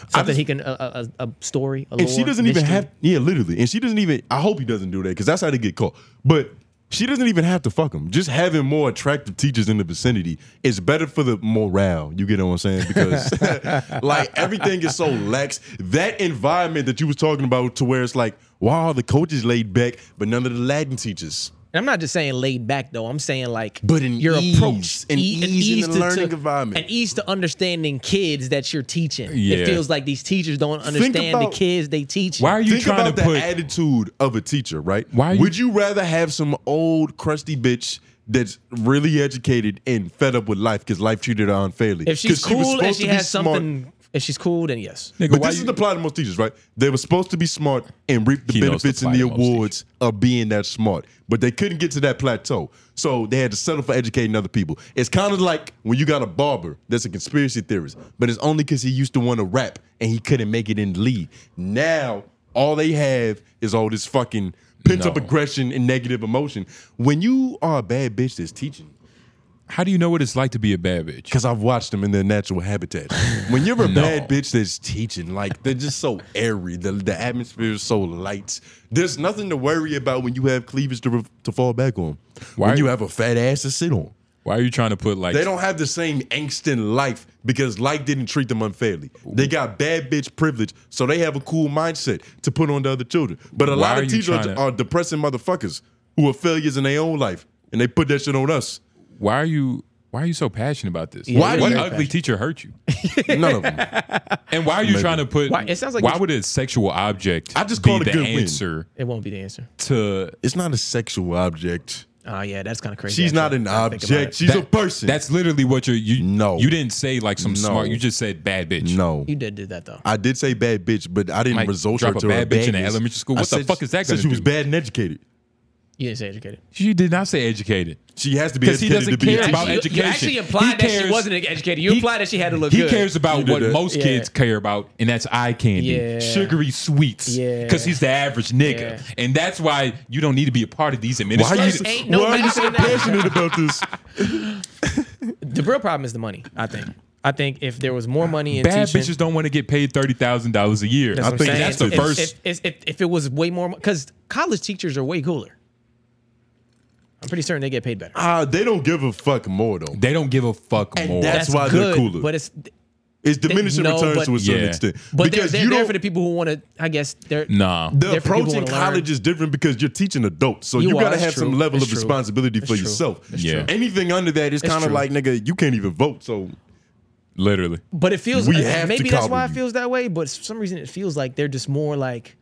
Speaker 2: Something
Speaker 3: just-
Speaker 2: he can a, a, a story. A
Speaker 3: And she
Speaker 2: lore,
Speaker 3: doesn't even
Speaker 2: mystery.
Speaker 3: have, yeah, literally. And she doesn't even, I hope he doesn't do that because that's how they get caught. But she doesn't even have to fuck him. Just having more attractive teachers in the vicinity is better for the morale. You get what I'm saying? Because like everything is so lax. That environment that you was talking about to where it's like, wow, the coaches laid back, but none of the Latin teachers.
Speaker 2: And And I'm not just saying laid back though. I'm saying like,
Speaker 3: But an
Speaker 2: your
Speaker 3: ease,
Speaker 2: approach,
Speaker 3: an
Speaker 2: e-
Speaker 3: ease in the
Speaker 2: to-
Speaker 3: learning
Speaker 2: to-
Speaker 3: environment.
Speaker 2: an ease to understanding kids that you're teaching.
Speaker 1: Yeah.
Speaker 2: It feels like these teachers don't understand
Speaker 3: about-
Speaker 2: the kids they teach.
Speaker 1: Why are you
Speaker 3: Think
Speaker 1: trying
Speaker 3: about
Speaker 1: to
Speaker 3: the
Speaker 1: put?
Speaker 3: attitude of a teacher, right?
Speaker 1: Why are you-
Speaker 3: would you rather have some old crusty bitch that's really educated and fed up with life because life treated her unfairly?
Speaker 2: If she's
Speaker 3: 'Cause was
Speaker 2: cool and
Speaker 3: supposed
Speaker 2: she
Speaker 3: to be
Speaker 2: has
Speaker 3: smart-
Speaker 2: something, if she's cool, then yes.
Speaker 1: Nigga,
Speaker 3: But
Speaker 1: why
Speaker 3: this is
Speaker 1: you-
Speaker 3: the plot of most teachers, right? They were supposed to be smart and reap the
Speaker 1: He knows the
Speaker 3: benefits and
Speaker 1: plight
Speaker 3: the
Speaker 1: of most teachers.
Speaker 3: awards of being that smart, but they couldn't get to that plateau, so they had to settle for educating other people. It's kind of like when you got a barber that's a conspiracy theorist, but it's only because he used to want to rap and he couldn't make it in the league. Now all they have is all this fucking pent up
Speaker 1: No.
Speaker 3: aggression and negative emotion. When you are a bad bitch that's teaching,
Speaker 1: How do you know what it's like to be a bad bitch?
Speaker 3: because I've watched them in their natural habitat. When you're a bad bitch that's teaching, like they're just so airy. The, the atmosphere is so light. There's nothing to worry about when you have cleavage to, re- to fall back on.
Speaker 1: Why-
Speaker 3: When you have a fat ass to sit on.
Speaker 1: Why are you trying to put like?
Speaker 3: They don't have the same angst in life because life didn't treat them unfairly. They got bad bitch privilege, so they have a cool mindset to put on the other children. But a
Speaker 1: Why
Speaker 3: lot
Speaker 1: are
Speaker 3: of
Speaker 1: you
Speaker 3: teachers
Speaker 1: tryna-
Speaker 3: are depressing motherfuckers who are failures in their own life, and they put that shit on us.
Speaker 1: Why are you? Why are you so passionate about this?
Speaker 2: Yeah,
Speaker 3: Why
Speaker 1: what
Speaker 3: do you-
Speaker 1: ugly teacher hurt you?
Speaker 3: None of them.
Speaker 1: And why are you trying to put?
Speaker 2: Why- it sounds like
Speaker 1: why
Speaker 2: you-
Speaker 1: would a sexual object?
Speaker 3: I just
Speaker 1: be
Speaker 3: call it a
Speaker 1: the
Speaker 3: good win.
Speaker 1: answer
Speaker 2: It won't be the answer.
Speaker 1: to
Speaker 3: It's not a sexual object.
Speaker 2: Oh yeah, that's kind of crazy.
Speaker 3: She's not
Speaker 2: actually.
Speaker 3: an
Speaker 2: Now that I think about
Speaker 3: object.
Speaker 2: it.
Speaker 3: She's a
Speaker 1: That-
Speaker 3: person.
Speaker 1: That's literally what you're. You,
Speaker 3: No.
Speaker 1: you didn't say like some
Speaker 3: No.
Speaker 1: smart. You just said bad bitch.
Speaker 3: no.
Speaker 2: You did do that though.
Speaker 3: I did say bad bitch, but I didn't
Speaker 1: Like,
Speaker 3: result
Speaker 1: drop
Speaker 3: her
Speaker 1: a
Speaker 3: to her
Speaker 1: bad bitch in
Speaker 3: badness.
Speaker 1: elementary school.
Speaker 3: I
Speaker 1: What the
Speaker 3: said-
Speaker 1: fuck is that
Speaker 3: Said
Speaker 1: gonna
Speaker 3: she was
Speaker 1: do?
Speaker 3: bad and educated.
Speaker 2: You didn't say educated.
Speaker 1: she did not say educated.
Speaker 3: She has to be
Speaker 1: 'Cause he
Speaker 3: educated to
Speaker 1: doesn't
Speaker 3: be
Speaker 1: care
Speaker 3: a
Speaker 1: about
Speaker 3: teacher.
Speaker 1: education.
Speaker 2: You actually implied
Speaker 1: He
Speaker 2: that she
Speaker 1: cares-
Speaker 2: wasn't educated. You
Speaker 1: he-
Speaker 2: implied that she had to look
Speaker 1: He
Speaker 2: good.
Speaker 1: cares
Speaker 3: You
Speaker 1: about
Speaker 3: did
Speaker 1: what
Speaker 3: that.
Speaker 1: most
Speaker 2: Yeah.
Speaker 1: kids care about, and that's eye candy,
Speaker 2: Yeah.
Speaker 1: sugary sweets.
Speaker 2: Yeah.
Speaker 1: Because he's the average nigga,
Speaker 2: Yeah.
Speaker 1: and that's why you don't need to be a part of these
Speaker 3: Why are you,
Speaker 1: administrators.
Speaker 2: This ain't no
Speaker 3: why are you so
Speaker 2: medicine now.
Speaker 3: passionate about this?
Speaker 2: The real problem is the money. I think. I think if there was more money in
Speaker 1: Bad
Speaker 2: teaching,
Speaker 1: bitches don't want to get paid thirty thousand dollars a year.
Speaker 2: That's
Speaker 1: I
Speaker 2: what I'm
Speaker 1: think
Speaker 2: saying.
Speaker 1: that's the
Speaker 2: if,
Speaker 1: first.
Speaker 2: If, if, if, if it was way more, because college teachers are way cooler. I'm pretty certain they get paid better.
Speaker 3: Ah, they don't give a fuck more though.
Speaker 1: they don't give a fuck more.
Speaker 3: that's why they're cooler.
Speaker 2: But it's
Speaker 3: It's diminishing
Speaker 2: no,
Speaker 3: returns
Speaker 2: but-
Speaker 3: to a certain
Speaker 1: Yeah.
Speaker 3: extent.
Speaker 2: but they're, they're
Speaker 3: you
Speaker 2: there
Speaker 3: don't-
Speaker 2: for the people who want to. I guess they're
Speaker 1: nah.
Speaker 3: the
Speaker 2: different people
Speaker 3: approach in
Speaker 2: wanna learn.
Speaker 3: college is different because you're teaching adults, so
Speaker 2: You
Speaker 3: you,
Speaker 2: are,
Speaker 3: gotta
Speaker 2: it's
Speaker 3: have some
Speaker 2: true.
Speaker 3: level
Speaker 2: It's
Speaker 3: of
Speaker 2: true.
Speaker 3: responsibility for
Speaker 2: It's true.
Speaker 3: yourself.
Speaker 2: It's
Speaker 1: Yeah. true.
Speaker 3: anything under that is
Speaker 2: It's
Speaker 3: kind of
Speaker 2: true.
Speaker 3: like nigga, you can't even vote. So
Speaker 1: Literally.
Speaker 2: But it feels uh,
Speaker 3: We have to
Speaker 2: maybe that's
Speaker 3: coddle
Speaker 2: why it
Speaker 3: you.
Speaker 2: feels that way. But for some reason, it feels like they're just more like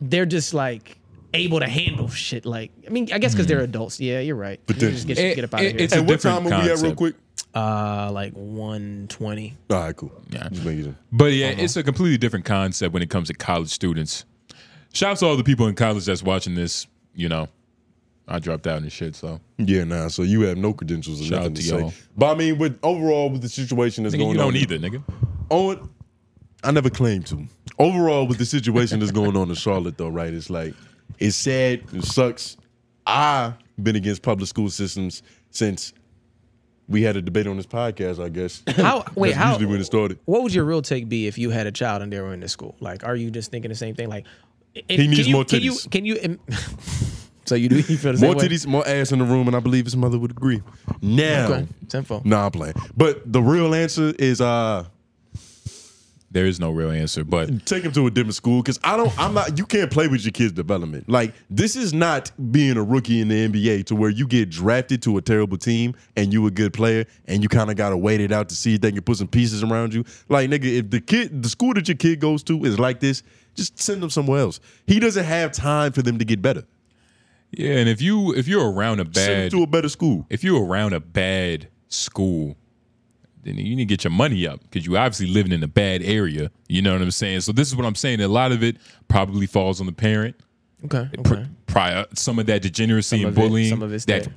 Speaker 2: they're just like able to handle shit. Like I mean, I guess because they're
Speaker 3: Mm.
Speaker 2: adults. Yeah, you're right. But
Speaker 3: then-
Speaker 2: just get,
Speaker 1: It-
Speaker 2: get up out of
Speaker 1: it-
Speaker 2: here.
Speaker 1: it's-
Speaker 3: at what
Speaker 1: different
Speaker 3: time are we at real
Speaker 1: concept.
Speaker 3: quick?
Speaker 2: uh, like 120.
Speaker 3: All right, cool.
Speaker 1: Yeah.
Speaker 3: Just make it-
Speaker 1: But yeah,
Speaker 2: Uh-huh.
Speaker 1: it's a completely different concept when it comes to college students. Shout out to all the people in college that's watching this. You know, I dropped out and shit, so
Speaker 3: Yeah, nah. So you have no credentials or
Speaker 1: Shout out
Speaker 3: nothing
Speaker 1: to
Speaker 3: to, say.
Speaker 1: y'all.
Speaker 3: But I mean, with overall with the situation that's
Speaker 1: nigga,
Speaker 3: going
Speaker 1: you don't
Speaker 3: on,
Speaker 1: either, nigga.
Speaker 3: on I never claimed to. Overall, with the situation that's going on in Charlotte, though, right? It's like it's sad. It sucks. I've been against public school systems since we had a debate on this podcast. I guess
Speaker 2: How wait?
Speaker 3: That's
Speaker 2: How
Speaker 3: usually when it started.
Speaker 2: What would your real take be if you had a child and they were in this school? Like, are you just thinking the same thing? Like, if,
Speaker 3: He needs
Speaker 2: can you,
Speaker 3: more
Speaker 2: Can you?
Speaker 3: titties.
Speaker 2: Can you? im- so you do? You feel the same
Speaker 3: more
Speaker 2: way?
Speaker 3: titties, more ass in the room, and I believe his mother would agree. Now,
Speaker 2: Okay, it's info.
Speaker 3: nah, I'm playing. But the real answer is uh.
Speaker 1: There is no real answer, but
Speaker 3: take him to a different school because I don't. I'm not. You can't play with your kid's development. Like this is not being a rookie in the NBA to where you get drafted to a terrible team and you a good player and you kind of gotta wait it out to see if they can put some pieces around you. Like nigga, if the kid, the school that your kid goes to is like this, just send them somewhere else. He doesn't have time for them to get better.
Speaker 1: yeah. And if you if you're around a
Speaker 3: Send
Speaker 1: bad
Speaker 3: them to a better school.
Speaker 1: if you're around a bad school, then you need to get your money up because you obviously living in a bad area. You know what I'm saying? So this is what I'm saying. A lot of it probably falls on the parent.
Speaker 2: Okay.
Speaker 1: pr-
Speaker 2: okay.
Speaker 1: prior some of that degeneracy and
Speaker 2: of it-
Speaker 1: bullying
Speaker 2: some of it's
Speaker 1: that
Speaker 2: there.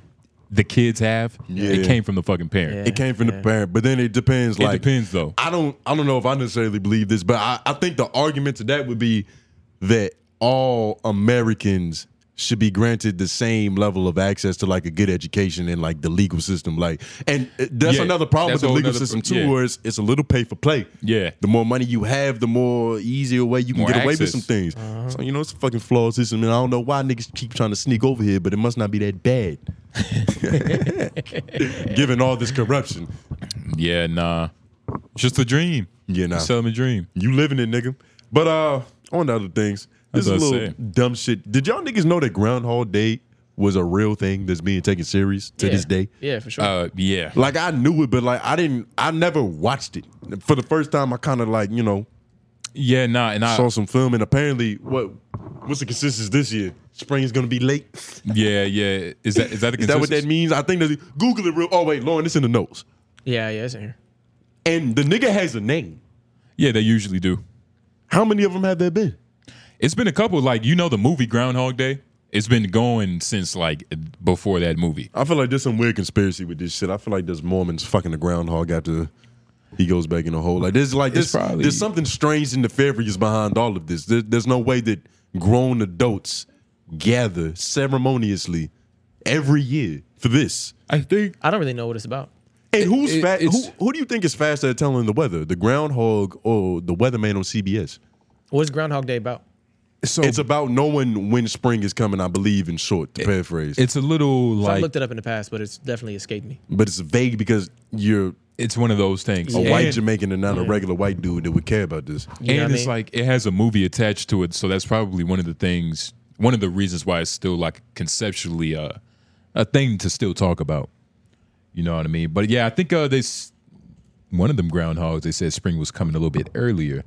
Speaker 1: the kids have. It
Speaker 3: Yeah.
Speaker 1: came from the fucking parent.
Speaker 2: Yeah.
Speaker 3: It came from the parent, but then it depends. Like
Speaker 1: depends, though.
Speaker 3: I don't. I don't know if I necessarily believe this, but I, I think the argument to that would be that all Americans should be granted the same level of access to like a good education and like the legal system. Like, and uh, that's
Speaker 1: Yeah,
Speaker 3: another problem
Speaker 1: that's
Speaker 3: with the
Speaker 1: a whole
Speaker 3: legal
Speaker 1: nother-
Speaker 3: system too,
Speaker 1: yeah.
Speaker 3: where it's, it's a little pay for play.
Speaker 1: Yeah.
Speaker 3: the more money you have, the more easier way you can
Speaker 1: More
Speaker 3: get away with
Speaker 1: access.
Speaker 3: some things. So you know it's a fucking flawed system, and I don't know why niggas keep trying to sneak over here, but it must not be that bad. Given all this corruption.
Speaker 1: Yeah, nah. It's Just a dream.
Speaker 3: Yeah, nah.
Speaker 1: Just Sell them a dream.
Speaker 3: You living it, nigga. But uh, on the other things, This is a
Speaker 1: That's what I
Speaker 3: little dumb shit. Did y'all niggas know that Groundhog Day was a real thing that's being taken serious to
Speaker 2: Yeah.
Speaker 3: this day?
Speaker 2: Yeah, for sure.
Speaker 1: Uh, yeah.
Speaker 3: Like I knew it, but like I didn't. I never watched it for the first time. I kind of like you know
Speaker 1: Yeah, nah, and I
Speaker 3: saw some film, and apparently what what's the consensus this year? Spring is gonna be late.
Speaker 1: yeah, yeah. Is that is that a
Speaker 3: Is that what that
Speaker 1: consensus?
Speaker 3: means? I think that Google it real. Oh wait, Lauren, it's in the notes.
Speaker 2: yeah, yeah, it's in here.
Speaker 3: And the nigga has a name.
Speaker 1: Yeah, they usually do.
Speaker 3: How many of them have there been?
Speaker 1: It's been a couple like you know the movie Groundhog Day. It's been going since like before that movie.
Speaker 3: I feel like there's some weird conspiracy with this shit. I feel like there's Mormons fucking the groundhog after he goes back in the hole. Like there's like there's,
Speaker 1: It's probably-
Speaker 3: there's something strange and nefarious behind all of this. There, there's no way that grown adults gather ceremoniously every year for this.
Speaker 1: I think
Speaker 2: I don't really know what it's about.
Speaker 3: And who's
Speaker 1: it-
Speaker 3: fast? Who,
Speaker 1: it's-
Speaker 3: who do you think is faster at telling the weather, the groundhog or the weatherman on CBS?
Speaker 2: What's Groundhog Day about?
Speaker 1: so.
Speaker 3: It's
Speaker 1: It's a,
Speaker 3: about knowing when spring is coming. I believe, in short, to paraphrase,
Speaker 1: it's a little
Speaker 2: I
Speaker 1: like
Speaker 2: looked it up in the past, but it's definitely escaped me.
Speaker 3: but it's vague because you're
Speaker 1: it's one of those things.
Speaker 3: a
Speaker 1: And-
Speaker 3: white Jamaican and not a regular white dude that would care about this.
Speaker 2: You know
Speaker 1: and
Speaker 2: what I
Speaker 1: it's
Speaker 2: mean?
Speaker 1: like it has a movie attached to it, so that's probably one of the things, one of the reasons why it's still like conceptually uh, a thing to still talk about. You know what I mean? But yeah, I think uh, they s- one of them groundhogs. They said spring was coming a little bit earlier.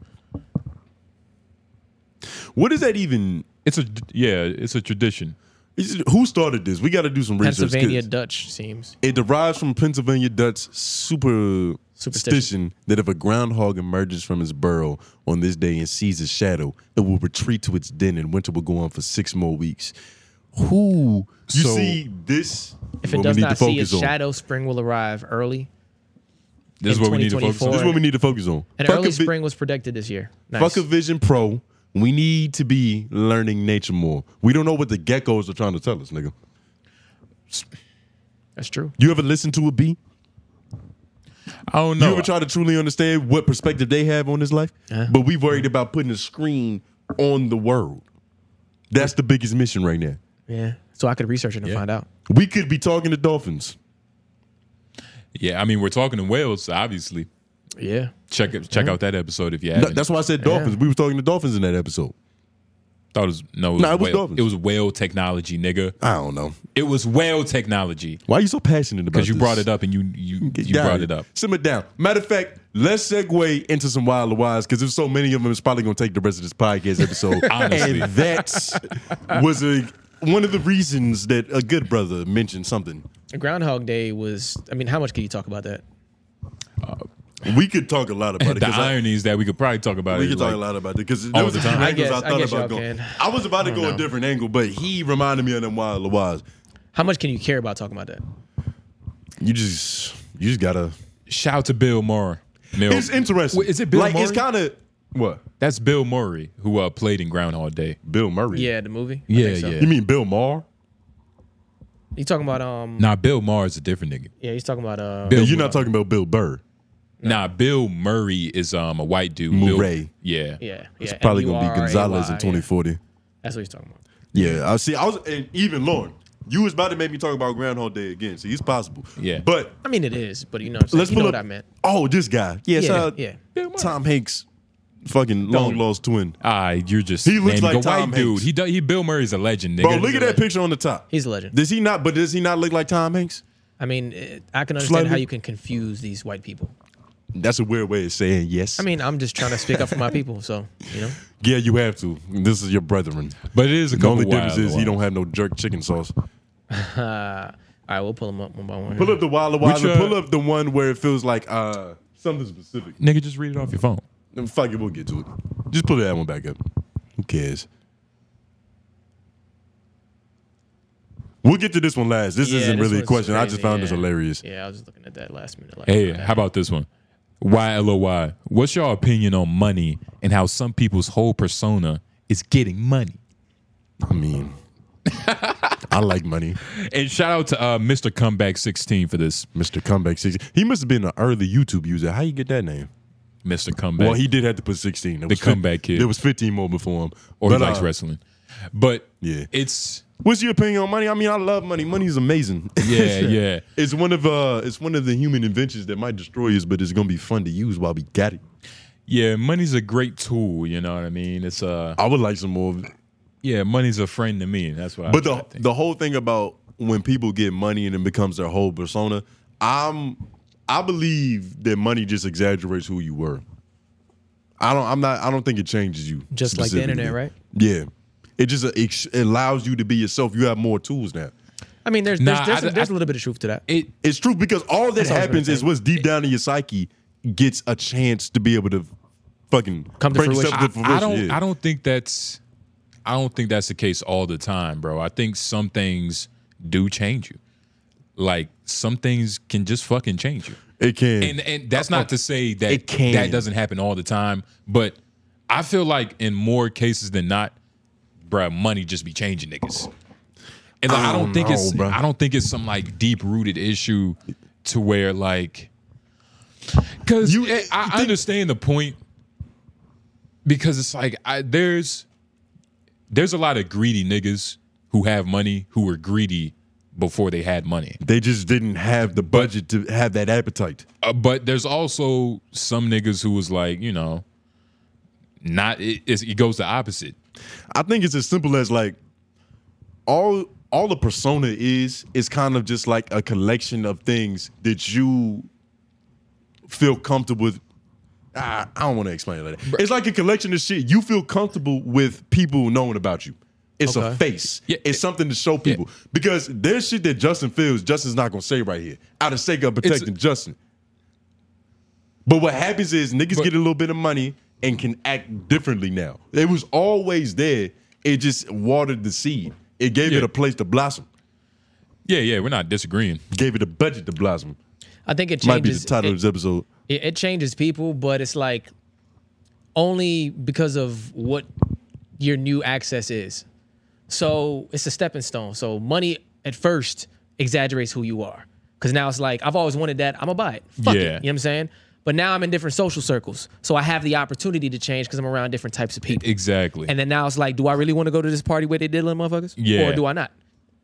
Speaker 3: What is that even?
Speaker 1: It's a yeah, it's a tradition.
Speaker 3: is it- who started this? We got to do some research. 'cause
Speaker 2: Pennsylvania Dutch seems.
Speaker 3: It derives from Pennsylvania Dutch super- superstition that if a groundhog emerges from his burrow on this day and sees a shadow, it will retreat to its den and winter will go on for six more weeks. Who? You
Speaker 1: So-
Speaker 3: see this?
Speaker 2: If it
Speaker 3: what
Speaker 2: does
Speaker 3: we need
Speaker 2: not
Speaker 3: to
Speaker 2: see a
Speaker 3: focus on.
Speaker 2: shadow, spring will arrive early.
Speaker 1: This is
Speaker 2: In
Speaker 1: what we need to focus on.
Speaker 3: This is
Speaker 2: 2024.
Speaker 3: what we need to focus on.
Speaker 2: An
Speaker 3: Fuck
Speaker 2: early
Speaker 3: a vi-
Speaker 2: spring was predicted this year. Nice.
Speaker 3: Fuck a Vision Pro. We need to be learning nature more. We don't know what the geckos are trying to tell us, nigga.
Speaker 2: That's true.
Speaker 3: You ever listen to a bee?
Speaker 1: I don't
Speaker 3: you
Speaker 1: know.
Speaker 3: ever try to truly understand what perspective they have on this life? But we worried about putting a screen on the world. That's the biggest mission right now.
Speaker 2: Yeah. So I could research it and find out.
Speaker 3: We could be talking to dolphins.
Speaker 1: yeah, I mean we're talking to whales, so obviously.
Speaker 2: Yeah.
Speaker 1: Check it- check out that episode if you
Speaker 3: No,
Speaker 1: haven't.
Speaker 3: That's why I said dolphins. We were talking to dolphins in that episode.
Speaker 1: thought it was no. It was,
Speaker 3: Nah, it was
Speaker 1: whale-
Speaker 3: dolphins.
Speaker 1: it was whale technology, nigga.
Speaker 3: I don't know.
Speaker 1: It was whale technology
Speaker 3: Why are you so passionate about
Speaker 1: because
Speaker 3: this?
Speaker 1: you brought it up and you you
Speaker 3: Get
Speaker 1: you
Speaker 3: down
Speaker 1: brought
Speaker 3: here.
Speaker 1: it up.
Speaker 3: Simmer down. Matter of fact, let's segue into some wild wives because there's so many of them. It's probably gonna take the rest of this podcast episode.
Speaker 1: Honestly.
Speaker 3: and that was a one of the reasons that a good brother mentioned something.
Speaker 2: Groundhog Day was. I mean, how much can you talk about that?
Speaker 3: We could talk a lot about it.
Speaker 1: the
Speaker 3: 'cause I-
Speaker 1: irony is that we could probably talk about
Speaker 3: We
Speaker 1: it.
Speaker 3: can talk
Speaker 1: like-
Speaker 3: a lot about it because
Speaker 1: all
Speaker 3: there was
Speaker 1: the
Speaker 3: a few
Speaker 1: time. I
Speaker 3: angles I,
Speaker 2: guess- I
Speaker 3: thought
Speaker 2: guess
Speaker 3: about
Speaker 2: y'all
Speaker 3: going.
Speaker 2: can.
Speaker 3: I was about to go a different angle, but he reminded me of them wild Lawaz.
Speaker 2: How much can you care about talking about that?
Speaker 3: You just, you just gotta.
Speaker 1: Shout out to Bill Murray. Mil-
Speaker 3: It's interesting.
Speaker 1: Wait, Is it Bill
Speaker 3: Like
Speaker 1: Murray?
Speaker 3: it's kind of what
Speaker 1: That's Bill Murray who uh, played in Groundhog Day.
Speaker 3: Bill Murray.
Speaker 2: Yeah, the movie. I
Speaker 1: Yeah,
Speaker 2: think so.
Speaker 1: yeah.
Speaker 3: You mean Bill Maher?
Speaker 2: You talking about um?
Speaker 1: Nah, Bill Murray is a different nigga.
Speaker 2: Yeah, he's talking about uh.
Speaker 1: Bill
Speaker 3: You're
Speaker 1: Murray.
Speaker 3: not talking about Bill Burr.
Speaker 1: Nah, Bill Murray is um a white dude. Bill-
Speaker 3: Murray.
Speaker 1: yeah.
Speaker 2: Yeah,
Speaker 3: It's
Speaker 2: yeah.
Speaker 3: probably gonna be
Speaker 2: M-U-R-R-A-Y,
Speaker 3: Gonzalez in
Speaker 2: yeah.
Speaker 3: 2040.
Speaker 2: That's what he's talking about.
Speaker 3: Yeah, I see. I was and even Lauren. You was about to make me talk about Groundhog Day again, so it's possible.
Speaker 1: Yeah.
Speaker 3: but
Speaker 2: I mean, it is, but you know, what I'm saying?
Speaker 3: let's
Speaker 2: you
Speaker 3: pull
Speaker 2: know
Speaker 3: up.
Speaker 2: what I meant.
Speaker 3: Oh, this guy. Yeah,
Speaker 2: Yeah,
Speaker 3: shout out
Speaker 2: yeah.
Speaker 3: Tom Hanks, fucking long lost twin.
Speaker 1: Ah, you're just
Speaker 3: He
Speaker 1: naming
Speaker 3: looks like
Speaker 1: a white
Speaker 3: Tom
Speaker 1: dude.
Speaker 3: Hanks.
Speaker 1: He do, he Bill Murray's a legend, nigga.
Speaker 3: Bro, look at that picture on the top.
Speaker 2: He's a legend.
Speaker 3: Does he not? But does he not look like Tom Hanks?
Speaker 2: I mean, it, I can understand
Speaker 3: Slightly.
Speaker 2: how you can confuse these white people.
Speaker 3: That's a weird way of saying yes.
Speaker 2: I mean, I'm just trying to speak up for my people, so you know.
Speaker 3: yeah, you have to. This is your brethren.
Speaker 1: But it is a
Speaker 3: The
Speaker 1: couple
Speaker 3: only
Speaker 1: wild
Speaker 3: difference is he
Speaker 1: ones.
Speaker 3: don't have no jerk chicken sauce.
Speaker 2: Uh, all right, we'll pull them up one by one.
Speaker 3: Pull up the Wild Wild.
Speaker 1: Which,
Speaker 3: and
Speaker 1: uh,
Speaker 3: pull up the one where it feels like uh something specific.
Speaker 1: Nigga, just read it off your phone.
Speaker 3: Then Fuck it, we'll get to it. Just pull that one back up. Who cares? We'll get to this one last. This
Speaker 2: Yeah,
Speaker 3: isn't
Speaker 2: this
Speaker 3: really a
Speaker 2: one's
Speaker 3: question. I just
Speaker 2: crazy,
Speaker 3: found
Speaker 2: yeah.
Speaker 3: this hilarious.
Speaker 2: Yeah, I was just looking at that last minute. Like,
Speaker 1: Hey,
Speaker 2: oh,
Speaker 1: how about this one? YLOY. What's your opinion on money and how some people's whole persona is getting money?
Speaker 3: I mean, I like money.
Speaker 1: And shout out to uh, Mr. Comeback 16 for this.
Speaker 3: Mr. Comeback 16. He must have been an early YouTube user. How you get that name?
Speaker 1: Mr. Comeback.
Speaker 3: Well, he did have to put 16. There
Speaker 1: The
Speaker 3: was fif-
Speaker 1: comeback kid.
Speaker 3: There was 15 more before him.
Speaker 1: or
Speaker 3: But,
Speaker 1: he likes
Speaker 3: uh,
Speaker 1: wrestling. But
Speaker 3: Yeah.
Speaker 1: it's
Speaker 3: What's your opinion on money? I mean, I love money. Money is amazing.
Speaker 1: yeah, yeah.
Speaker 3: It's one of uh, it's one of the human inventions that might destroy us, but it's gonna be fun to use while we got it.
Speaker 1: Yeah, money's a great tool, you know what I mean? It's uh
Speaker 3: I would like some more of it.
Speaker 1: yeah, money's a friend to me. That's what.
Speaker 3: But
Speaker 1: I, I
Speaker 3: the
Speaker 1: think.
Speaker 3: the whole thing about when people get money and it becomes their whole persona, I'm I believe that money just exaggerates who you were. I don't. I'm not. I don't think it changes you.
Speaker 2: Just like the internet,
Speaker 3: specifically.
Speaker 2: right?
Speaker 3: Yeah. It just uh, ex- it allows you to be yourself. You have more tools now.
Speaker 2: I mean, there's
Speaker 1: Nah,
Speaker 2: there's, there's,
Speaker 1: I-
Speaker 2: there's
Speaker 1: I-
Speaker 2: a little bit of truth to that.
Speaker 1: it
Speaker 3: It's true because all that
Speaker 2: what I was
Speaker 3: happens
Speaker 2: gonna
Speaker 3: is
Speaker 2: say.
Speaker 3: what's deep down in your psyche gets a chance to be able to fucking
Speaker 2: Come to
Speaker 3: bring yourself
Speaker 2: fruition.
Speaker 3: to
Speaker 1: I
Speaker 3: fruition,
Speaker 1: don't.
Speaker 3: yeah.
Speaker 1: I don't think that's. I don't think that's the case all the time, bro. I think some things do change you. Like some things can just fucking change you.
Speaker 3: It can.
Speaker 1: and and that's not to say that
Speaker 3: It can.
Speaker 1: that doesn't happen all the time, but I feel like in more cases than not, bruh, money just be changing niggas. And like, I, don't
Speaker 3: don't
Speaker 1: think it's
Speaker 3: know, Oh, bruh.
Speaker 1: I don't think it's some like deep rooted issue to where like because
Speaker 3: You-
Speaker 1: I, I
Speaker 3: you think-
Speaker 1: understand the point because it's like I, there's there's a lot of greedy niggas who have money who were greedy before they had money.
Speaker 3: they just didn't have the budget to have that appetite.
Speaker 1: Uh, but there's also some niggas who was like, you know, not it, it's- it goes the opposite.
Speaker 3: I think it's as simple as like all all the persona is is kind of just like a collection of things that you feel comfortable with. I, I don't want to explain it like that. It's like a collection of shit you feel comfortable with people knowing about you. It's a
Speaker 2: Okay.
Speaker 3: face.
Speaker 1: Yeah.
Speaker 3: It's something to show people because there's shit that Justin feels Justin's not gonna say right here out of sake of protecting Justin. But what happens is niggas
Speaker 1: But-
Speaker 3: get a little bit of money and can act differently now. It was always there. It just watered the seed. It gave it
Speaker 1: Yeah.
Speaker 3: a place to blossom.
Speaker 1: Yeah, yeah, we're not disagreeing.
Speaker 3: Gave it a budget to blossom.
Speaker 2: I think it changes.
Speaker 3: Might be the title
Speaker 2: it-
Speaker 3: of this episode.
Speaker 2: it, it changes people, but it's like only because of what your new access is. So it's a stepping stone. So money at first exaggerates who you are. Cause now it's like, I've always wanted that. I'm gonna buy it. Fuck it.
Speaker 1: Yeah.
Speaker 2: You know what I'm saying? But now I'm in different social circles. So I have the opportunity to change because I'm around different types of people.
Speaker 1: Exactly.
Speaker 2: And then now it's like, do I really want to go to this party where they diddling motherfuckers?
Speaker 1: Yeah.
Speaker 2: Or do I not?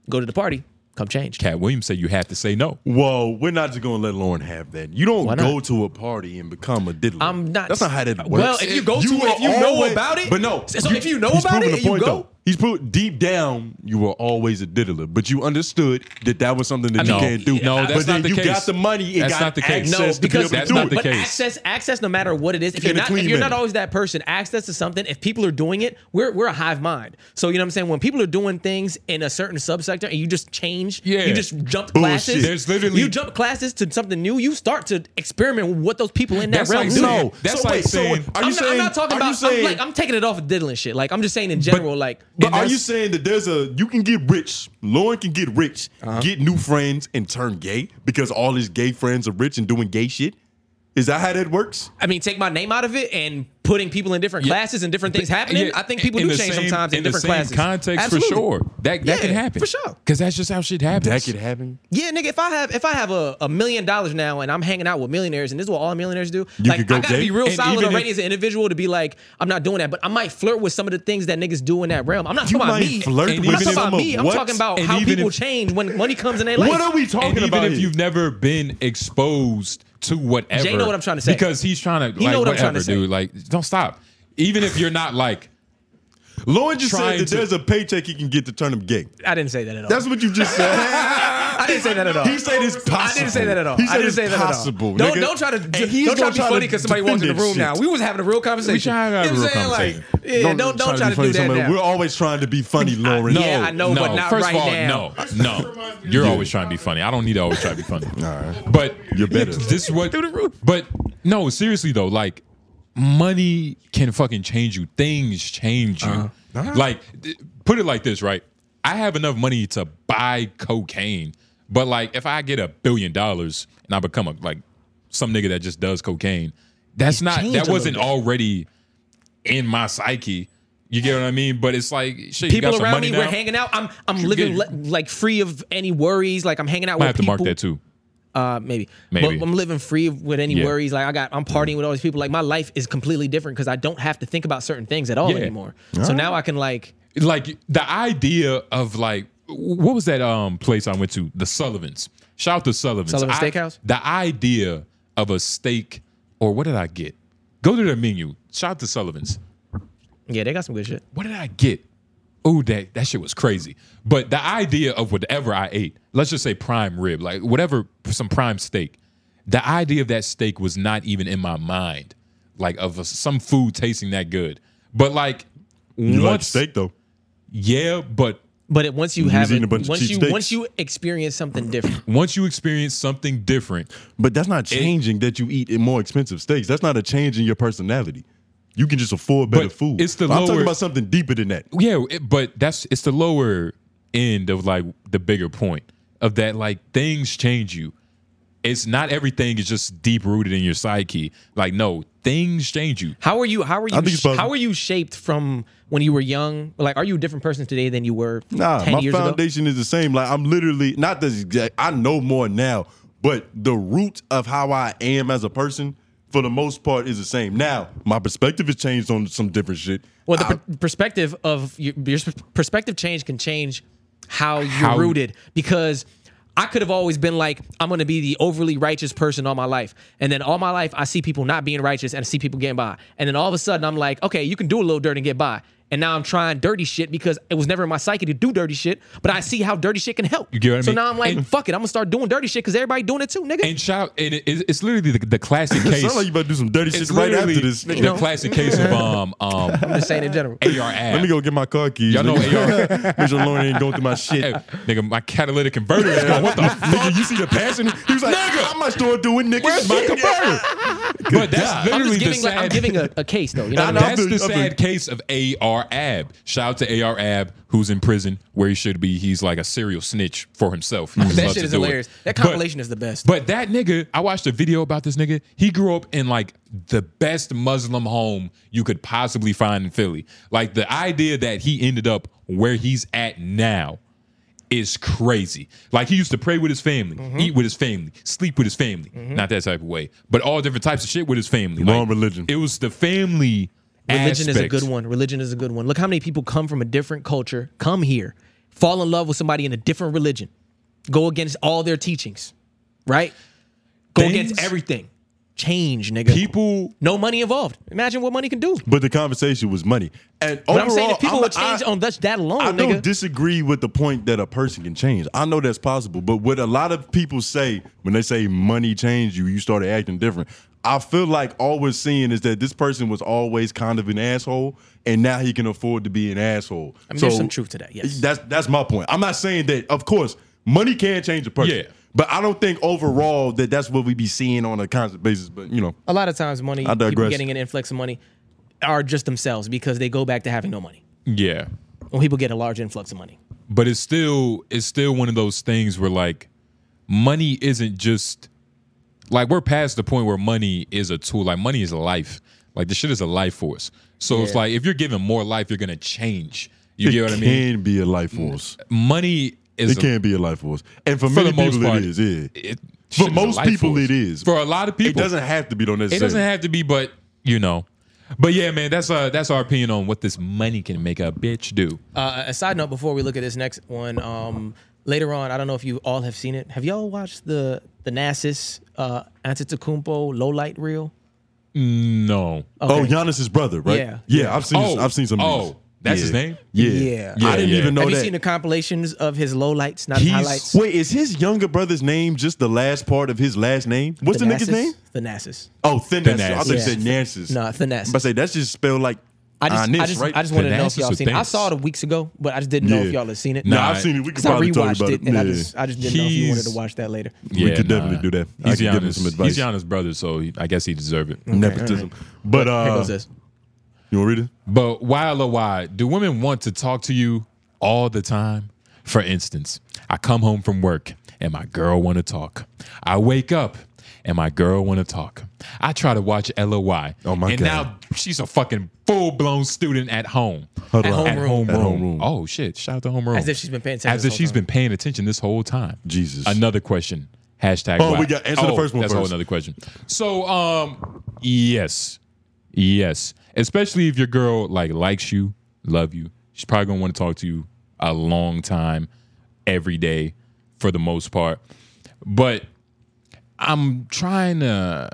Speaker 2: Go to the party, come change.
Speaker 1: Cat Williams said you have to say no.
Speaker 3: Whoa, we're not just gonna let Lauren have that. You
Speaker 2: Why not?
Speaker 3: don't go to a party and become a diddler.
Speaker 2: I'm not-
Speaker 3: That's not how that works.
Speaker 2: Well, if you go to it,
Speaker 3: are
Speaker 2: if you know
Speaker 3: always-
Speaker 2: about it-
Speaker 3: but no.
Speaker 2: So if you know about
Speaker 3: proven
Speaker 2: it
Speaker 3: the
Speaker 2: and you go-
Speaker 3: though. He's put deep down, you were always a diddler, but you understood that that was something that
Speaker 1: No.
Speaker 3: you can't do.
Speaker 1: No, that's
Speaker 3: but then
Speaker 1: not the
Speaker 3: you
Speaker 1: case.
Speaker 3: got the money. It
Speaker 1: That's
Speaker 3: got
Speaker 1: not the case.
Speaker 3: access
Speaker 1: No,
Speaker 3: to be
Speaker 2: because
Speaker 3: able to
Speaker 1: that's
Speaker 3: do
Speaker 1: not
Speaker 3: it.
Speaker 1: the
Speaker 2: but
Speaker 1: case.
Speaker 2: access, access, no matter what it is, if you're
Speaker 3: In
Speaker 2: not, if
Speaker 3: between
Speaker 2: you're
Speaker 3: men.
Speaker 2: not always that person, access to something. If people are doing it, we're we're a hive mind. So you know what I'm saying. When people are doing things in a certain subsector, and you just change,
Speaker 1: Yeah.
Speaker 2: you just jump
Speaker 3: Bullshit.
Speaker 2: classes.
Speaker 1: There's literally-
Speaker 2: you jump classes to something new. You start to experiment with what those people in that
Speaker 1: That's
Speaker 2: realm
Speaker 1: like
Speaker 2: do.
Speaker 1: saying-
Speaker 3: No,
Speaker 1: That's
Speaker 3: so
Speaker 1: like
Speaker 3: wait, so
Speaker 1: saying-
Speaker 2: I'm,
Speaker 3: are you
Speaker 2: not,
Speaker 3: saying?
Speaker 2: I'm not talking
Speaker 3: are
Speaker 2: about.
Speaker 3: You saying,
Speaker 2: I'm, like I'm taking it off of diddling shit. Like I'm just saying in general. like,
Speaker 3: But
Speaker 2: and
Speaker 3: are you
Speaker 2: that's-
Speaker 3: saying that there's a you can get rich? Lauren can get rich,
Speaker 2: Uh-huh.
Speaker 3: get new friends, and turn gay because all his gay friends are rich and doing gay shit. Is that how that works?
Speaker 2: I mean, take my name out of it and putting people in different
Speaker 1: Yeah.
Speaker 2: classes and different things happening.
Speaker 1: Yeah,
Speaker 2: I think people
Speaker 1: in
Speaker 2: do
Speaker 1: the
Speaker 2: change
Speaker 1: same-
Speaker 2: sometimes in,
Speaker 1: the
Speaker 2: different
Speaker 1: same
Speaker 2: classes.
Speaker 1: Context for
Speaker 2: Absolutely.
Speaker 1: sure. That that
Speaker 2: Yeah,
Speaker 1: can happen
Speaker 2: for sure.
Speaker 1: Because that's just how shit happens.
Speaker 3: That could happen.
Speaker 2: Yeah, nigga, if I have if I have a, a million dollars now and I'm hanging out with millionaires and this is what all millionaires do,
Speaker 3: could
Speaker 2: like
Speaker 3: go
Speaker 2: I gotta
Speaker 3: gay.
Speaker 2: be real
Speaker 1: And
Speaker 2: solid
Speaker 1: even
Speaker 2: already
Speaker 1: if-
Speaker 2: as an individual to be like, I'm not doing that, but I might flirt with some of the things that niggas do in that realm. I'm not
Speaker 3: You
Speaker 2: talking about
Speaker 3: might
Speaker 2: me.
Speaker 3: flirt
Speaker 2: I'm
Speaker 1: And
Speaker 2: not
Speaker 1: even
Speaker 2: talking
Speaker 1: if-
Speaker 2: about me. I'm
Speaker 3: what?
Speaker 2: talking about
Speaker 1: And
Speaker 2: how
Speaker 1: even
Speaker 2: people
Speaker 1: if-
Speaker 2: change when money comes in their life.
Speaker 3: What are we talking
Speaker 1: And even
Speaker 3: about?
Speaker 1: if
Speaker 3: here?
Speaker 1: you've never been exposed to whatever,
Speaker 2: Jay know what I'm trying to say.
Speaker 1: Because he's trying to,
Speaker 2: He
Speaker 1: like,
Speaker 2: know what I'm
Speaker 1: whatever,
Speaker 2: trying to say.
Speaker 1: dude. Like, don't stop. Even if you're not like,
Speaker 3: Lauren just said
Speaker 1: trying
Speaker 3: that
Speaker 1: to-
Speaker 3: there's a paycheck he can get to turn him gay.
Speaker 2: I didn't say that at all.
Speaker 3: That's what you just said.
Speaker 2: I didn't say that at all.
Speaker 3: He said it's possible.
Speaker 2: I didn't say that at all.
Speaker 3: He said
Speaker 2: I didn't
Speaker 3: it's
Speaker 2: say that
Speaker 3: possible,
Speaker 2: at all. Don't,
Speaker 3: nigga.
Speaker 2: don't try to
Speaker 3: And he's
Speaker 2: don't try
Speaker 3: gonna
Speaker 2: to be funny
Speaker 3: to
Speaker 2: because somebody walks in the
Speaker 3: defend
Speaker 2: room
Speaker 3: this
Speaker 2: now.
Speaker 3: shit.
Speaker 2: We was having a real conversation.
Speaker 1: trying to have
Speaker 2: You know
Speaker 1: a
Speaker 2: what
Speaker 1: real
Speaker 2: I'm saying? Like,
Speaker 1: conversation.
Speaker 2: yeah, don't don't, try to
Speaker 3: be
Speaker 2: do
Speaker 3: funny
Speaker 2: that
Speaker 3: somebody-
Speaker 2: now.
Speaker 3: We're always trying to be funny, Lauren.
Speaker 1: no,
Speaker 2: Yeah, I know,
Speaker 1: no.
Speaker 2: but not
Speaker 1: First
Speaker 2: right
Speaker 1: of all,
Speaker 2: now.
Speaker 1: no, no. You're always trying to be funny. I don't need to always try to be funny. But
Speaker 3: You're better.
Speaker 1: This is what But no, seriously though, like money can fucking change you. Things change you.
Speaker 3: Uh-huh.
Speaker 1: Like th- put it like this, right? I have enough money to buy cocaine, but like if I get a billion dollars and I become a like some nigga that just does cocaine, that's not
Speaker 2: changed a
Speaker 1: that
Speaker 2: little
Speaker 1: wasn't
Speaker 2: bit.
Speaker 1: already in my psyche. You get what I mean? But it's like shit, you got
Speaker 2: people
Speaker 1: some
Speaker 2: around
Speaker 1: money
Speaker 2: me
Speaker 1: now.
Speaker 2: we're hanging out i'm i'm
Speaker 1: You
Speaker 2: living
Speaker 1: good.
Speaker 2: le- like free of any worries like i'm hanging out
Speaker 1: I
Speaker 2: with
Speaker 1: have to
Speaker 2: people
Speaker 1: mark that too.
Speaker 2: uh maybe
Speaker 1: Maybe.
Speaker 2: but i'm living free of, with any
Speaker 1: Yeah.
Speaker 2: worries like i got i'm partying with all these people like my life is completely different because i don't have to think about certain things at all
Speaker 1: Yeah.
Speaker 2: anymore so now i can like
Speaker 1: like the idea of like what was that um place I went to? The Sullivans. Shout out to Sullivans.
Speaker 2: Sullivan's
Speaker 1: I-
Speaker 2: Steakhouse?
Speaker 1: the idea of a steak or what did I get? Go to their menu. Shout out to Sullivans.
Speaker 2: yeah they got some good shit
Speaker 1: What did I get? Ooh, that that shit was crazy. But the idea of whatever I ate, let's just say prime rib, like whatever some prime steak, the idea of that steak was not even in my mind, like of a- some food tasting that good. But like
Speaker 3: You like
Speaker 1: once,
Speaker 3: steak though.
Speaker 1: yeah, but
Speaker 2: But it, once you have
Speaker 3: eating
Speaker 2: it,
Speaker 3: a bunch of
Speaker 2: once
Speaker 3: cheap
Speaker 2: you
Speaker 3: steaks.
Speaker 2: once you experience something different,
Speaker 1: once you experience something different,
Speaker 3: But that's not changing that you eat in more expensive steaks. That's not a change in your personality. You can just afford better
Speaker 1: But
Speaker 3: food.
Speaker 1: it's the
Speaker 3: I'm talking
Speaker 1: lower-
Speaker 3: about something deeper than that.
Speaker 1: yeah, it, but that's it's the lower end of like the bigger point of that like things change you. It's not everything is just deep rooted in your psyche. Like no, things change you.
Speaker 2: how are you? How are
Speaker 3: I
Speaker 2: you?
Speaker 3: think it's possible.
Speaker 2: How are you shaped from when you were young? Like, are you a different person today than you were
Speaker 3: Nah,
Speaker 2: ten
Speaker 3: my
Speaker 2: years ago?
Speaker 3: foundation is the same. Like I'm literally not the exact. I know more now, but the root of how I am as a person, for the most part, is the same. Now my perspective has changed on some different shit.
Speaker 2: Well, the
Speaker 3: I-
Speaker 2: per- perspective of your, your s- perspective change can change how you're
Speaker 1: How-
Speaker 2: rooted because. I could have always been like, I'm gonna be the overly righteous person all my life. And then all my life, I see people not being righteous and I see people getting by. And then all of a sudden, I'm like, okay, you can do a little dirt and get by. And now I'm trying dirty shit because it was never in my psyche to do dirty shit, but I see how dirty shit can help.
Speaker 1: You get what I
Speaker 2: so
Speaker 1: mean?
Speaker 2: now I'm like,
Speaker 1: And-
Speaker 2: fuck it, I'm gonna start doing dirty shit because everybody doing it too, nigga.
Speaker 1: And shout, and it, it's it's literally the, the classic
Speaker 3: it
Speaker 1: case.
Speaker 3: sounds like you about to do some dirty shit
Speaker 1: it's
Speaker 3: right after
Speaker 1: literally
Speaker 3: this.
Speaker 1: the
Speaker 3: Nigga,
Speaker 1: classic case of um um AR
Speaker 2: just saying in general.
Speaker 1: app.
Speaker 3: Let me go get my car keys.
Speaker 1: Y'all know
Speaker 3: nigga. Make sure Lauren ain't going through my shit.
Speaker 1: Hey, nigga, my catalytic converter is going. What the fuck?
Speaker 3: Nigga, you see the passion? He was like,
Speaker 1: Nigga!
Speaker 3: how much do I do with niggas?
Speaker 1: Where's my converter? But that's
Speaker 2: I'm
Speaker 1: literally the
Speaker 2: just giving like I'm
Speaker 1: sad-
Speaker 2: giving a, a case though. You know,
Speaker 3: I
Speaker 2: what I
Speaker 3: know.
Speaker 2: mean?
Speaker 1: That's
Speaker 3: I'm
Speaker 1: the
Speaker 3: doing- I'm
Speaker 1: sad case of AR Ab. Shout out to AR Ab, who's in prison where he should be. He's like a serial snitch for himself. He just
Speaker 2: that
Speaker 1: loves
Speaker 2: shit
Speaker 1: to
Speaker 2: is
Speaker 1: do it.
Speaker 2: hilarious. That
Speaker 1: But-
Speaker 2: compilation is the best.
Speaker 1: But that nigga, I watched a video about this nigga. He grew up in like the best Muslim home you could possibly find in Philly. Like the idea that he ended up where he's at now is crazy. Like he used to pray with his family, eat with his family, sleep with his family. Not that type of way, but all different types of shit with his family.
Speaker 3: Wrong
Speaker 1: Like,
Speaker 3: religion.
Speaker 1: It was the family.
Speaker 2: Religion is a
Speaker 1: aspect.
Speaker 2: good one. Religion is a good one. Look how many people come from a different culture, come here, fall in love with somebody in a different religion, go against all their teachings, right? Go against
Speaker 1: Things-
Speaker 2: everything. Change, nigga.
Speaker 1: People
Speaker 2: no money involved. Imagine what money can do.
Speaker 3: But the conversation was money. And
Speaker 2: But
Speaker 3: overall,
Speaker 2: I'm saying if people
Speaker 3: I'm-
Speaker 2: would change
Speaker 3: I-
Speaker 2: on that, that alone,
Speaker 3: I
Speaker 2: nigga.
Speaker 3: don't disagree with the point that a person can change. I know that's possible, but what a lot of people say when they say money changed you, you started acting different. I feel like all we're seeing is that this person was always kind of an asshole, and now he can afford to be an asshole.
Speaker 2: I mean, there's some truth to that, yes.
Speaker 3: that's that's my point. I'm not saying that. Of course, money can change a person,
Speaker 1: Yeah.
Speaker 3: but I don't think overall that that's what we be seeing on a constant basis. But you know,
Speaker 2: a lot of times, money, people
Speaker 3: digress.
Speaker 2: getting an influx of money are just themselves because they go back to having no money.
Speaker 1: Yeah.
Speaker 2: When people get a large influx of money.
Speaker 1: But it's still it's still one of those things where like money isn't just like we're past the point where money is a tool. Like money is a life. Like this shit is a life force. So it's
Speaker 2: Yeah.
Speaker 1: like if you're given more life, you're gonna change. You
Speaker 3: it
Speaker 1: get what I
Speaker 3: can
Speaker 1: mean?
Speaker 3: be a life force.
Speaker 1: Money is
Speaker 3: It
Speaker 1: a-
Speaker 3: can be a life force, and for,
Speaker 1: for
Speaker 3: many
Speaker 1: the most
Speaker 3: people,
Speaker 1: part.
Speaker 3: it is. Yeah.
Speaker 1: it-
Speaker 3: For
Speaker 1: shit is a
Speaker 3: most
Speaker 1: life
Speaker 3: people,
Speaker 1: force.
Speaker 3: it is.
Speaker 1: For a lot of people,
Speaker 3: It doesn't have to be though
Speaker 1: It
Speaker 3: necessarily.
Speaker 1: doesn't have to be, but you know. But yeah, man, that's uh that's our opinion on what this money can make a bitch do.
Speaker 2: Uh, a side note before we look at this next one, um, later on, I don't know if you all have seen it. Have y'all watched the the Nasus uh, Antetokounmpo low light reel?
Speaker 1: no.
Speaker 3: Oh, Giannis's brother, right?
Speaker 2: Yeah.
Speaker 3: yeah. I've seen.
Speaker 1: Oh.
Speaker 3: I've seen some. of
Speaker 1: Oh,
Speaker 3: these.
Speaker 1: that's
Speaker 3: Yeah.
Speaker 1: his name?
Speaker 3: Yeah,
Speaker 2: Yeah.
Speaker 1: Yeah,
Speaker 3: I didn't
Speaker 1: yeah.
Speaker 3: even know
Speaker 2: have
Speaker 3: that.
Speaker 2: you seen the compilations of his low lights, not his
Speaker 1: He's-
Speaker 2: highlights?
Speaker 3: Wait, is his younger brother's name just the last part of his last name? What's the, nigga's
Speaker 2: Thanasis?
Speaker 3: name?
Speaker 2: Thanasis.
Speaker 3: Oh, Thanasis. I thought you
Speaker 2: Yeah.
Speaker 3: said Nances.
Speaker 2: No, Thanasis.
Speaker 3: But say that's just spelled like
Speaker 2: I just,
Speaker 3: Anis,
Speaker 2: I just,
Speaker 3: right?
Speaker 2: I just wanted to know if
Speaker 1: Thanasis
Speaker 2: y'all
Speaker 1: or
Speaker 2: seen. it. I
Speaker 1: Thanasis?
Speaker 2: saw it weeks ago, but I just didn't know
Speaker 3: Yeah.
Speaker 2: if y'all had seen it.
Speaker 3: no,
Speaker 1: Nah,
Speaker 3: I've seen it. We could
Speaker 2: 'Cause I
Speaker 3: probably talk
Speaker 2: rewatched
Speaker 3: about
Speaker 2: it,
Speaker 3: it.
Speaker 2: and I
Speaker 3: Yeah.
Speaker 2: just, I just didn't know if you wanted to
Speaker 1: He's-
Speaker 2: watch that later.
Speaker 3: We could definitely do that. I
Speaker 1: He's
Speaker 3: could give him
Speaker 1: Giannis.
Speaker 3: some advice. Mm.
Speaker 1: He's Giannis' brother, so he- I guess he deserved it.
Speaker 3: nepotism. But
Speaker 2: Here
Speaker 3: uh,
Speaker 2: goes this.
Speaker 3: you want to read it?
Speaker 1: But why, oh, why do women want to talk to you all the time? For instance, I come home from work and my girl want to talk. I wake up and my girl want to talk. I try to watch LOY.
Speaker 3: Oh, my
Speaker 1: and
Speaker 3: God.
Speaker 1: now she's a fucking full blown student at home.
Speaker 2: At
Speaker 3: Huddle up.
Speaker 2: home room.
Speaker 3: At home room.
Speaker 1: Oh shit! Shout out to homeroom.
Speaker 2: As if she's been paying attention
Speaker 1: As if
Speaker 2: this whole
Speaker 1: she's
Speaker 2: time.
Speaker 1: been paying attention this whole time.
Speaker 3: Jesus.
Speaker 1: Another question. Hashtag.
Speaker 3: Oh,
Speaker 1: why.
Speaker 3: we got- answer the first one
Speaker 1: That's a whole
Speaker 3: first.
Speaker 1: another question. So, um, yes, yes, especially if your girl like likes you, love you, she's probably gonna want to talk to you a long time, every day, for the most part. But I'm trying to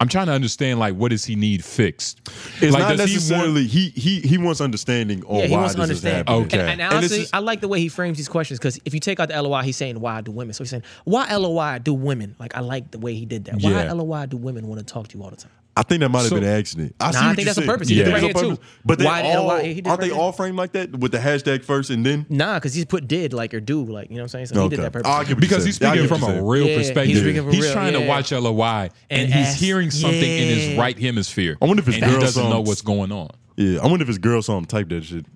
Speaker 1: I'm trying to understand like what does he need fixed?
Speaker 3: It's
Speaker 1: like
Speaker 3: not
Speaker 1: does
Speaker 3: necessarily he, he he wants understanding on
Speaker 2: Yeah, he
Speaker 3: why
Speaker 2: wants
Speaker 3: this
Speaker 2: to
Speaker 3: is
Speaker 2: understand.
Speaker 3: happening.
Speaker 1: Okay.
Speaker 2: And, and
Speaker 3: And this
Speaker 2: honestly,
Speaker 3: is-
Speaker 2: I like the way he frames these questions because if you take out the LOI, he's saying, why do women? So he's saying, why LOI do women? Like, I like the way he did that. Why
Speaker 1: Yeah.
Speaker 2: LOI do women want to talk to you all the time?
Speaker 3: I think that might have
Speaker 1: So-
Speaker 3: been an accident. I, see
Speaker 2: I
Speaker 3: what
Speaker 2: think
Speaker 3: you
Speaker 2: that's on
Speaker 3: said.
Speaker 2: purpose. He did
Speaker 3: Yeah.
Speaker 1: it right
Speaker 3: That's on
Speaker 2: here, too.
Speaker 3: purpose. But they
Speaker 2: Why did
Speaker 3: all
Speaker 2: LY? He did it
Speaker 3: aren't
Speaker 2: right
Speaker 3: they
Speaker 2: here.
Speaker 3: all framed like that with the hashtag first and then.
Speaker 2: Nah, because he's put did like or do, like, you know what I'm saying? So he did
Speaker 3: Okay.
Speaker 2: that purpose.
Speaker 3: I'll give it
Speaker 1: because
Speaker 3: to
Speaker 1: he's
Speaker 3: you. I'll
Speaker 1: speaking
Speaker 3: give it
Speaker 1: from
Speaker 3: to
Speaker 1: a
Speaker 3: you.
Speaker 1: real
Speaker 2: Yeah, he's
Speaker 1: perspective. He's,
Speaker 2: speaking from real,
Speaker 1: trying to
Speaker 2: yeah.
Speaker 1: watch LOI and,
Speaker 2: And
Speaker 1: he's
Speaker 2: ask-
Speaker 1: hearing something in
Speaker 2: yeah.
Speaker 1: his right hemisphere.
Speaker 3: I wonder if his
Speaker 1: and he
Speaker 3: girl
Speaker 1: doesn't know
Speaker 3: songs-
Speaker 1: what's going on.
Speaker 3: Yeah, I wonder if his girl saw him type that shit.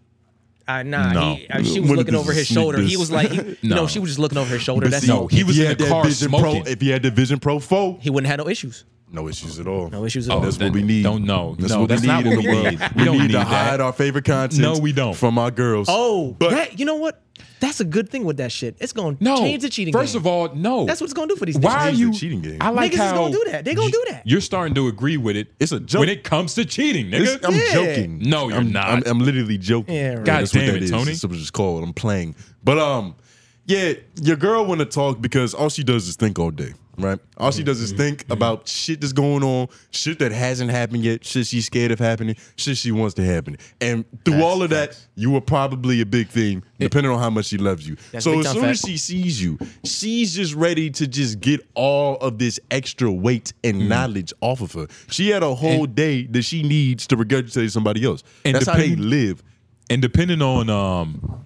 Speaker 2: Uh, nah,
Speaker 1: No.
Speaker 2: he, uh, she was
Speaker 3: When did
Speaker 2: looking
Speaker 3: this
Speaker 2: over his
Speaker 3: sneak
Speaker 2: shoulder. He
Speaker 3: this?
Speaker 2: was like, he,
Speaker 1: No.
Speaker 2: no. she was just looking over his shoulder.
Speaker 3: But
Speaker 2: That's
Speaker 3: see,
Speaker 1: No, he was
Speaker 3: if
Speaker 1: in
Speaker 3: had
Speaker 1: the
Speaker 3: that
Speaker 1: car
Speaker 3: Vision Pro-
Speaker 1: smoking.
Speaker 3: if he had the Vision Pro 4,
Speaker 2: he wouldn't have no issues.
Speaker 3: no issues at all. Oh,
Speaker 2: No issues at all.
Speaker 3: That's what we need.
Speaker 1: Don't know.
Speaker 3: That's
Speaker 1: No,
Speaker 3: what
Speaker 1: that's
Speaker 3: we
Speaker 1: not
Speaker 3: need in
Speaker 1: what
Speaker 3: the
Speaker 1: we
Speaker 3: world.
Speaker 1: need. We
Speaker 3: We
Speaker 1: don't
Speaker 3: need to
Speaker 1: need that.
Speaker 3: hide our favorite content.
Speaker 1: No, we don't.
Speaker 3: From our girls.
Speaker 2: Oh,
Speaker 3: but
Speaker 2: that, you know what? That's a good thing with that shit. It's going to
Speaker 1: No.
Speaker 2: change the cheating
Speaker 1: First
Speaker 2: game.
Speaker 1: of all, no.
Speaker 2: That's what it's going to do for these
Speaker 1: Why
Speaker 2: niggas.
Speaker 1: are
Speaker 3: Change
Speaker 1: you
Speaker 3: the cheating game.
Speaker 1: I like
Speaker 2: Niggas is
Speaker 1: how
Speaker 2: gonna do that. They gonna
Speaker 1: you-
Speaker 2: do that.
Speaker 1: You're starting to agree with it.
Speaker 3: It's a joke.
Speaker 1: when it comes to cheating,
Speaker 3: It's-
Speaker 1: nigga.
Speaker 3: I'm
Speaker 2: Yeah.
Speaker 3: joking.
Speaker 1: No, you're
Speaker 3: I'm,
Speaker 1: not.
Speaker 3: I'm, I'm literally joking.
Speaker 2: Yeah, right.
Speaker 1: God
Speaker 3: That's
Speaker 1: damn
Speaker 3: what
Speaker 1: it,
Speaker 3: that is.
Speaker 1: Tony.
Speaker 3: That's what it's called. I'm playing. But um, yeah, your girl want to talk because all she does is think all day, right? All she does
Speaker 1: Mm-hmm.
Speaker 3: is think about shit that's going on, shit that hasn't happened yet, shit she's scared of happening, shit she wants to happen. And through all of that, you were probably a big thing, depending on how much she loves you.
Speaker 2: That's
Speaker 3: So
Speaker 2: big
Speaker 3: as
Speaker 2: time
Speaker 3: soon as
Speaker 2: fact.
Speaker 3: she sees you, she's just ready to just get all of this extra weight and
Speaker 1: Mm.
Speaker 3: knowledge off of her. She had a whole day that she needs to regurgitate somebody else.
Speaker 1: And
Speaker 3: That's how they
Speaker 1: depending-
Speaker 3: live.
Speaker 1: and depending on um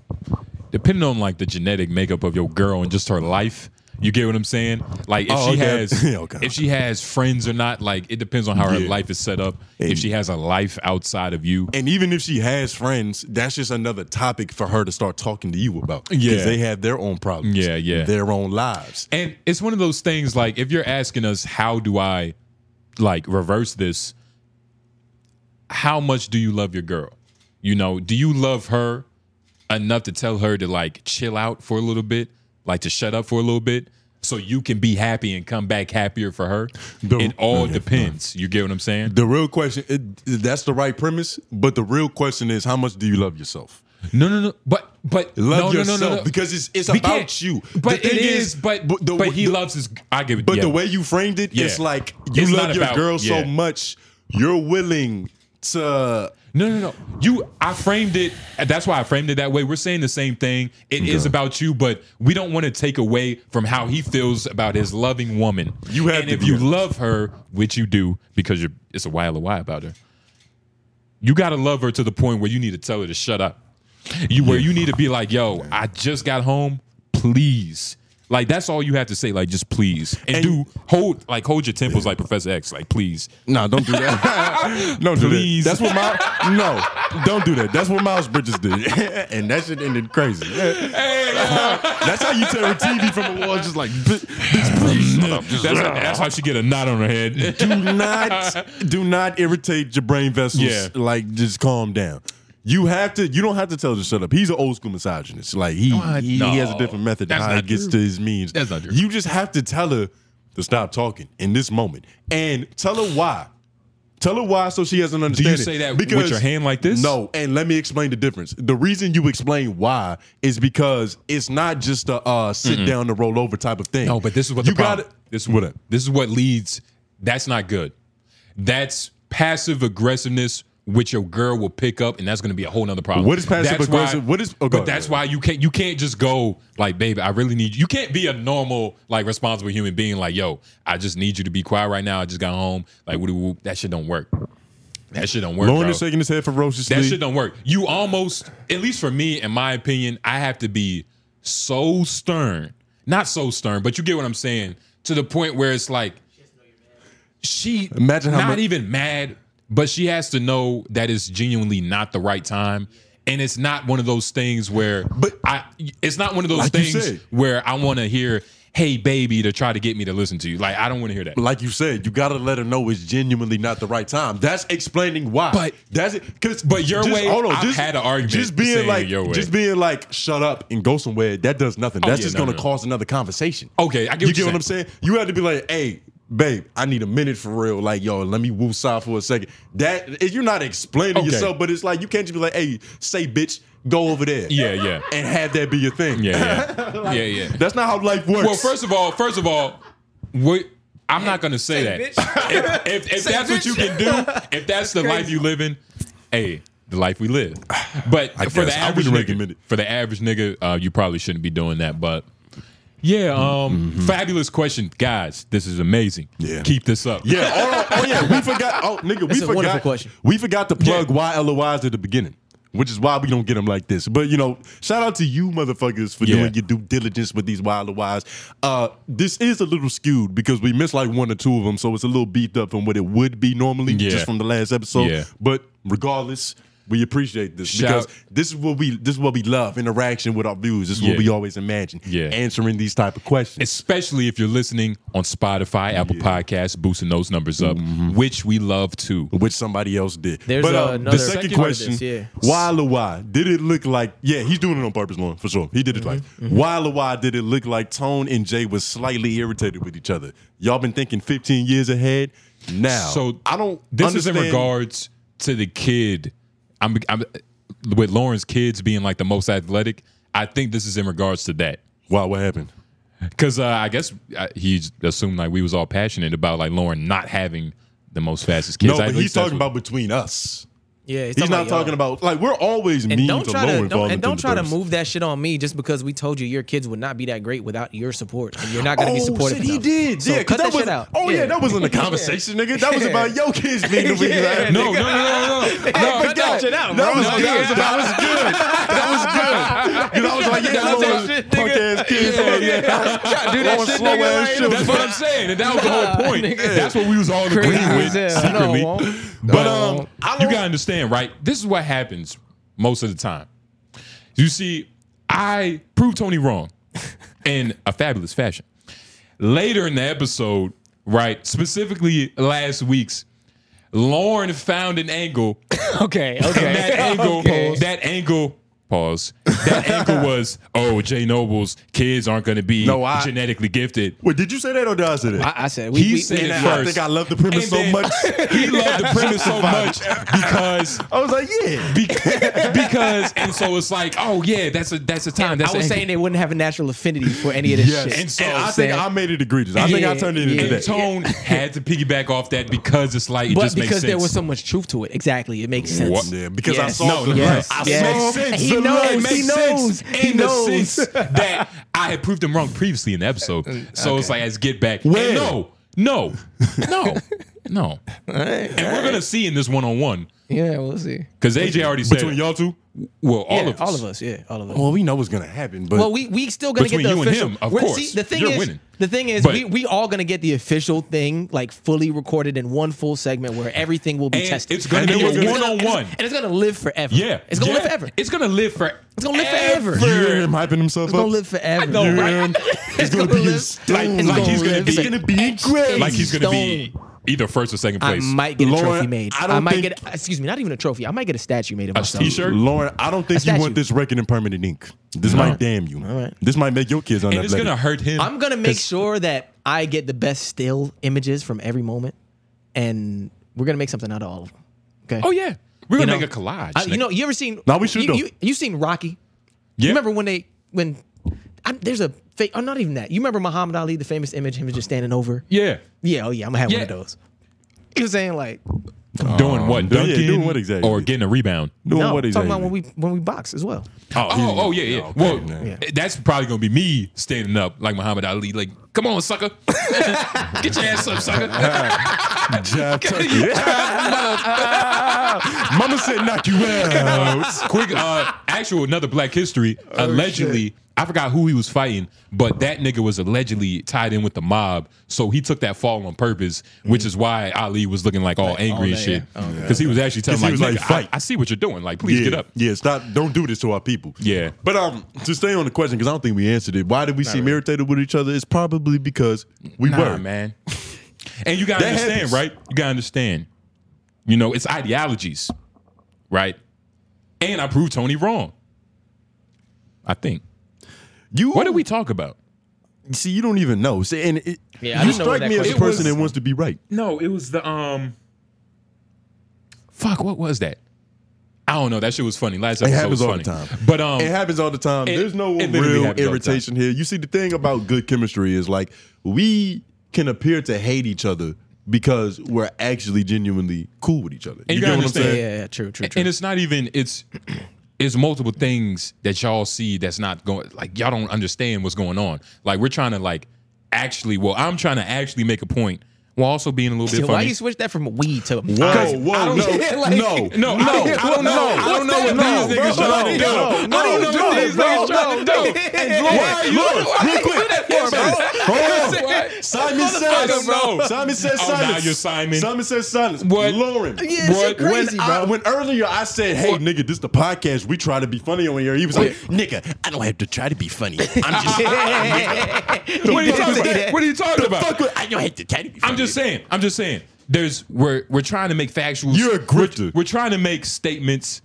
Speaker 1: depending on like the genetic makeup of your girl and just her life you get what i'm saying like if
Speaker 3: Oh,
Speaker 1: she
Speaker 3: okay.
Speaker 1: has
Speaker 3: Yeah, okay.
Speaker 1: if she has friends or not like it depends on how her
Speaker 3: Yeah.
Speaker 1: life is set up if
Speaker 3: And-
Speaker 1: she has a life outside of you
Speaker 3: And even if she has friends, that's just another topic for her to start talking to you about.
Speaker 1: Yeah.
Speaker 3: they have their own problems.
Speaker 1: Yeah, yeah.
Speaker 3: Their own lives.
Speaker 1: And it's one of those things like if you're asking us how do I like reverse this, how much do you love your girl? You know, do you love her enough to tell her to like chill out for a little bit, like to shut up for a little bit? So you can be happy and come back happier for her.
Speaker 3: The-
Speaker 1: it all
Speaker 3: Okay.
Speaker 1: depends. You get what I'm saying?
Speaker 3: The real question, it, that's the right premise, but the real question is how much do you love yourself?
Speaker 1: no, no, no. But but
Speaker 3: Love
Speaker 1: no,
Speaker 3: yourself
Speaker 1: no, no, no, no.
Speaker 3: because it's it's
Speaker 1: We
Speaker 3: about
Speaker 1: can't.
Speaker 3: you. The
Speaker 1: But it
Speaker 3: thing
Speaker 1: is. But but,
Speaker 3: the-
Speaker 1: he
Speaker 3: the-
Speaker 1: loves his. I give it.
Speaker 3: But
Speaker 1: yeah.
Speaker 3: the way you framed it, it's
Speaker 1: Yeah.
Speaker 3: like you
Speaker 1: It's
Speaker 3: love
Speaker 1: not
Speaker 3: your
Speaker 1: about-
Speaker 3: girl
Speaker 1: yeah.
Speaker 3: so much, you're willing to.
Speaker 1: No, no, no. You, I framed it. That's why I framed it that way. We're saying the same thing. It is about you, but we don't want to take away from how he feels about his loving woman.
Speaker 3: You have
Speaker 1: and
Speaker 3: to
Speaker 1: if
Speaker 3: be
Speaker 1: you
Speaker 3: honest.
Speaker 1: love her, which you do, because you're, it's a wild lie about her. You gotta love her to the point where you need to tell her to shut up. You where you need to be like, yo, I just got home. Please. Like that's all you have to say, like just please. And,
Speaker 3: And-
Speaker 1: do hold like hold your temples like Professor X, like please.
Speaker 3: No, don't do that. don't do
Speaker 1: Please.
Speaker 3: that. That's what my no. Don't do that. That's what Miles Bridges did, and that shit ended crazy. that's how you tear a TV from a wall, just like "Bitch, bitch, please shut up.
Speaker 1: That's, that's how she get a knot on her head.
Speaker 3: do not do not irritate your brain vessels.
Speaker 1: Yeah.
Speaker 3: Like just calm down. You have to. You don't have to tell him to shut up. He's an old school misogynist. Like he
Speaker 1: What?
Speaker 3: he, he has a
Speaker 1: No.
Speaker 3: different method
Speaker 1: That's
Speaker 3: how he
Speaker 1: not
Speaker 3: gets
Speaker 1: true.
Speaker 3: to his means.
Speaker 1: That's not true.
Speaker 3: You just have to tell her to stop talking in this moment and tell her why. Tell her why so she has an
Speaker 1: you
Speaker 3: understanding.
Speaker 1: say that with your hand like this?
Speaker 3: No, and let me explain the difference. The reason you explain why is because it's not just a uh, sit down to roll over type of thing.
Speaker 1: No, but this is what the
Speaker 3: you
Speaker 1: problem.
Speaker 3: gotta-
Speaker 1: this is what this is what leads. That's not good. That's passive aggressiveness, which your girl will pick up, and that's going to be a whole nother problem.
Speaker 3: What is passive
Speaker 1: That's why-
Speaker 3: aggressive? What is- oh,
Speaker 1: but
Speaker 3: go ahead,
Speaker 1: that's
Speaker 3: go
Speaker 1: why you can't you can't just go like, baby, I really need you. You can't be a normal like responsible human being. Like, yo, I just need you to be quiet right now. I just got home. Like, woo woo. That shit don't work. That shit don't work.
Speaker 3: Lauren
Speaker 1: bro.
Speaker 3: is shaking his head ferociously.
Speaker 1: That shit don't work. You almost, at least for me, in my opinion, I have to be so stern. Not so stern, but you get what I'm saying. To the point where it's like she
Speaker 3: Imagine how
Speaker 1: not
Speaker 3: much-
Speaker 1: even mad, but she has to know that it's genuinely not the right time. And it's not one of those things where
Speaker 3: But-
Speaker 1: I it's not one of those
Speaker 3: Like you
Speaker 1: things
Speaker 3: said.
Speaker 1: where I want to hear, hey baby, to try to get me to listen to you. Like I don't want to hear that.
Speaker 3: like you said, you gotta let her know it's genuinely not the right time. That's explaining why.
Speaker 1: But-
Speaker 3: that's it. Because
Speaker 1: but your way, I've had an argument
Speaker 3: Just being
Speaker 1: saying
Speaker 3: like,
Speaker 1: your way.
Speaker 3: just being like, shut up and go somewhere. That does nothing.
Speaker 1: Oh,
Speaker 3: that's
Speaker 1: yeah,
Speaker 3: just
Speaker 1: no,
Speaker 3: gonna
Speaker 1: no.
Speaker 3: cause another conversation.
Speaker 1: Okay, I get
Speaker 3: you
Speaker 1: what
Speaker 3: get
Speaker 1: you're
Speaker 3: what I'm saying. You have to be like, hey. Babe, I need a minute for real. Like, yo, let me woo side for a second. That you're not explaining
Speaker 1: Okay.
Speaker 3: yourself, but it's like you can't just be like, "Hey, say bitch, go over there."
Speaker 1: Yeah, yeah.
Speaker 3: and have that be your thing.
Speaker 1: Yeah, yeah. yeah, yeah.
Speaker 3: that's not how life works.
Speaker 1: Well, first of all, first of all, what I'm not gonna say
Speaker 7: Say
Speaker 1: that. if if, if
Speaker 7: Say
Speaker 1: that's what you can
Speaker 7: bitch.
Speaker 1: do, if that's the life you live in, hey, the life we live. But
Speaker 3: I
Speaker 1: for the
Speaker 3: guess I
Speaker 1: average
Speaker 3: wouldn't recommend
Speaker 1: nigga,
Speaker 3: it.
Speaker 1: for the average nigga, uh, you probably shouldn't be doing that. But yeah, um, fabulous question, guys. This is amazing.
Speaker 3: Mm-hmm. Yeah.
Speaker 1: keep this up.
Speaker 3: Yeah. Oh, oh, yeah. We forgot. Oh, nigga, we
Speaker 2: That's a
Speaker 3: forgot.
Speaker 2: wonderful question.
Speaker 3: We forgot to plug
Speaker 1: Yeah.
Speaker 3: why LOIs at the beginning, which is why we don't get them like this. But you know, shout out to you motherfuckers for
Speaker 1: Yeah.
Speaker 3: doing your due diligence with these wild LOIs. Uh, this is a little skewed because we missed like one or two of them, so it's a little beefed up from what it would be normally
Speaker 1: Yeah.
Speaker 3: just from the last episode.
Speaker 1: Yeah.
Speaker 3: But regardless. We appreciate this
Speaker 1: Shout-
Speaker 3: because this is what we this is what we love interaction with our viewers. This is
Speaker 1: Yeah.
Speaker 3: what we always imagine
Speaker 1: Yeah.
Speaker 3: answering these type of questions.
Speaker 1: especially if you're listening on Spotify, Apple Podcasts, boosting those numbers up,
Speaker 3: Mm-hmm.
Speaker 1: which we love too.
Speaker 3: which somebody else did.
Speaker 2: There's
Speaker 3: but uh,
Speaker 2: another
Speaker 3: the second
Speaker 2: part of
Speaker 3: question,
Speaker 2: this, yeah.
Speaker 3: why Lawai did it look like? Yeah, he's doing it on purpose, Lauren, for sure. He did it
Speaker 2: Mm-hmm,
Speaker 3: twice. Why Lawai did it look like Tone and Jay was slightly irritated with each other? Y'all been thinking 15 years ahead. Now,
Speaker 1: So
Speaker 3: I don't.
Speaker 1: This
Speaker 3: understand.
Speaker 1: is in regards to the kid. I'm, I'm with Lauren's kids being like the most athletic. I think this is in regards to that
Speaker 3: Wow, what happened?
Speaker 1: because uh, I guess uh, he assumed like we was all passionate about like Lauren not having the most fastest kids.
Speaker 3: no,
Speaker 1: I
Speaker 3: but
Speaker 1: think
Speaker 3: he's
Speaker 1: that's
Speaker 3: talking
Speaker 1: what-
Speaker 3: about between us.
Speaker 2: Yeah,
Speaker 3: He's, not talking about like we're always mean
Speaker 2: And don't
Speaker 3: to
Speaker 2: try
Speaker 3: Lauren.
Speaker 2: to
Speaker 3: for all
Speaker 2: don't, and
Speaker 3: intents
Speaker 2: don't try to
Speaker 3: purposes.
Speaker 2: move that shit on me just because we told you your kids would not be that great without your support, and you're not going to be supportive.
Speaker 3: Oh, Shit, he
Speaker 2: enough.
Speaker 3: did.
Speaker 2: So
Speaker 3: yeah, 'cause
Speaker 2: cut that,
Speaker 3: was,
Speaker 2: shit out.
Speaker 3: Oh yeah, that wasn't a conversation, nigga. That was about your kids being the weak.
Speaker 2: Yeah.
Speaker 1: No, no, no, no, no. no.
Speaker 2: cut that shit out,
Speaker 3: That
Speaker 2: bro.
Speaker 3: was
Speaker 1: No,
Speaker 3: good.
Speaker 1: that was
Speaker 3: That was good. That was good. Because I was like, yeah,
Speaker 1: That was that
Speaker 3: Lauren,
Speaker 7: shit,
Speaker 3: punk ass kids.
Speaker 1: Yeah,
Speaker 3: Lauren,
Speaker 7: do that
Speaker 3: Lauren
Speaker 7: shit,
Speaker 3: slow
Speaker 7: nigga,
Speaker 3: ass
Speaker 7: like-
Speaker 3: shit.
Speaker 1: That's what I'm saying, and that was the whole point. That's what we was all agreeing with
Speaker 2: as hell.
Speaker 1: secretly.
Speaker 2: No, I won't.
Speaker 1: but
Speaker 2: No, I
Speaker 1: um,
Speaker 2: won't.
Speaker 1: you gotta understand, right? This is what happens most of the time. You see, I proved Tony wrong in a fabulous fashion. Later in the episode, right? Specifically last week's, Lauren found an angle
Speaker 2: Okay, okay.
Speaker 1: and that angle,
Speaker 2: Okay.
Speaker 1: that angle, pause. That angle was, oh, Jay Noble's kids aren't going to be
Speaker 3: No, I-
Speaker 1: genetically gifted.
Speaker 3: Wait, did you say that or did I say that?
Speaker 2: I, I said we,
Speaker 1: He
Speaker 2: we-
Speaker 1: said
Speaker 2: we-
Speaker 1: it
Speaker 3: I
Speaker 1: first.
Speaker 3: think I love the premise
Speaker 1: And
Speaker 3: so
Speaker 1: then-
Speaker 3: much.
Speaker 1: He loved the premise so much because.
Speaker 3: I was like, yeah.
Speaker 1: bec- Because and so it's like oh yeah that's a that's a time that's
Speaker 2: I was
Speaker 1: an
Speaker 2: saying
Speaker 1: angle.
Speaker 2: they wouldn't have a natural affinity for any of this
Speaker 3: Yes.
Speaker 2: shit.
Speaker 1: And so
Speaker 3: And I think
Speaker 2: saying-
Speaker 3: I made it egregious. I think I
Speaker 2: Yeah,
Speaker 3: turned it into
Speaker 2: yeah.
Speaker 1: and
Speaker 3: that.
Speaker 1: Tone had to piggyback off that because it's like it
Speaker 2: but
Speaker 1: just
Speaker 2: because
Speaker 1: makes sense
Speaker 2: there was so much truth to it, exactly, it makes sense.
Speaker 1: What?
Speaker 3: Yeah, because I
Speaker 2: Yes.
Speaker 3: saw
Speaker 1: No,
Speaker 3: the
Speaker 2: yes,
Speaker 3: light. I
Speaker 2: yes.
Speaker 3: saw sense.
Speaker 2: He
Speaker 3: The
Speaker 2: knows,
Speaker 3: light.
Speaker 1: it makes
Speaker 2: he knows,
Speaker 1: sense
Speaker 2: he
Speaker 1: in the
Speaker 2: knows.
Speaker 1: sense that I had proved him wrong previously in the episode.
Speaker 2: Uh,
Speaker 1: So it's like as get back.
Speaker 3: Where?
Speaker 1: And no, no, no, no. and we're gonna see in this one on one
Speaker 2: Yeah, we'll see.
Speaker 1: because AJ already said
Speaker 3: Between y'all two?
Speaker 1: well all
Speaker 2: yeah,
Speaker 1: of us.
Speaker 2: all of us. Yeah, all of us.
Speaker 3: Well, we know what's gonna happen, but
Speaker 2: Well, we we still gonna
Speaker 1: Between
Speaker 2: get the
Speaker 1: you and
Speaker 2: official.
Speaker 1: him, of
Speaker 2: we're-
Speaker 1: course.
Speaker 2: See, the thing
Speaker 1: You're
Speaker 2: is,
Speaker 1: winning.
Speaker 2: the thing is,
Speaker 1: But-
Speaker 2: we we all gonna get the official thing like fully recorded in one full segment where everything will be
Speaker 1: And
Speaker 2: tested.
Speaker 1: it's gonna
Speaker 3: be a
Speaker 2: it's
Speaker 1: one-on-one.
Speaker 2: and it's gonna live forever.
Speaker 1: Yeah,
Speaker 2: it's gonna
Speaker 1: yeah.
Speaker 2: live forever.
Speaker 1: It's gonna live for.
Speaker 2: It's gonna live forever.
Speaker 3: you hear him hyping himself
Speaker 2: It's gonna
Speaker 3: up?
Speaker 2: live forever.
Speaker 1: I know,
Speaker 2: You're
Speaker 1: right?
Speaker 2: in.
Speaker 3: It's gonna be his
Speaker 1: Like,
Speaker 3: stone.
Speaker 1: like he's
Speaker 2: gonna
Speaker 1: gonna
Speaker 2: live
Speaker 1: be,
Speaker 2: forever.
Speaker 3: gonna be great.
Speaker 1: like he's gonna be either first or second
Speaker 2: I
Speaker 1: place.
Speaker 2: might get a
Speaker 3: Lauren,
Speaker 2: trophy made.
Speaker 3: I
Speaker 2: I,
Speaker 3: don't
Speaker 2: might
Speaker 3: think-
Speaker 2: get. A, excuse me, not even a trophy. I might get a statue made of
Speaker 1: A
Speaker 2: myself.
Speaker 1: t-shirt.
Speaker 3: Lauren, I don't think
Speaker 2: A
Speaker 3: you
Speaker 2: statue.
Speaker 3: want this record in permanent ink. This might damn you.
Speaker 2: All right.
Speaker 3: This might make your kids
Speaker 1: and it's
Speaker 3: unathletic.
Speaker 1: gonna hurt him.
Speaker 2: I'm gonna make sure that I get the best still images from every moment, and we're gonna make something out of all of them. Okay.
Speaker 1: oh yeah, we're
Speaker 2: You
Speaker 1: gonna
Speaker 2: know,
Speaker 1: make a collage.
Speaker 2: I- you
Speaker 1: nigga.
Speaker 2: know, you ever seen?
Speaker 3: Nah, we should
Speaker 2: you,
Speaker 3: though.
Speaker 2: you, you seen Rocky?
Speaker 1: yeah.
Speaker 2: You remember when they when I, there's a fa- oh, not even that. You remember Muhammad Ali, the famous image, him just standing over.
Speaker 1: Yeah.
Speaker 2: Yeah, oh yeah, I'm gonna have one of
Speaker 1: Yeah.
Speaker 2: those. You know what I'm saying like
Speaker 1: Doing what?
Speaker 3: Um, yeah,
Speaker 1: Dunking
Speaker 3: doing what exactly?
Speaker 1: Or getting a rebound.
Speaker 3: Doing
Speaker 2: no,
Speaker 3: what
Speaker 2: talking
Speaker 3: he's
Speaker 2: about when we when we box as well.
Speaker 1: Oh,
Speaker 3: he's-
Speaker 1: oh, oh, yeah, yeah.
Speaker 3: okay,
Speaker 1: well,
Speaker 3: man.
Speaker 1: eh, that's probably gonna be me standing up like Muhammad Ali. Like, come on, sucker, get your ass up, sucker.
Speaker 3: Jab Tucker. Mama said knock you out.
Speaker 1: Quick, uh, actual another Black History. allegedly, I forgot who he was fighting, but that nigga was allegedly tied in with the mob, so he took that fall on purpose, which is why Ali was looking like all angry and
Speaker 2: that,
Speaker 1: shit
Speaker 2: yeah.
Speaker 1: because he was actually telling
Speaker 3: 'Cause he
Speaker 1: like,
Speaker 3: was like,
Speaker 1: "Nigga,
Speaker 3: fight."
Speaker 1: I, I see what you're doing. Like, please
Speaker 3: yeah,
Speaker 1: get up.
Speaker 3: Yeah, stop. Don't do this to our people.
Speaker 1: Yeah.
Speaker 3: But um, to stay on the question, because I don't think we answered it. Why did we seem irritated with each other? It's probably because we
Speaker 1: nah,
Speaker 3: were.
Speaker 1: man. And you gotta
Speaker 3: That
Speaker 1: understand,
Speaker 3: happens.
Speaker 1: right? You gotta understand. You know, it's ideologies, right? And I proved Tony wrong. I think.
Speaker 3: You
Speaker 1: What did we talk about?
Speaker 3: see? You don't even know. See, and it,
Speaker 2: Yeah, I
Speaker 3: you
Speaker 2: didn't know where
Speaker 3: strike
Speaker 2: that
Speaker 3: me as a
Speaker 2: question
Speaker 3: person
Speaker 1: was.
Speaker 3: that wants to be right.
Speaker 1: No, it was the um. Fuck, what was that? I don't know. That shit was funny. Last
Speaker 3: It
Speaker 1: episode
Speaker 3: happens
Speaker 1: was
Speaker 3: all
Speaker 1: funny.
Speaker 3: the time.
Speaker 1: But um,
Speaker 3: it happens all the time.
Speaker 1: it-
Speaker 3: There's no
Speaker 1: it literally
Speaker 3: real
Speaker 1: happens all the time.
Speaker 3: irritation here. You see, the thing about good chemistry is like we can appear to hate each other because we're actually genuinely cool with each other.
Speaker 1: And you
Speaker 3: get
Speaker 1: gotta
Speaker 3: what I'm
Speaker 1: understand-
Speaker 2: Yeah,
Speaker 3: saying?
Speaker 2: yeah, yeah, true, true, true.
Speaker 1: And it's not even it's it's multiple things that y'all see that's not going like y'all don't understand what's going on. Like we're trying to like actually well, I'm trying to actually make a point while also being a little
Speaker 2: So
Speaker 1: bit
Speaker 2: why
Speaker 1: funny.
Speaker 2: you switch that from weed to
Speaker 3: Whoa, whoa,
Speaker 1: I don't-
Speaker 3: no,
Speaker 2: like-
Speaker 3: no,
Speaker 1: no, I don't, I don't know. I don't know what
Speaker 3: No,
Speaker 1: these
Speaker 3: bro,
Speaker 1: niggas trying to do.
Speaker 3: no,
Speaker 1: I don't know
Speaker 3: no,
Speaker 1: what these
Speaker 3: no,
Speaker 1: niggas trying to do.
Speaker 3: Why are you real quick? Hold on.
Speaker 1: What?
Speaker 3: Simon
Speaker 1: I
Speaker 3: says,
Speaker 1: don't know.
Speaker 3: Simon says
Speaker 1: Oh, now
Speaker 3: silence.
Speaker 1: you're Simon.
Speaker 3: Simon says silence.
Speaker 1: What?
Speaker 3: Lauren.
Speaker 2: Yeah, it's
Speaker 1: What?
Speaker 2: crazy,
Speaker 3: when,
Speaker 2: bro.
Speaker 3: I, when earlier I said, "Hey, nigga, this the podcast. We try to be funny on here." He was like, "Nigga, I don't have to try to be funny. I'm just
Speaker 1: What are you talking about? What are you talking about?
Speaker 3: fuck with, I don't have to try to be funny."
Speaker 1: I'm just saying. I'm just saying. There's we're we're trying to make factual.
Speaker 3: You're a grifter.
Speaker 1: We're, we're trying to make statements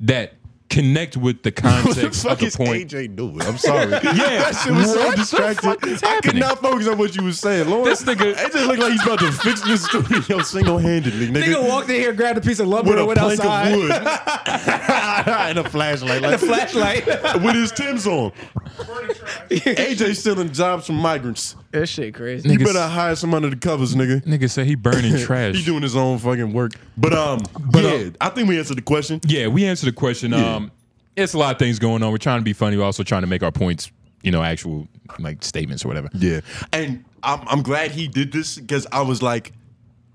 Speaker 1: that connect with the
Speaker 3: What the
Speaker 1: context
Speaker 3: fuck
Speaker 1: of the
Speaker 3: is
Speaker 1: point.
Speaker 3: AJ doing? I'm sorry.
Speaker 1: Yeah.
Speaker 3: that shit was so
Speaker 1: What the
Speaker 3: distracted.
Speaker 1: fuck is
Speaker 3: I could
Speaker 1: happening?
Speaker 3: not focus on what you were saying, Lauren.
Speaker 1: This nigga-
Speaker 3: it just looked like he's about to fix this studio single handedly, nigga.
Speaker 2: Nigga walked in here, grabbed a piece of lumber,
Speaker 3: with
Speaker 2: and
Speaker 3: a
Speaker 2: went
Speaker 3: plank
Speaker 2: outside.
Speaker 3: of wood and a flashlight, like
Speaker 2: The flashlight.
Speaker 3: with his Tim's on. AJ stealing jobs from migrants.
Speaker 2: that shit crazy.
Speaker 3: You
Speaker 1: Niggas-
Speaker 3: better hire some under the covers, nigga.
Speaker 1: Nigga said he burning
Speaker 3: He
Speaker 1: trash.
Speaker 3: doing his own fucking work. But um,
Speaker 1: But,
Speaker 3: yeah,
Speaker 1: um,
Speaker 3: I think we answered the question.
Speaker 1: yeah, we answered the question. Um, it's a lot of things going on. We're trying to be funny. We're also trying to make our points. You know, actual like statements or whatever.
Speaker 3: Yeah, and I'm I'm glad he did this because I was like,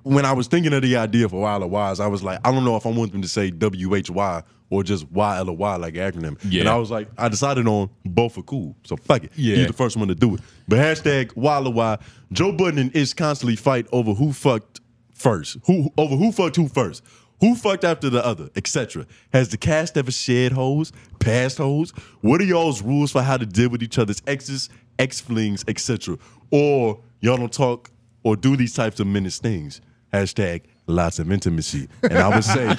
Speaker 3: when I was thinking of the idea for Wild Wise, I was like, I don't know if I want them to say W H Y or just Y L Y like an acronym.
Speaker 1: Yeah.
Speaker 3: And I was like, I decided on both are cool, so fuck it.
Speaker 1: Yeah.
Speaker 3: he's the first one to do it. But hashtag Wild Y. Joe Budden and Ish constantly fight over who fucked first, who over who fucked who first. Who fucked after the other, etc. Has the cast ever shared hoes, past hoes? What are y'all's rules for how to deal with each other's exes, ex flings, etc.? Or y'all don't talk or do these types of menace things. Hashtag lots of intimacy. And I would say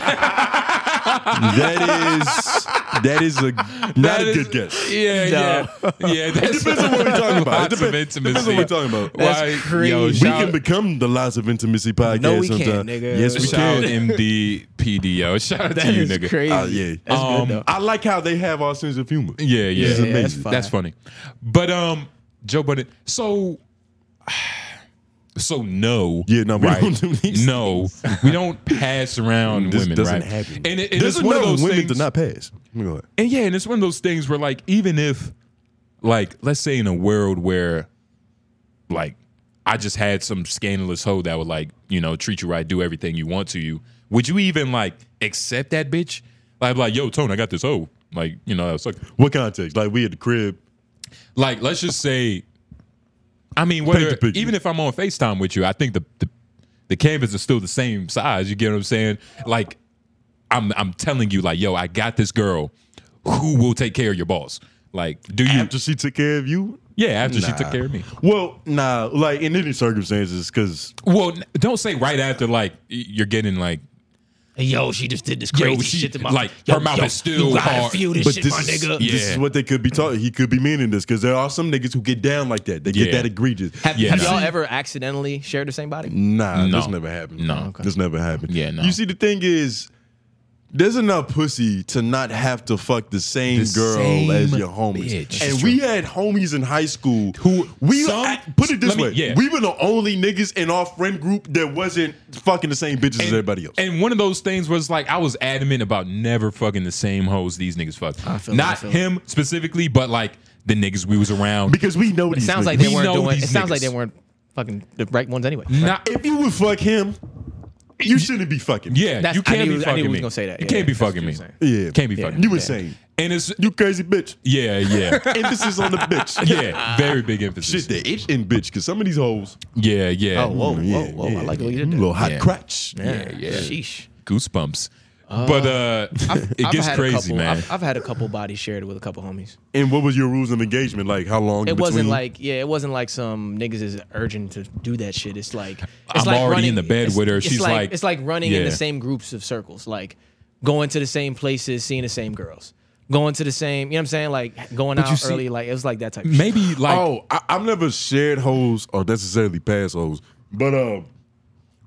Speaker 3: that is that is a not a
Speaker 1: That is-
Speaker 3: good guess.
Speaker 1: Yeah, yeah, yeah. That's,
Speaker 3: It depends on what we're talking about. It
Speaker 1: Lots of
Speaker 3: depends, depends on what we're talking about.
Speaker 1: Why,
Speaker 2: That's
Speaker 1: Yo,
Speaker 2: crazy.
Speaker 3: we
Speaker 1: shout-
Speaker 3: can become the Lots of Intimacy podcast
Speaker 2: No, we can't,
Speaker 3: sometime.
Speaker 2: nigga.
Speaker 3: Yes, we
Speaker 1: Shout out
Speaker 3: can.
Speaker 1: MDPDO. Shout out to
Speaker 2: That
Speaker 1: you,
Speaker 2: is
Speaker 1: nigga.
Speaker 2: crazy.
Speaker 3: Oh, yeah.
Speaker 2: That's
Speaker 1: Um,
Speaker 2: good though.
Speaker 3: I like how they have our sense of humor.
Speaker 1: Yeah, yeah,
Speaker 3: It's
Speaker 2: Yeah, that's
Speaker 3: amazing.
Speaker 2: fine.
Speaker 1: That's funny. But um, Joe Budden. So, so no.
Speaker 3: Yeah, no, we
Speaker 1: right?
Speaker 3: don't do these
Speaker 1: No, we don't pass around
Speaker 3: This
Speaker 1: women.
Speaker 3: doesn't
Speaker 1: right?
Speaker 3: happen.
Speaker 1: And it,
Speaker 3: There's
Speaker 1: it's one of
Speaker 3: no
Speaker 1: those
Speaker 3: women
Speaker 1: things.
Speaker 3: to not pass. Let me go ahead.
Speaker 1: and yeah, and it's one of those things where like even if, like, let's say in a world where, like, I just had some scandalous hoe that would like you know treat you right, do everything you want to you. Would you even like accept that bitch? Like, like, yo, Tone, I got this hoe. Like, you know, that suck.
Speaker 3: What context? Like we at the crib.
Speaker 1: like let's just say i mean whether
Speaker 3: the picture.
Speaker 1: even if i'm on facetime with you i think the, the the canvas is still the same size you get what i'm saying like i'm i'm telling you like yo i got this girl who will take care of your balls like do you
Speaker 3: After she took care of you.
Speaker 1: yeah after she
Speaker 3: Nah.
Speaker 1: took care of me
Speaker 3: Well, nah, like in any circumstances, because
Speaker 1: well n- don't say right after like y- you're getting like
Speaker 2: yo, she just did this
Speaker 1: crazy she- shit to my- like, yo, her mouth yo, is still you gotta hard. feel this
Speaker 3: but this, is,
Speaker 1: Yeah.
Speaker 3: this is what they could be talking. He could be meaning this because there are some niggas who get down like that. They get
Speaker 1: Yeah.
Speaker 3: that egregious.
Speaker 2: Have,
Speaker 1: Yeah,
Speaker 2: have
Speaker 1: nah.
Speaker 2: y'all ever accidentally shared the same body?
Speaker 3: Nah,
Speaker 1: No.
Speaker 3: this never happened.
Speaker 1: No.
Speaker 3: this never happened.
Speaker 1: Yeah, no.
Speaker 3: You see, the thing is, there's enough pussy to not have to fuck the same
Speaker 1: The
Speaker 3: girl
Speaker 1: same
Speaker 3: as your homies.
Speaker 1: bitch.
Speaker 3: And we had homies in high school
Speaker 1: Who-
Speaker 3: we
Speaker 1: some-
Speaker 3: I- put it this
Speaker 1: let me-
Speaker 3: way:
Speaker 1: yeah.
Speaker 3: we were the only niggas in our friend group that wasn't fucking the same bitches as everybody else.
Speaker 1: And one of those things was like I was adamant about never fucking the same hoes these niggas fuck.
Speaker 2: I feel it, I
Speaker 1: Not
Speaker 2: feel it.
Speaker 1: him specifically, but like the niggas we was around.
Speaker 3: because we know
Speaker 2: It
Speaker 3: these
Speaker 2: sounds
Speaker 3: niggas.
Speaker 2: like they
Speaker 1: We
Speaker 2: weren't
Speaker 1: know
Speaker 2: doing. It
Speaker 1: these
Speaker 2: sounds like
Speaker 1: niggas. Mm.
Speaker 2: they weren't fucking the right ones anyway.
Speaker 1: not
Speaker 3: if you would fuck him, you shouldn't be fucking.
Speaker 1: Yeah,
Speaker 2: That's-
Speaker 1: you
Speaker 2: I
Speaker 1: can't
Speaker 2: knew- I
Speaker 1: be
Speaker 2: knew
Speaker 1: fucking
Speaker 2: he was
Speaker 1: me.
Speaker 2: gonna say that.
Speaker 1: You
Speaker 2: Yeah,
Speaker 1: can't be
Speaker 2: that's what
Speaker 1: fucking
Speaker 2: you
Speaker 1: me.
Speaker 2: were
Speaker 3: yeah,
Speaker 1: Can't be fucking.
Speaker 3: You
Speaker 1: me.
Speaker 3: insane.
Speaker 1: And it's
Speaker 3: You crazy bitch.
Speaker 1: yeah, yeah,
Speaker 3: Emphasis on the bitch.
Speaker 1: yeah. Very big emphasis.
Speaker 3: Shit, the itch and bitch. Because some of these hoes.
Speaker 1: Yeah, yeah.
Speaker 2: Oh, whoa,
Speaker 3: Yeah,
Speaker 2: whoa, whoa!
Speaker 3: yeah.
Speaker 2: I like the way you
Speaker 3: Mm,
Speaker 2: did that.
Speaker 3: Little hot
Speaker 1: Yeah.
Speaker 3: crotch.
Speaker 1: yeah, yeah.
Speaker 2: Sheesh.
Speaker 1: Goosebumps. but uh, it
Speaker 2: I've
Speaker 1: gets
Speaker 2: had a
Speaker 1: crazy,
Speaker 2: couple-
Speaker 1: man.
Speaker 2: I've, I've had a couple bodies shared with a couple homies.
Speaker 3: And what was your rules of engagement? Like how long?
Speaker 2: It
Speaker 3: between?
Speaker 2: wasn't like yeah, it wasn't like some niggas is urgent to do that shit. It's like it's
Speaker 1: I'm
Speaker 2: like
Speaker 1: already
Speaker 2: running,
Speaker 1: in the bed
Speaker 2: it's-
Speaker 1: with her.
Speaker 2: It's
Speaker 1: She's
Speaker 2: like,
Speaker 1: like-
Speaker 2: it's like running in the
Speaker 1: Yeah.
Speaker 2: same groups of circles, like going to the same places, seeing the same girls, going to the same. You know what I'm saying? Like going
Speaker 1: But you
Speaker 2: out
Speaker 1: see-
Speaker 2: early. Like it was like that type. of shit.
Speaker 1: Maybe like
Speaker 3: oh, I, I've never shared hoes or necessarily past hoes, but um,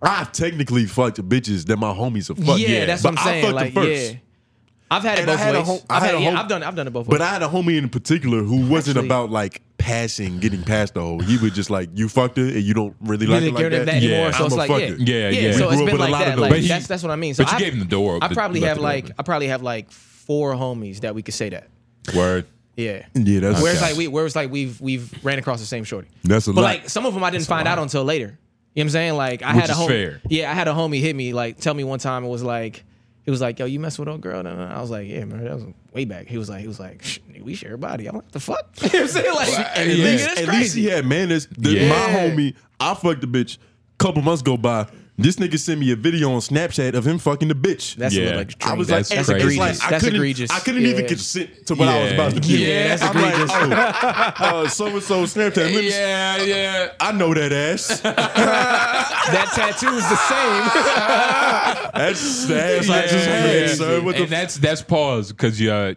Speaker 3: I've technically fucked bitches that my homies have fucked.
Speaker 2: yeah, that's what
Speaker 3: But
Speaker 2: I'm
Speaker 3: I
Speaker 2: saying.
Speaker 3: fucked
Speaker 2: Like
Speaker 3: them
Speaker 2: yeah, I've had it
Speaker 3: And I
Speaker 2: both
Speaker 3: had a
Speaker 2: ways.
Speaker 3: hom- I
Speaker 2: I've,
Speaker 3: had
Speaker 2: had,
Speaker 3: a
Speaker 2: yeah,
Speaker 3: hom-
Speaker 2: I've done I've done it both ways.
Speaker 3: But I had a homie in particular who wasn't
Speaker 2: Actually-
Speaker 3: about like passing, getting past the hole. He was just like, "You fucked it, and you don't really like
Speaker 2: didn't
Speaker 3: it like
Speaker 2: give them
Speaker 3: that."
Speaker 2: that anymore.
Speaker 1: Yeah.
Speaker 2: So
Speaker 3: I'm
Speaker 2: it's
Speaker 3: a
Speaker 2: like, yeah,
Speaker 3: fucker.
Speaker 1: Yeah, yeah.
Speaker 2: So
Speaker 1: We
Speaker 2: it's
Speaker 3: grew up
Speaker 2: been
Speaker 3: with a
Speaker 2: like
Speaker 3: lot of
Speaker 2: that.
Speaker 3: those.
Speaker 2: Like
Speaker 3: But he-
Speaker 2: that's that's what I mean. So
Speaker 1: but you
Speaker 2: I've-
Speaker 1: gave him the door.
Speaker 2: I probably
Speaker 1: left
Speaker 2: have
Speaker 1: it
Speaker 2: like
Speaker 1: open.
Speaker 2: I probably have like four homies that we could say that.
Speaker 1: word.
Speaker 2: Yeah.
Speaker 3: Yeah, that's
Speaker 2: Whereas
Speaker 3: okay.
Speaker 2: like we whereas like we've we've ran across the same shorty.
Speaker 3: That's a
Speaker 2: but
Speaker 3: lot.
Speaker 2: like some of them I didn't find out until later. You know what I'm saying? Like I
Speaker 1: Which
Speaker 2: had a
Speaker 1: is
Speaker 2: homie.
Speaker 1: fair.
Speaker 2: Yeah, I had a homie hit me like tell me one time it was like he was like, "Yo, you mess with old girl?" And I was like, "Yeah, man, that was way back." He was like, "He was like, Shh, nigga, we share a body." I'm like, "The fuck?" You know what I'm saying? Like,
Speaker 1: at
Speaker 2: nigga,
Speaker 1: least-
Speaker 2: that's
Speaker 3: At
Speaker 2: crazy.
Speaker 3: least he had manners. The-
Speaker 1: Yeah.
Speaker 3: My homie, I fucked the bitch. Couple months go by. This nigga sent me a video on Snapchat of him fucking the bitch.
Speaker 2: that's a little
Speaker 1: Yeah.
Speaker 2: extreme.
Speaker 3: I was
Speaker 1: That's
Speaker 3: like,
Speaker 2: that's
Speaker 3: it's like,
Speaker 1: crazy.
Speaker 2: egregious.
Speaker 3: I
Speaker 2: that's
Speaker 3: couldn't-
Speaker 2: egregious.
Speaker 3: I couldn't even
Speaker 2: Yeah.
Speaker 3: consent to what I was
Speaker 1: Yeah.
Speaker 3: about to do.
Speaker 2: Yeah, that's
Speaker 3: I'm like, oh, so and so Snapchat. Let me,
Speaker 1: Yeah, yeah.
Speaker 3: I know that ass.
Speaker 2: that tattoo is the same.
Speaker 3: That's the ass I just had, son. What the
Speaker 1: and that's that's pause because you. Uh,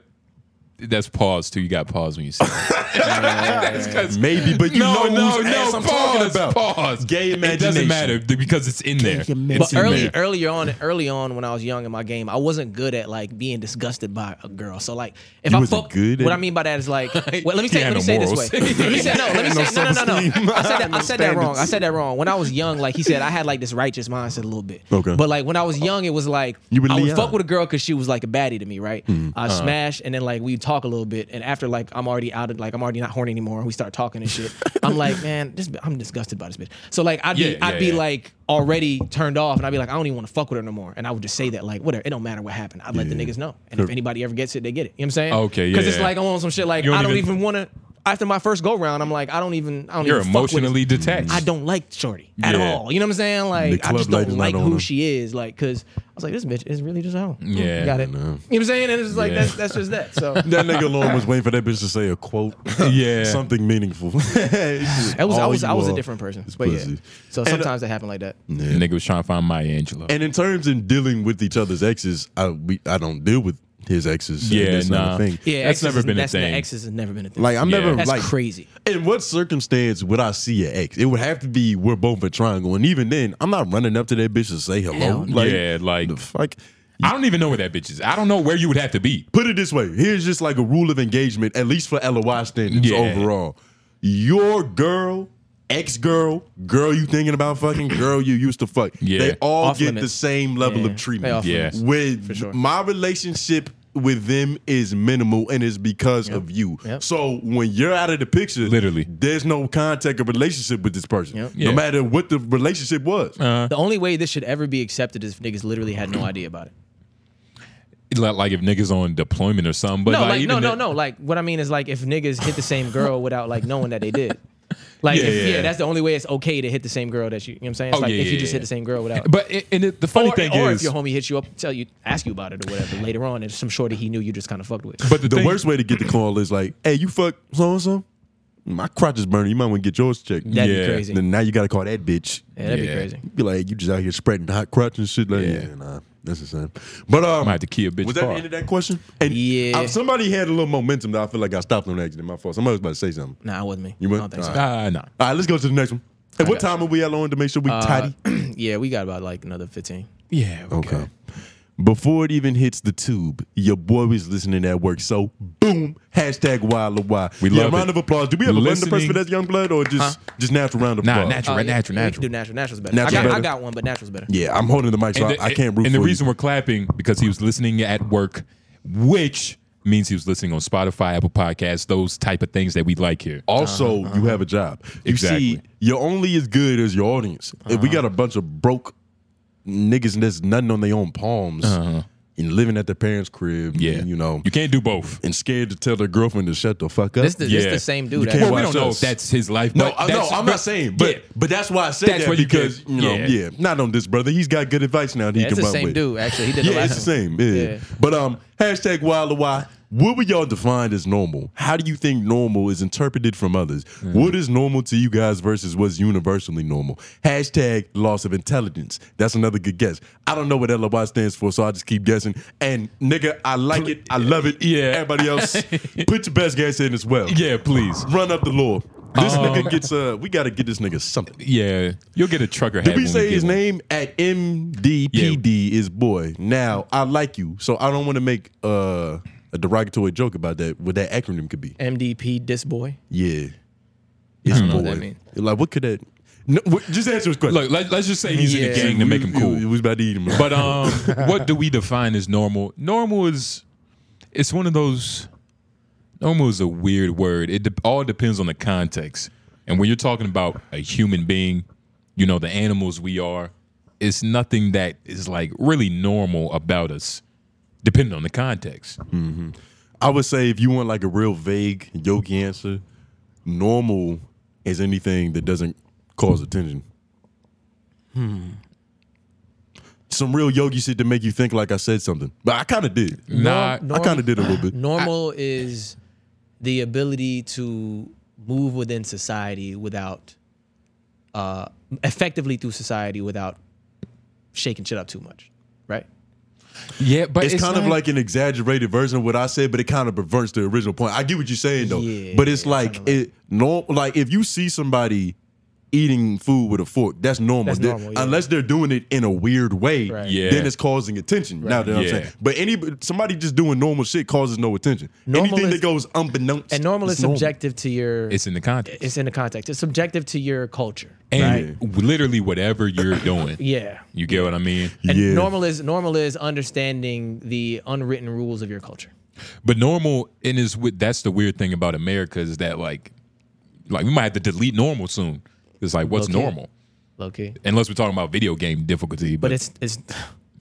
Speaker 1: that's pause too. You got pause when you say. that. that's 'cause-
Speaker 3: Maybe, but you
Speaker 1: no,
Speaker 3: know
Speaker 1: no,
Speaker 3: whose ass
Speaker 1: no.
Speaker 3: I'm talking
Speaker 1: pause,
Speaker 3: about.
Speaker 1: pause.
Speaker 3: Gay
Speaker 1: It doesn't
Speaker 3: imagination.
Speaker 1: matter th- because it's in there. It's
Speaker 2: but
Speaker 1: in
Speaker 2: early,
Speaker 1: there.
Speaker 2: earlier on, early on when I was young in my game, I wasn't good at like being disgusted by a girl. So like, if I
Speaker 3: wasn't
Speaker 2: fuck,
Speaker 3: good at-
Speaker 2: what I mean by that is like, well, let me
Speaker 1: He
Speaker 2: say,
Speaker 1: had
Speaker 2: let me
Speaker 1: no
Speaker 2: say it this
Speaker 1: morals.
Speaker 2: way. Let me say no. Let me
Speaker 3: No
Speaker 2: say no, no, no, no.
Speaker 3: self-esteem.
Speaker 2: I said that, I
Speaker 3: No
Speaker 2: said that wrong. I
Speaker 3: standards.
Speaker 2: said that wrong. When I was young, like he said, I had like this righteous mindset a little bit.
Speaker 3: Okay.
Speaker 2: But like when I was young, it was like
Speaker 3: You were
Speaker 2: I would
Speaker 3: Leon.
Speaker 2: fuck with a girl because she was like a baddie to me, right?
Speaker 1: Mm-hmm.
Speaker 2: I
Speaker 1: Uh-huh.
Speaker 2: smash and then like we talk a little bit, and after like I'm already out of like I'm already not horny anymore. We start talking and shit. I'm like, man, this I'm disgusted by this bitch. So like I'd
Speaker 1: Yeah,
Speaker 2: be I'd
Speaker 1: yeah,
Speaker 2: be
Speaker 1: yeah.
Speaker 2: like like already turned off, and I'd be like, I don't even want to fuck with her no more. And I would just say that, like, whatever, it don't matter what happened. I'd let the
Speaker 3: Yeah.
Speaker 2: niggas know, and if anybody ever gets it, they get it. You know what I'm saying?
Speaker 1: Okay,
Speaker 2: Because it's
Speaker 1: yeah.
Speaker 2: like I'm on some shit. Like
Speaker 1: You don't
Speaker 2: I don't even,
Speaker 1: even-
Speaker 2: want to. After my first go round, I'm like, I don't even. I don't
Speaker 1: You're
Speaker 2: even fuck with this-
Speaker 1: emotionally detached.
Speaker 2: I don't like shorty at
Speaker 1: Yeah.
Speaker 2: all. You know what I'm saying? Like I
Speaker 3: club
Speaker 2: just
Speaker 3: light
Speaker 2: don't
Speaker 3: is not
Speaker 2: like
Speaker 3: on
Speaker 2: who
Speaker 3: them.
Speaker 2: she is. Like, cause I was like, this bitch is really just a hoe. Mm,
Speaker 1: Yeah,
Speaker 2: got it.
Speaker 1: I
Speaker 2: You know what I'm saying? And it's just like
Speaker 1: Yeah.
Speaker 2: that's that's just that. So
Speaker 3: That nigga alone was waiting for that bitch to say a quote.
Speaker 1: Yeah.
Speaker 3: Something meaningful.
Speaker 2: I
Speaker 3: I
Speaker 2: was I was I was a different person. But yeah. So
Speaker 3: And, uh,
Speaker 2: sometimes that happened like that.
Speaker 1: Nigga was trying to find Maya Angelou.
Speaker 3: And in terms in dealing with each other's exes, I we I don't deal with his exes.
Speaker 1: Yeah,
Speaker 3: that's
Speaker 1: nah.
Speaker 3: not a thing.
Speaker 2: Yeah,
Speaker 1: That's
Speaker 2: exes
Speaker 1: never
Speaker 2: is-
Speaker 1: been a
Speaker 2: that's-
Speaker 1: thing.
Speaker 2: Exes has never been a thing.
Speaker 3: Like I'm
Speaker 1: Yeah.
Speaker 3: never
Speaker 2: that's
Speaker 3: like
Speaker 2: crazy.
Speaker 3: In what circumstance would I see an ex? It would have to be we're both a triangle, and even then, I'm not running up to that bitch to say hello.
Speaker 2: Hell no.
Speaker 3: Like,
Speaker 1: yeah, like
Speaker 3: the fuck.
Speaker 1: I don't even know where that bitch is. I don't know where you would have to be.
Speaker 3: Put it this way: here's just like a rule of engagement, at least for LOI standards
Speaker 1: Yeah.
Speaker 3: overall. Your girl, ex girl, girl you thinking about fucking, girl you used to fuck.
Speaker 1: Yeah.
Speaker 3: They all
Speaker 2: Off
Speaker 3: get
Speaker 2: limits.
Speaker 3: the same level
Speaker 2: Yeah.
Speaker 3: of
Speaker 2: They
Speaker 3: treatment.
Speaker 2: off
Speaker 1: Yeah. limits,
Speaker 3: With
Speaker 2: sure.
Speaker 3: my relationship with them is minimal and it's because of you.
Speaker 2: Yep.
Speaker 3: So when you're out of the picture,
Speaker 1: Literally.
Speaker 3: there's no contact or relationship with this person.
Speaker 2: Yep.
Speaker 1: Yeah. Uh-huh.
Speaker 3: No matter what the relationship was.
Speaker 2: The only way this should ever be accepted is if niggas literally had no idea about it.
Speaker 1: Like, like if niggas on deployment or something. But
Speaker 2: no,
Speaker 1: like,
Speaker 2: like,
Speaker 1: even
Speaker 2: no, no,
Speaker 1: that-
Speaker 2: no. Like what I mean is like if niggas hit the same girl without like knowing that they did. Like
Speaker 1: Yeah,
Speaker 2: yeah, if, yeah.
Speaker 1: yeah.
Speaker 2: that's the only way it's okay to hit the same girl that you. You know what I'm saying? It's
Speaker 1: Oh,
Speaker 2: like
Speaker 1: yeah,
Speaker 2: if you
Speaker 1: yeah,
Speaker 2: just
Speaker 1: yeah.
Speaker 2: hit the same girl without.
Speaker 1: But it, and it, the funny
Speaker 2: or,
Speaker 1: thing
Speaker 2: or
Speaker 1: is,
Speaker 2: if your homie hits you up, tell you, ask you about it or whatever later on, it's some shorty he knew you just kind of fucked with.
Speaker 1: but the,
Speaker 3: the
Speaker 1: thing-
Speaker 3: worst way to get the call is like, hey, you fuck so and so? My crotch is burning. You might want to get yours checked.
Speaker 2: That'd
Speaker 1: yeah.
Speaker 2: be crazy.
Speaker 3: Then now you gotta call that bitch.
Speaker 2: yeah, that'd
Speaker 1: yeah.
Speaker 2: be crazy.
Speaker 3: Be like, you just out here spreading hot crotch and shit. Like,
Speaker 1: Yeah.
Speaker 3: yeah, nah, that's the same. But um,
Speaker 1: might have to kill a bitch
Speaker 3: Was that
Speaker 1: car.
Speaker 3: the end of that question? And
Speaker 2: Yeah.
Speaker 3: I- somebody had a little momentum that I feel like I stopped on accident. My fault. Somebody was about to say something.
Speaker 2: Nah, it wasn't me.
Speaker 3: You went-
Speaker 2: I don't think so.
Speaker 1: uh, nah.
Speaker 3: All right, let's go to the next one. And what time are we at on to make sure
Speaker 2: Uh,
Speaker 3: we tidy?
Speaker 2: yeah, we got about like another 15.
Speaker 1: Yeah.
Speaker 3: Okay. Before it even hits the tube, your boy was listening at work. So boom, hashtag wild why.
Speaker 1: We
Speaker 3: yeah,
Speaker 1: love
Speaker 3: round
Speaker 1: it.
Speaker 3: of applause. Do we have a random press
Speaker 1: Listening-
Speaker 3: for that young blood or just just natural round of
Speaker 1: Nah,
Speaker 3: applause?
Speaker 1: natural,
Speaker 2: Oh, yeah.
Speaker 1: natural,
Speaker 2: We can
Speaker 1: natural.
Speaker 2: do natural. Natural's better.
Speaker 3: Natural's
Speaker 2: I, got, I
Speaker 3: better.
Speaker 2: got one, but natural's better.
Speaker 3: Yeah, I'm holding the mic, so
Speaker 1: And
Speaker 3: I, I can't root
Speaker 1: And
Speaker 3: for
Speaker 1: the reason
Speaker 3: you.
Speaker 1: we're clapping because he was listening at work, which means he was listening on Spotify, Apple Podcasts, those type of things that we like here.
Speaker 3: Also, you have a job. You
Speaker 1: Uh-huh, Exactly. Uh-huh.
Speaker 3: see, you're only as good as your audience. If we got a bunch of broke niggas and there's nothing on their own palms and living at their parents' crib,
Speaker 1: Uh-huh. Yeah.
Speaker 3: and, you know,
Speaker 1: you can't do both.
Speaker 3: and scared to tell their girlfriend to shut the fuck up.
Speaker 2: This the, this
Speaker 1: Yeah.
Speaker 2: the same
Speaker 3: You
Speaker 2: dude.
Speaker 3: can't
Speaker 2: actually.
Speaker 1: Well, we
Speaker 3: watch
Speaker 1: don't know
Speaker 3: us.
Speaker 1: if that's his life.
Speaker 3: No,
Speaker 1: but
Speaker 3: I, no,
Speaker 1: that's-
Speaker 3: I'm
Speaker 1: but-
Speaker 3: not saying, but
Speaker 1: Yeah.
Speaker 3: but that's why I said
Speaker 1: That's
Speaker 3: that
Speaker 1: what you
Speaker 3: because
Speaker 1: get.
Speaker 3: you know,
Speaker 1: Yeah.
Speaker 3: yeah. not on this brother. He's got good advice now that
Speaker 2: Yeah,
Speaker 3: he
Speaker 2: it's the
Speaker 3: can run
Speaker 2: same
Speaker 3: with.
Speaker 2: dude. Actually, he did the
Speaker 3: Yeah,
Speaker 2: last
Speaker 3: it's the
Speaker 2: one.
Speaker 3: same. Yeah.
Speaker 2: Yeah.
Speaker 3: But um, hashtag wild why. What would y'all define as normal? How do you think normal is interpreted from others? What is normal to you guys versus what's universally normal? Hashtag loss of intelligence. That's another good guess. I don't know what LOY stands for, so I just keep guessing. And nigga, I like it. I love it.
Speaker 1: Yeah.
Speaker 3: Everybody else, put your best guess in as well.
Speaker 1: Yeah, please.
Speaker 3: Run up the law. This
Speaker 1: Oh.
Speaker 3: nigga gets uh we gotta get this nigga something.
Speaker 1: Yeah, you'll get a trucker hat.
Speaker 3: Did we
Speaker 1: when
Speaker 3: say
Speaker 1: get
Speaker 3: his
Speaker 1: one.
Speaker 3: name at MDPD is boy? Now I like you, so I don't want to make uh, a derogatory joke about that. What that acronym could be?
Speaker 2: MDP, this boy.
Speaker 3: Yeah, it's
Speaker 2: know
Speaker 3: boy.
Speaker 2: what that means.
Speaker 3: Like what could that? No, what, just answer his question.
Speaker 1: Look, let, us just say he's in
Speaker 2: Yeah.
Speaker 1: the gang to make him cool.
Speaker 3: It was about to eat him.
Speaker 1: But um, what do we define as normal? Normal is it's one of those. Normal is a weird word. It de- all depends on the context. And when you're talking about a human being, you know the animals we are. It's nothing that is like really normal about us, depending on the context.
Speaker 3: I would say if you want like a real vague yogi answer, normal is anything that doesn't cause attention. Some real yogi shit to make you think like I said something, but I kind of did.
Speaker 1: Nah,
Speaker 3: I kind of did a little bit.
Speaker 2: Normal is the ability to move within society without, uh, effectively through society without shaking shit up too much, right?
Speaker 1: yeah, but
Speaker 3: It's, kind of like an exaggerated version of what I said, but it kind of perverts the original point. I get what you're saying though,
Speaker 2: Yeah,
Speaker 3: but it's like,
Speaker 2: kinda
Speaker 3: it normal. Like if you see somebody eating food with a fork, that's normal.
Speaker 2: That's
Speaker 3: They-
Speaker 2: normal, yeah.
Speaker 3: Unless they're doing it in a weird way,
Speaker 2: Right.
Speaker 1: Yeah.
Speaker 3: then it's causing attention. Now that I'm
Speaker 1: Yeah.
Speaker 3: saying, but any somebody just doing normal shit causes no attention.
Speaker 2: Normal
Speaker 3: Anything
Speaker 2: is-
Speaker 3: that goes unbeknownst
Speaker 2: And normal is
Speaker 3: it's
Speaker 2: subjective to your.
Speaker 1: it's in the context.
Speaker 2: it's in the context. It's subjective to your culture, right?
Speaker 1: and literally whatever you're doing.
Speaker 2: Yeah.
Speaker 1: You get what I mean?
Speaker 2: And
Speaker 3: Yeah.
Speaker 2: normal is normal is understanding the unwritten rules of your culture.
Speaker 1: But normal and is with that's the weird thing about America is that like like we might have to delete normal soon. It's like what's
Speaker 2: Okay.
Speaker 1: normal?
Speaker 2: Okay.
Speaker 1: Unless we're talking about video game difficulty. But,
Speaker 2: But it's it's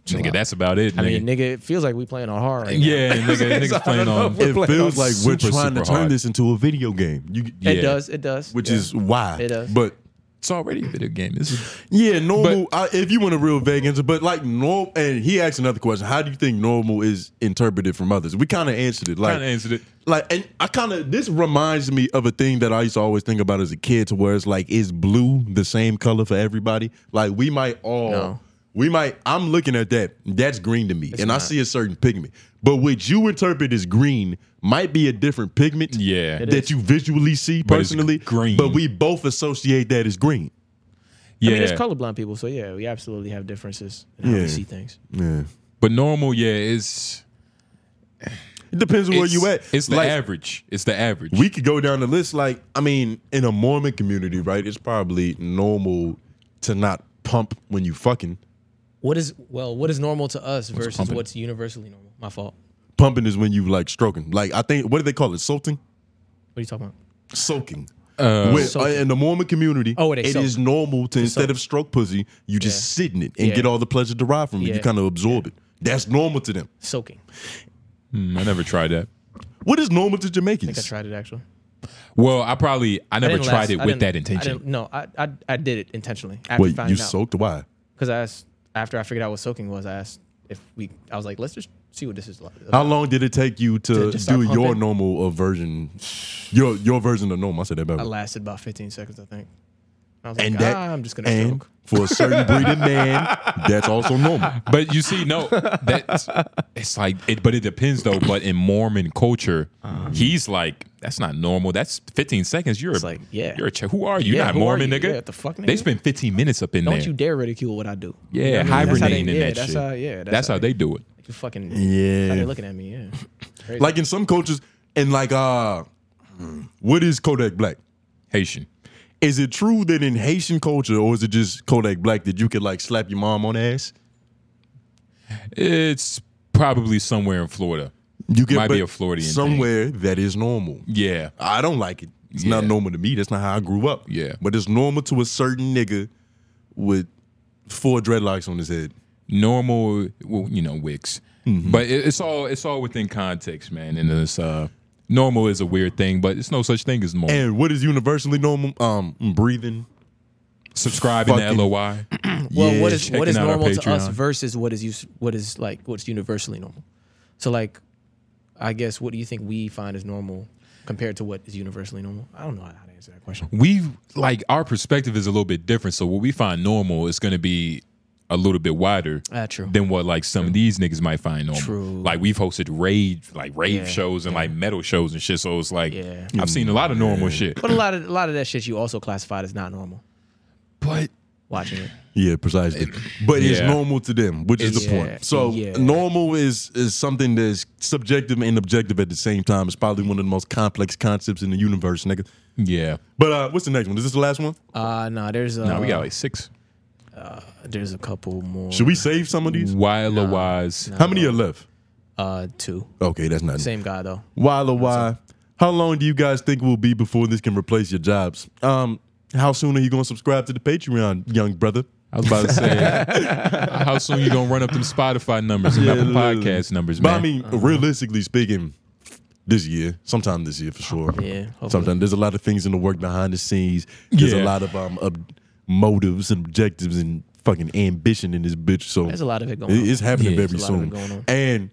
Speaker 1: nigga, that's about it. Nigga.
Speaker 2: I mean, nigga, it feels like we playing on hard right now.
Speaker 1: yeah, nigga, niggas playing on
Speaker 3: It
Speaker 2: We're playing
Speaker 3: feels
Speaker 2: on
Speaker 3: like we're
Speaker 1: super,
Speaker 3: trying to
Speaker 1: super
Speaker 3: turn
Speaker 1: hard.
Speaker 3: this into a video game. You,
Speaker 1: Yeah.
Speaker 2: It does, it does.
Speaker 3: Which
Speaker 2: Yeah.
Speaker 3: is why.
Speaker 2: It does.
Speaker 3: But
Speaker 1: it's already a video game. This is
Speaker 3: Yeah, normal. I, if you want a real vague answer, but like normal, and he asked another question: How do you think normal is interpreted from others? We kind of answered it. Like,
Speaker 1: kinda answered it.
Speaker 3: Like, and I kind of this reminds me of a thing that I used to always think about as a kid, to where it's like, is blue the same color for everybody? Like, we might all.
Speaker 2: No.
Speaker 3: We might. I'm looking at that. That's green to me, and I
Speaker 2: not.
Speaker 3: see a certain pigment. But what you interpret as green might be a different pigment.
Speaker 1: Yeah. It
Speaker 3: that
Speaker 2: is.
Speaker 3: you visually see
Speaker 1: But it's
Speaker 3: personally.
Speaker 1: green.
Speaker 3: But we both associate that as green.
Speaker 1: yeah.
Speaker 2: I mean, it's colorblind people, so yeah, we absolutely have differences in how
Speaker 3: Yeah.
Speaker 2: we see things.
Speaker 3: Yeah.
Speaker 1: but normal, yeah, it's
Speaker 3: It depends on where
Speaker 1: it's-
Speaker 3: you at.
Speaker 1: It's the
Speaker 3: like,
Speaker 1: average. It's the average.
Speaker 3: We could go down the list. Like, I mean, in a Mormon community, right? It's probably normal to not pump when you fucking.
Speaker 2: What is well, what is normal to us versus
Speaker 1: pumping?
Speaker 2: what's universally normal? My fault.
Speaker 3: Pumping is when you like stroking. Like, I think what do they call it? Soaking.
Speaker 2: What are you talking about?
Speaker 3: Soaking.
Speaker 1: Uh,
Speaker 3: With-
Speaker 2: Soaking.
Speaker 3: uh, in the Mormon community,
Speaker 2: Oh, where
Speaker 3: it
Speaker 2: they
Speaker 3: is
Speaker 2: soak.
Speaker 3: normal to instead of stroke pussy, you just sit in it and
Speaker 2: Yeah.
Speaker 3: get all the pleasure derived from it. You
Speaker 2: Yeah.
Speaker 3: kind of absorb it. That's normal to them.
Speaker 2: Soaking.
Speaker 1: Mm, I never tried that.
Speaker 3: What is normal to
Speaker 2: I think I
Speaker 3: Jamaicans?
Speaker 2: tried it actually.
Speaker 1: Well, I probably I
Speaker 2: I
Speaker 1: never
Speaker 2: didn't
Speaker 1: tried
Speaker 2: last-
Speaker 1: it
Speaker 2: I
Speaker 1: with
Speaker 2: didn't-
Speaker 1: that
Speaker 2: I
Speaker 1: intention.
Speaker 2: didn't, no, I, I I did it intentionally. After
Speaker 3: Wait,
Speaker 2: finding
Speaker 3: you
Speaker 2: out.
Speaker 3: soaked? Why?
Speaker 2: because I asked after I figured out what soaking was. I asked if we. I was like, let's just see what this is like.
Speaker 1: Uh,
Speaker 3: How long did it take you to,
Speaker 2: To just
Speaker 3: do
Speaker 2: start
Speaker 3: your
Speaker 2: pumping?
Speaker 3: normal uh, version? Your your version of normal. I said that
Speaker 2: I
Speaker 3: backwards.
Speaker 2: lasted about 15 seconds, I think. I was
Speaker 3: and
Speaker 2: like,
Speaker 3: that
Speaker 2: ah, I'm just gonna
Speaker 3: and
Speaker 2: soak.
Speaker 3: for a certain breed of man, that's also normal.
Speaker 1: But you see, no, that's it's like it. But it depends though. But in Mormon culture,
Speaker 2: Uh-huh.
Speaker 1: he's like, that's not normal. That's 15 seconds. You're a,
Speaker 2: like, yeah.
Speaker 1: You're a ch- who are you? You're
Speaker 2: Yeah,
Speaker 1: not
Speaker 2: who are
Speaker 1: Mormon,
Speaker 2: you?
Speaker 1: nigga.
Speaker 2: Yeah, what the fuck,
Speaker 1: They
Speaker 2: nigga?
Speaker 1: spend 15 minutes up in
Speaker 2: Don't
Speaker 1: there.
Speaker 2: you dare ridicule what I do.
Speaker 1: yeah,
Speaker 2: You know what I mean? That's how
Speaker 1: hibernating
Speaker 2: they-
Speaker 1: in
Speaker 2: yeah,
Speaker 1: that
Speaker 2: that's
Speaker 1: shit.
Speaker 2: How, yeah, that's,
Speaker 1: That's how they do it.
Speaker 2: you fucking.
Speaker 3: Yeah.
Speaker 2: How they looking at me? Yeah. Crazy.
Speaker 3: Like in some cultures, and like uh, what is Kodak Black?
Speaker 1: Haitian.
Speaker 3: Is it true that in Haitian culture, or is it just Kodak Black that you could like slap your mom on the ass?
Speaker 1: It's probably somewhere in Florida.
Speaker 3: You get
Speaker 1: Might be
Speaker 3: but
Speaker 1: a Floridian thing.
Speaker 3: somewhere that is normal.
Speaker 1: Yeah.
Speaker 3: I don't like it. It's not
Speaker 1: Yeah.
Speaker 3: normal to me. That's not how I grew up.
Speaker 1: Yeah.
Speaker 3: but it's normal to a certain nigga with four dreadlocks on his head.
Speaker 1: normal, well, you know, wicks.
Speaker 2: Mm-hmm.
Speaker 1: But it, it's all it's all within context, man. And it's uh, normal is a weird thing, but it's no such thing as normal.
Speaker 3: And what is universally normal? Um, breathing.
Speaker 1: Subscribing to
Speaker 3: fucking-
Speaker 1: LOI.
Speaker 2: well, what
Speaker 1: Yeah,
Speaker 2: is what is
Speaker 1: checking out our
Speaker 2: normal to us
Speaker 1: Patreon.
Speaker 2: versus what is us- what is like what's universally normal? So like, I guess what do you think we find is normal compared to what is universally normal? I don't know how to answer that question.
Speaker 1: we like our perspective is a little bit different. So what we find normal is going to be a little bit wider
Speaker 2: Ah, true.
Speaker 1: than what like some of these niggas might find normal.
Speaker 2: True.
Speaker 1: Like we've hosted rave like rave
Speaker 2: Yeah,
Speaker 1: shows and like metal shows and shit. So it's like
Speaker 2: Yeah.
Speaker 1: I've seen a lot of normal shit.
Speaker 2: But a lot of a lot of that shit you also classified as not normal.
Speaker 1: But
Speaker 2: Watching it,
Speaker 3: Yeah, precisely. But it's
Speaker 1: Yeah.
Speaker 3: normal to them, which is
Speaker 1: It's-
Speaker 3: the
Speaker 2: Yeah,
Speaker 3: point. So
Speaker 2: yeah.
Speaker 3: normal is is something that's subjective and objective at the same time. It's probably one of the most complex concepts in the universe, nigga.
Speaker 1: yeah.
Speaker 3: But uh, what's the next one? Is this the last one?
Speaker 2: uh, nah, there's a,
Speaker 1: Now we got like six.
Speaker 2: there's a couple more.
Speaker 3: Should we save some of these?
Speaker 1: Wilder wise.
Speaker 3: How many are left?
Speaker 2: Uh, two.
Speaker 3: Okay, that's not
Speaker 2: Same guy though.
Speaker 3: While or why? How long do you guys think will be before this can replace your jobs? Um, how soon are you going to subscribe to the Patreon, young brother?
Speaker 1: I was about to say how soon you gonna run up them Spotify numbers and
Speaker 3: Yeah,
Speaker 1: Apple
Speaker 3: literally.
Speaker 1: Podcast numbers,
Speaker 3: But
Speaker 1: man.
Speaker 3: I mean,
Speaker 2: Uh-huh.
Speaker 3: realistically speaking, this year, sometime this year for sure.
Speaker 2: Yeah, hopefully.
Speaker 3: Sometime there's a lot of things in the work behind the scenes. There's
Speaker 1: Yeah.
Speaker 3: a lot of um ob- motives and objectives and fucking ambition in this bitch. So
Speaker 2: There's a lot of it going
Speaker 3: it-
Speaker 2: on.
Speaker 3: It's happening
Speaker 1: Yeah,
Speaker 3: very
Speaker 2: there's a lot of it
Speaker 3: soon,
Speaker 2: going on.
Speaker 3: and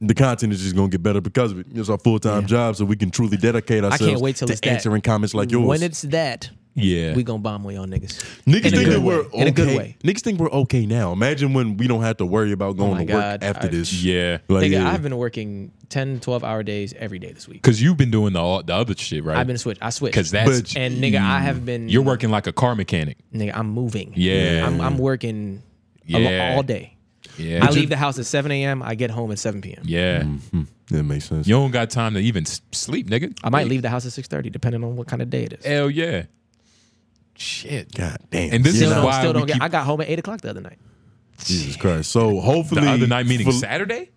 Speaker 3: the content is just gonna get better because of it. It's our full time
Speaker 2: Yeah.
Speaker 3: job, so we can truly dedicate
Speaker 2: can't
Speaker 3: ourselves
Speaker 2: wait till
Speaker 3: to
Speaker 2: it's that.
Speaker 3: answering comments like yours.
Speaker 2: When it's that,
Speaker 1: yeah.
Speaker 2: we gonna bomb on y'all niggas.
Speaker 3: Niggas
Speaker 2: In a
Speaker 3: think that
Speaker 2: good
Speaker 3: we're
Speaker 2: way. In a good
Speaker 3: okay.
Speaker 2: way. Oh
Speaker 3: Niggas think we're okay now. Imagine when we don't have to worry about going
Speaker 2: my
Speaker 3: to
Speaker 2: God,
Speaker 3: work after
Speaker 2: I-
Speaker 3: this.
Speaker 1: yeah.
Speaker 3: Like,
Speaker 2: Nigga,
Speaker 3: yeah.
Speaker 2: I've been working 10, 12 hour days every day this week.
Speaker 1: Cause you've been doing the all- the other shit, right?
Speaker 2: I've been switch. I switched.
Speaker 1: Cause that's
Speaker 3: But-
Speaker 2: and nigga, I have been.
Speaker 1: you're working like a car mechanic.
Speaker 2: Nigga, I'm moving.
Speaker 1: Yeah.
Speaker 2: I'm, I'm working a lo-
Speaker 1: Yeah.
Speaker 2: all day.
Speaker 1: Yeah.
Speaker 2: I leave the house at 7 a.m. I get home at 7 p.m.
Speaker 1: yeah.
Speaker 3: Mm. Hmm. that makes sense.
Speaker 1: You don't got time to even s- sleep, nigga.
Speaker 2: I might leave the house at 6:30, depending on what kind of day it is.
Speaker 1: Hell yeah. Shit.
Speaker 3: God damn.
Speaker 1: And this
Speaker 3: You
Speaker 1: is
Speaker 3: know?
Speaker 2: Still,
Speaker 1: why
Speaker 2: still
Speaker 1: we
Speaker 2: don't get.
Speaker 1: keep-
Speaker 2: I got home at 8 o'clock the other night.
Speaker 3: Jesus Christ. So hopefully
Speaker 1: The other night meaning
Speaker 3: for-
Speaker 1: Saturday?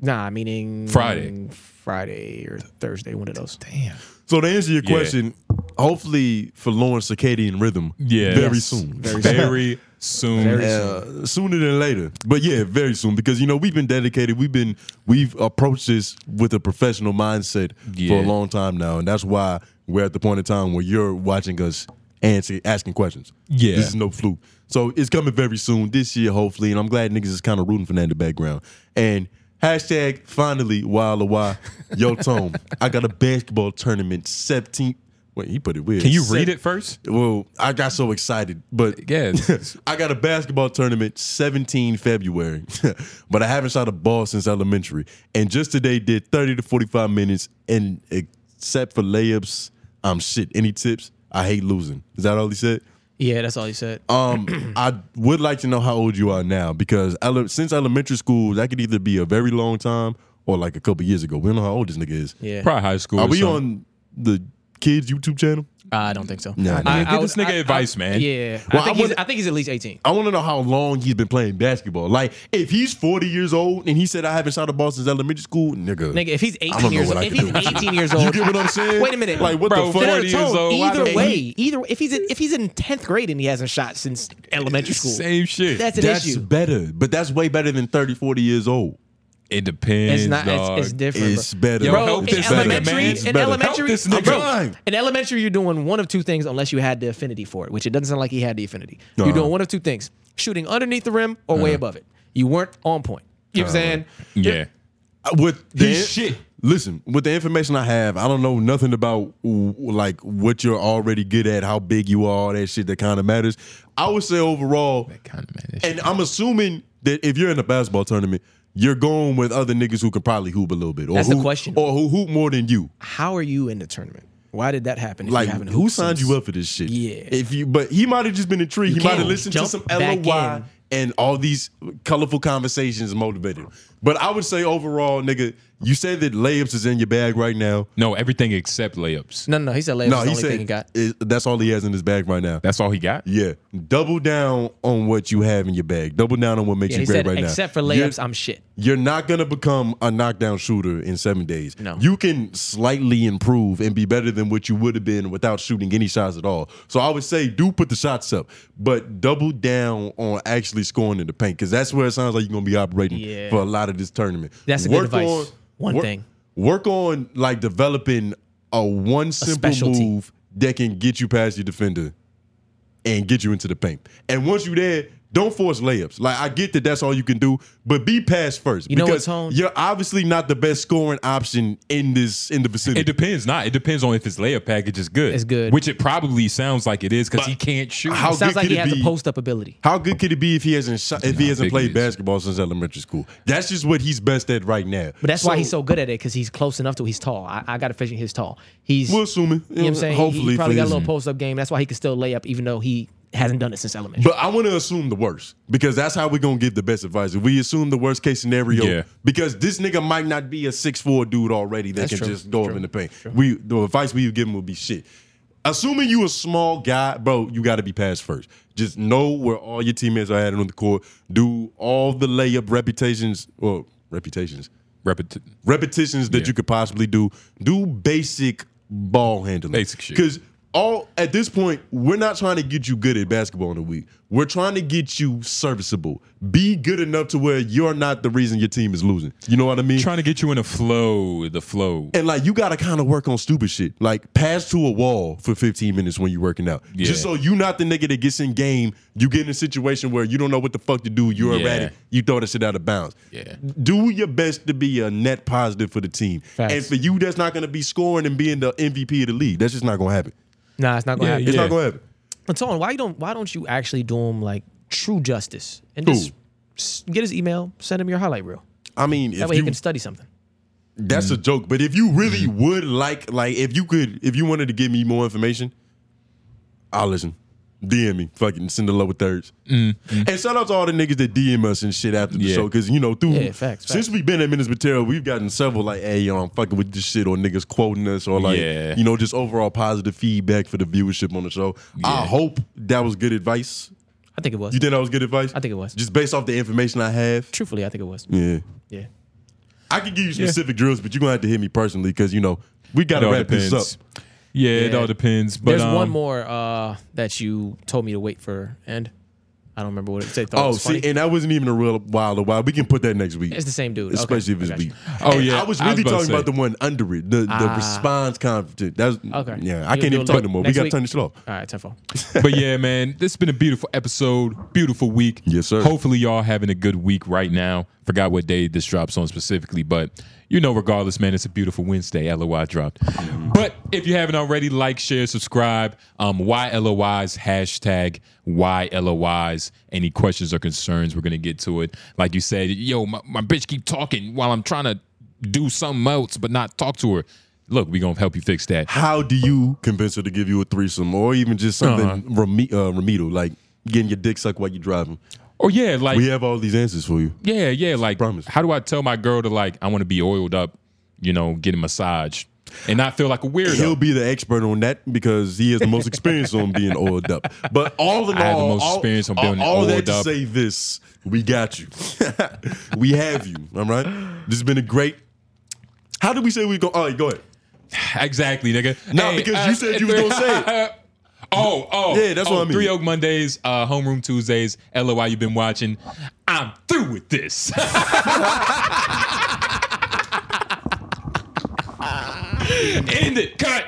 Speaker 2: Nah, meaning
Speaker 1: Friday.
Speaker 2: Friday or Thursday, one of those.
Speaker 1: Damn.
Speaker 3: So to answer your
Speaker 1: Yeah.
Speaker 3: question, hopefully for Lawrence circadian rhythm.
Speaker 1: Yeah.
Speaker 3: Very
Speaker 1: Yes.
Speaker 3: soon.
Speaker 2: Very
Speaker 1: Very soon.
Speaker 3: Uh, sooner than later, but yeah, very soon because you know we've been dedicated. We've been we've approached this with a professional mindset for
Speaker 1: Yeah.
Speaker 3: a long time now, and that's why we're at the point in time where you're watching us answer asking questions.
Speaker 1: Yeah.
Speaker 3: this is no fluke. So it's coming very soon this year, hopefully, and I'm glad niggas is kind of rooting for that in the background. And hashtag finally wild or why yo tone. I got a basketball tournament 17th. Wait, he put it weird.
Speaker 1: Can you
Speaker 3: Sep-
Speaker 1: read it first?
Speaker 3: well, I got so excited, but
Speaker 1: Yes.
Speaker 3: I got a basketball tournament 17 February, but I haven't shot a ball since elementary. And just today did 30 to 45 minutes, and except for layups, I'm shit. Any tips? I hate losing. Is that all he said?
Speaker 2: Yeah, that's all you said.
Speaker 3: Um, I would like to know how old you are now because ele- since elementary school, that could either be a very long time or like a couple years ago. We don't know how old this nigga is.
Speaker 2: yeah,
Speaker 1: Probably high school.
Speaker 3: Are
Speaker 1: or
Speaker 3: we
Speaker 1: something.
Speaker 3: on the kids YouTube channel?
Speaker 2: I don't think so.
Speaker 3: Nah,
Speaker 1: nigga,
Speaker 2: I,
Speaker 1: give this nigga advice, man.
Speaker 2: Yeah,
Speaker 3: Well,
Speaker 2: I think
Speaker 3: I
Speaker 2: he's.
Speaker 3: wouldn't-
Speaker 2: I think he's at least 18.
Speaker 3: I want to know how long he's been playing basketball. Like, if he's 40 years old and he said, I haven't shot a ball since elementary school, nigga.
Speaker 2: Nigga, if he's
Speaker 3: I don't
Speaker 2: 18
Speaker 3: know
Speaker 2: years
Speaker 3: what
Speaker 2: old,
Speaker 3: I
Speaker 2: if
Speaker 3: can
Speaker 2: he's
Speaker 3: do with you.
Speaker 2: 18 years old,
Speaker 3: You Oh, get what I'm saying?
Speaker 2: Wait a minute.
Speaker 3: Like, what
Speaker 1: Bro,
Speaker 3: the fuck?
Speaker 1: Forty
Speaker 2: Senator
Speaker 1: years
Speaker 2: Tone,
Speaker 1: old, why
Speaker 2: Either
Speaker 1: don't-
Speaker 2: way, either if he's in, if he's in 10th grade and he hasn't shot since elementary school,
Speaker 1: Same shit.
Speaker 2: that's an
Speaker 3: That's
Speaker 2: issue.
Speaker 3: better. But that's way better than 30, 40 years old.
Speaker 1: it depends.
Speaker 2: It's not.
Speaker 1: dog.
Speaker 2: It's, it's different.
Speaker 3: It's
Speaker 2: bro.
Speaker 3: better.
Speaker 1: Yo,
Speaker 2: Bro,
Speaker 1: help
Speaker 2: Oh, in
Speaker 1: this nigga,
Speaker 2: elementary,
Speaker 1: man.
Speaker 3: It's
Speaker 2: in
Speaker 3: better.
Speaker 2: elementary,
Speaker 1: Help this nigga.
Speaker 2: bro,
Speaker 1: I'm
Speaker 3: trying.
Speaker 2: in elementary, you're doing one of two things unless you had the affinity for it, which it doesn't sound like he had the affinity. You're
Speaker 3: Uh-huh.
Speaker 2: doing one of two things: shooting underneath the rim or way above it. You weren't on point. You know what I'm saying?
Speaker 1: yeah.
Speaker 3: Uh, With
Speaker 1: He's shit.
Speaker 3: Listen, with the information I have, I don't know nothing about w- like what you're already good at, how big you are, all that shit that kind of matters. I would say overall,
Speaker 1: That kind of man. that
Speaker 3: And
Speaker 1: shit.
Speaker 3: I'm assuming that if you're in a basketball tournament, you're going with other niggas who can probably hoop a little bit, or
Speaker 2: That's the
Speaker 3: who,
Speaker 2: question.
Speaker 3: or who hoop more than you.
Speaker 2: How are you in the tournament? Why did that happen? if you
Speaker 3: Like,
Speaker 2: haven't
Speaker 3: who
Speaker 2: hooped
Speaker 3: signed
Speaker 2: since?
Speaker 3: you up for this shit?
Speaker 2: Yeah.
Speaker 3: If you, but he might have just been intrigued.
Speaker 2: You
Speaker 3: he might
Speaker 2: can't
Speaker 3: have listened to
Speaker 2: jump
Speaker 3: some
Speaker 2: back
Speaker 3: LOY
Speaker 2: in.
Speaker 3: and all these colorful conversations motivated. him. But I would say overall, nigga, you said that layups is in your bag right now.
Speaker 1: No, everything except layups.
Speaker 2: No, no, no. He said layups
Speaker 3: No,
Speaker 2: is the
Speaker 3: he
Speaker 2: only thing he
Speaker 3: said
Speaker 2: got.
Speaker 3: is- that's all he has in his bag right now.
Speaker 1: That's all he got.
Speaker 3: Yeah, double down on what you have in your bag. Double down on what makes
Speaker 2: Yeah, he
Speaker 3: you great
Speaker 2: said
Speaker 3: right now.
Speaker 2: except for
Speaker 3: You're-
Speaker 2: layups, I'm shit.
Speaker 3: You're not gonna become a knockdown shooter in seven days.
Speaker 2: No.
Speaker 3: You can slightly improve and be better than what you would have been without shooting any shots at all. So I would say do put the shots up, but double down on actually scoring in the paint because that's where it sounds like you're gonna be operating
Speaker 2: Yeah.
Speaker 3: for a lot of this tournament.
Speaker 2: That's a good advice. One
Speaker 3: work-
Speaker 2: thing.
Speaker 3: Work on like developing a one simple
Speaker 2: specialty.
Speaker 3: move that can get you past your defender and get you into the paint. And once you're there, Don't force layups. Like I get that that's all you can do, but be pass first.
Speaker 2: You know
Speaker 3: because
Speaker 2: what's home?
Speaker 3: You're obviously not the best scoring option in this in the vicinity.
Speaker 1: It depends. Not. It depends on if his layup package is good.
Speaker 2: It's good.
Speaker 1: Which it probably sounds like it is because he can't shoot.
Speaker 3: How
Speaker 2: Sounds
Speaker 3: good
Speaker 2: like
Speaker 3: could
Speaker 2: he
Speaker 3: it
Speaker 2: has
Speaker 3: be?
Speaker 2: a post up ability.
Speaker 3: How good could it be if he hasn't shot, if he
Speaker 1: how
Speaker 3: hasn't
Speaker 1: big
Speaker 3: played
Speaker 1: it is.
Speaker 3: basketball since elementary school? That's just what he's best at right now.
Speaker 2: But that's why he's so good at it because he's close enough to he's tall. I, I got to figure he's tall. He's
Speaker 3: We're assuming.
Speaker 2: You know what I'm saying? He-
Speaker 3: Hopefully
Speaker 2: he probably
Speaker 3: for
Speaker 2: got a
Speaker 3: his-
Speaker 2: little post up game. That's why he can still lay up even though he hasn't done it since elementary.
Speaker 3: But I want to assume the worst because that's how we're gonna give the best advice. If we assume the worst case scenario,
Speaker 1: Yeah.
Speaker 3: because this nigga might not be a six four dude already that
Speaker 2: That's
Speaker 3: can
Speaker 2: true.
Speaker 3: just go up
Speaker 2: True.
Speaker 3: in the paint. We the advice we give him will be shit. Assuming you a small guy, bro, you got to be passed first. Just know where all your teammates are at on the court. Do all the layup reputations or reputations
Speaker 1: Repeti-
Speaker 3: repetitions that
Speaker 1: Yeah.
Speaker 3: you could possibly do. Do basic ball handling.
Speaker 1: Basic shit.
Speaker 3: Because all at this point, we're not trying to get you good at basketball in a week. We're trying to get you serviceable. Be good enough to where you're not the reason your team is losing. You know what I mean?
Speaker 1: trying to get you in a flow. The flow.
Speaker 3: and like you gotta kind of work on stupid shit. Like pass to a wall for 15 minutes when you're working out.
Speaker 1: Yeah.
Speaker 3: Just so you not the nigga that gets in game, you get in a situation where you don't know what the fuck to do, you're
Speaker 1: Yeah.
Speaker 3: erratic, you throw that shit out of bounds.
Speaker 1: Yeah.
Speaker 3: Do your best to be a net positive for the team.
Speaker 2: Facts.
Speaker 3: And for you, that's not gonna be scoring and being the MVP of the league. That's just not gonna happen.
Speaker 2: nah, it's not gonna
Speaker 1: Yeah,
Speaker 2: happen.
Speaker 3: It's
Speaker 1: yeah.
Speaker 3: not gonna happen.
Speaker 2: But Tone, why you don't why don't you actually do him like true justice and
Speaker 3: Who?
Speaker 2: just s- get his email, send him your highlight reel.
Speaker 3: I mean,
Speaker 2: That
Speaker 3: if
Speaker 2: way
Speaker 3: you,
Speaker 2: he can study something.
Speaker 3: that's a
Speaker 1: Mm.
Speaker 3: joke. But if you really would like, like, if you could, if you wanted to give me more information, I'll listen. DM me, fucking send the lower thirds. And shout out to all the niggas that DM us and shit after the
Speaker 1: Mm, Yeah.
Speaker 3: show, because you know through
Speaker 2: Yeah, facts,
Speaker 3: since
Speaker 2: facts.
Speaker 3: we've been at Minutes Material, we've gotten several like, hey, yo, I'm fucking with this shit, or niggas quoting us, or like,
Speaker 1: Yeah.
Speaker 3: you know, just overall positive feedback for the viewership on the show. I hope that was good advice.
Speaker 2: I think it was.
Speaker 3: You think that was good advice?
Speaker 2: I think it was.
Speaker 3: Just based off the information I have.
Speaker 2: Truthfully, I think it was.
Speaker 3: Yeah.
Speaker 2: Yeah.
Speaker 3: I can give you specific drills, but you're gonna have to hit me personally because you know we
Speaker 1: It
Speaker 3: gotta
Speaker 1: all
Speaker 3: wrap
Speaker 1: depends.
Speaker 3: this up.
Speaker 1: Yeah, it
Speaker 2: Yeah.
Speaker 1: all depends. But
Speaker 2: There's one
Speaker 1: um,
Speaker 2: more uh, that you told me to wait for, and I don't remember what it said. Thought it
Speaker 3: Oh,
Speaker 2: was
Speaker 3: see,
Speaker 2: funny.
Speaker 3: and that wasn't even a real wild a while. We can put that next week.
Speaker 2: it's the same dude, Okay,
Speaker 3: Especially
Speaker 2: I
Speaker 3: if
Speaker 2: got
Speaker 3: it's
Speaker 2: you.
Speaker 3: weak.
Speaker 1: Oh,
Speaker 3: And
Speaker 1: yeah.
Speaker 3: I was
Speaker 1: I was
Speaker 3: really
Speaker 1: about to
Speaker 3: talking
Speaker 1: say.
Speaker 3: about the one under it, the, the
Speaker 2: Ah.
Speaker 3: response conference. That's
Speaker 2: Okay.
Speaker 3: Yeah,
Speaker 2: You'll
Speaker 3: I can't
Speaker 2: do
Speaker 3: even
Speaker 2: it
Speaker 3: talk
Speaker 2: next-
Speaker 3: no more. We
Speaker 2: next
Speaker 3: gotta
Speaker 2: week?
Speaker 3: turn this shit off.
Speaker 2: All right, tenfold.
Speaker 1: but yeah, man, this has been a beautiful episode, beautiful week.
Speaker 3: Yes, sir.
Speaker 1: Hopefully, y'all having a good week right now. Forgot what day this drops on specifically, but you know, regardless, man, it's a beautiful Wednesday. LOI dropped.
Speaker 3: Mm-hmm.
Speaker 1: But if you haven't already, like, share, subscribe. Um, YLOIs, hashtag YLOIs. Any questions or concerns, we're going to get to it. Like you said, yo, my, my bitch keep talking while I'm trying to do something else, but not talk to her. Look, we going to help you fix that.
Speaker 3: How do you convince her to give you a threesome or even just something
Speaker 1: Uh-huh.
Speaker 3: reme- uh, remedial, like getting your dick sucked while you're driving?
Speaker 1: Or, Oh, yeah, like.
Speaker 3: We have all these answers for you.
Speaker 1: Yeah, yeah. Like,
Speaker 3: Promise.
Speaker 1: how do I tell my girl to like? I want to be oiled up, you know, get a massage, and not feel like a weirdo.
Speaker 3: He'll be the expert on that because he has the most experience on being oiled up. But all in
Speaker 1: I have the
Speaker 3: all,
Speaker 1: most
Speaker 3: all-
Speaker 1: experience on
Speaker 3: all-
Speaker 1: being
Speaker 3: all that
Speaker 1: oiled
Speaker 3: to
Speaker 1: up.
Speaker 3: say this, we got you. we have you. All right. This has been a great. How did we say we go? All right, go ahead.
Speaker 1: exactly, nigga.
Speaker 3: No, because you said you was gonna say
Speaker 1: it. Oh, oh,
Speaker 3: Yeah, that's
Speaker 1: oh,
Speaker 3: what I mean.
Speaker 1: Three Oak Mondays, uh, Homeroom Tuesdays, LOI. You've been watching. I'm through with this. End it. Cut.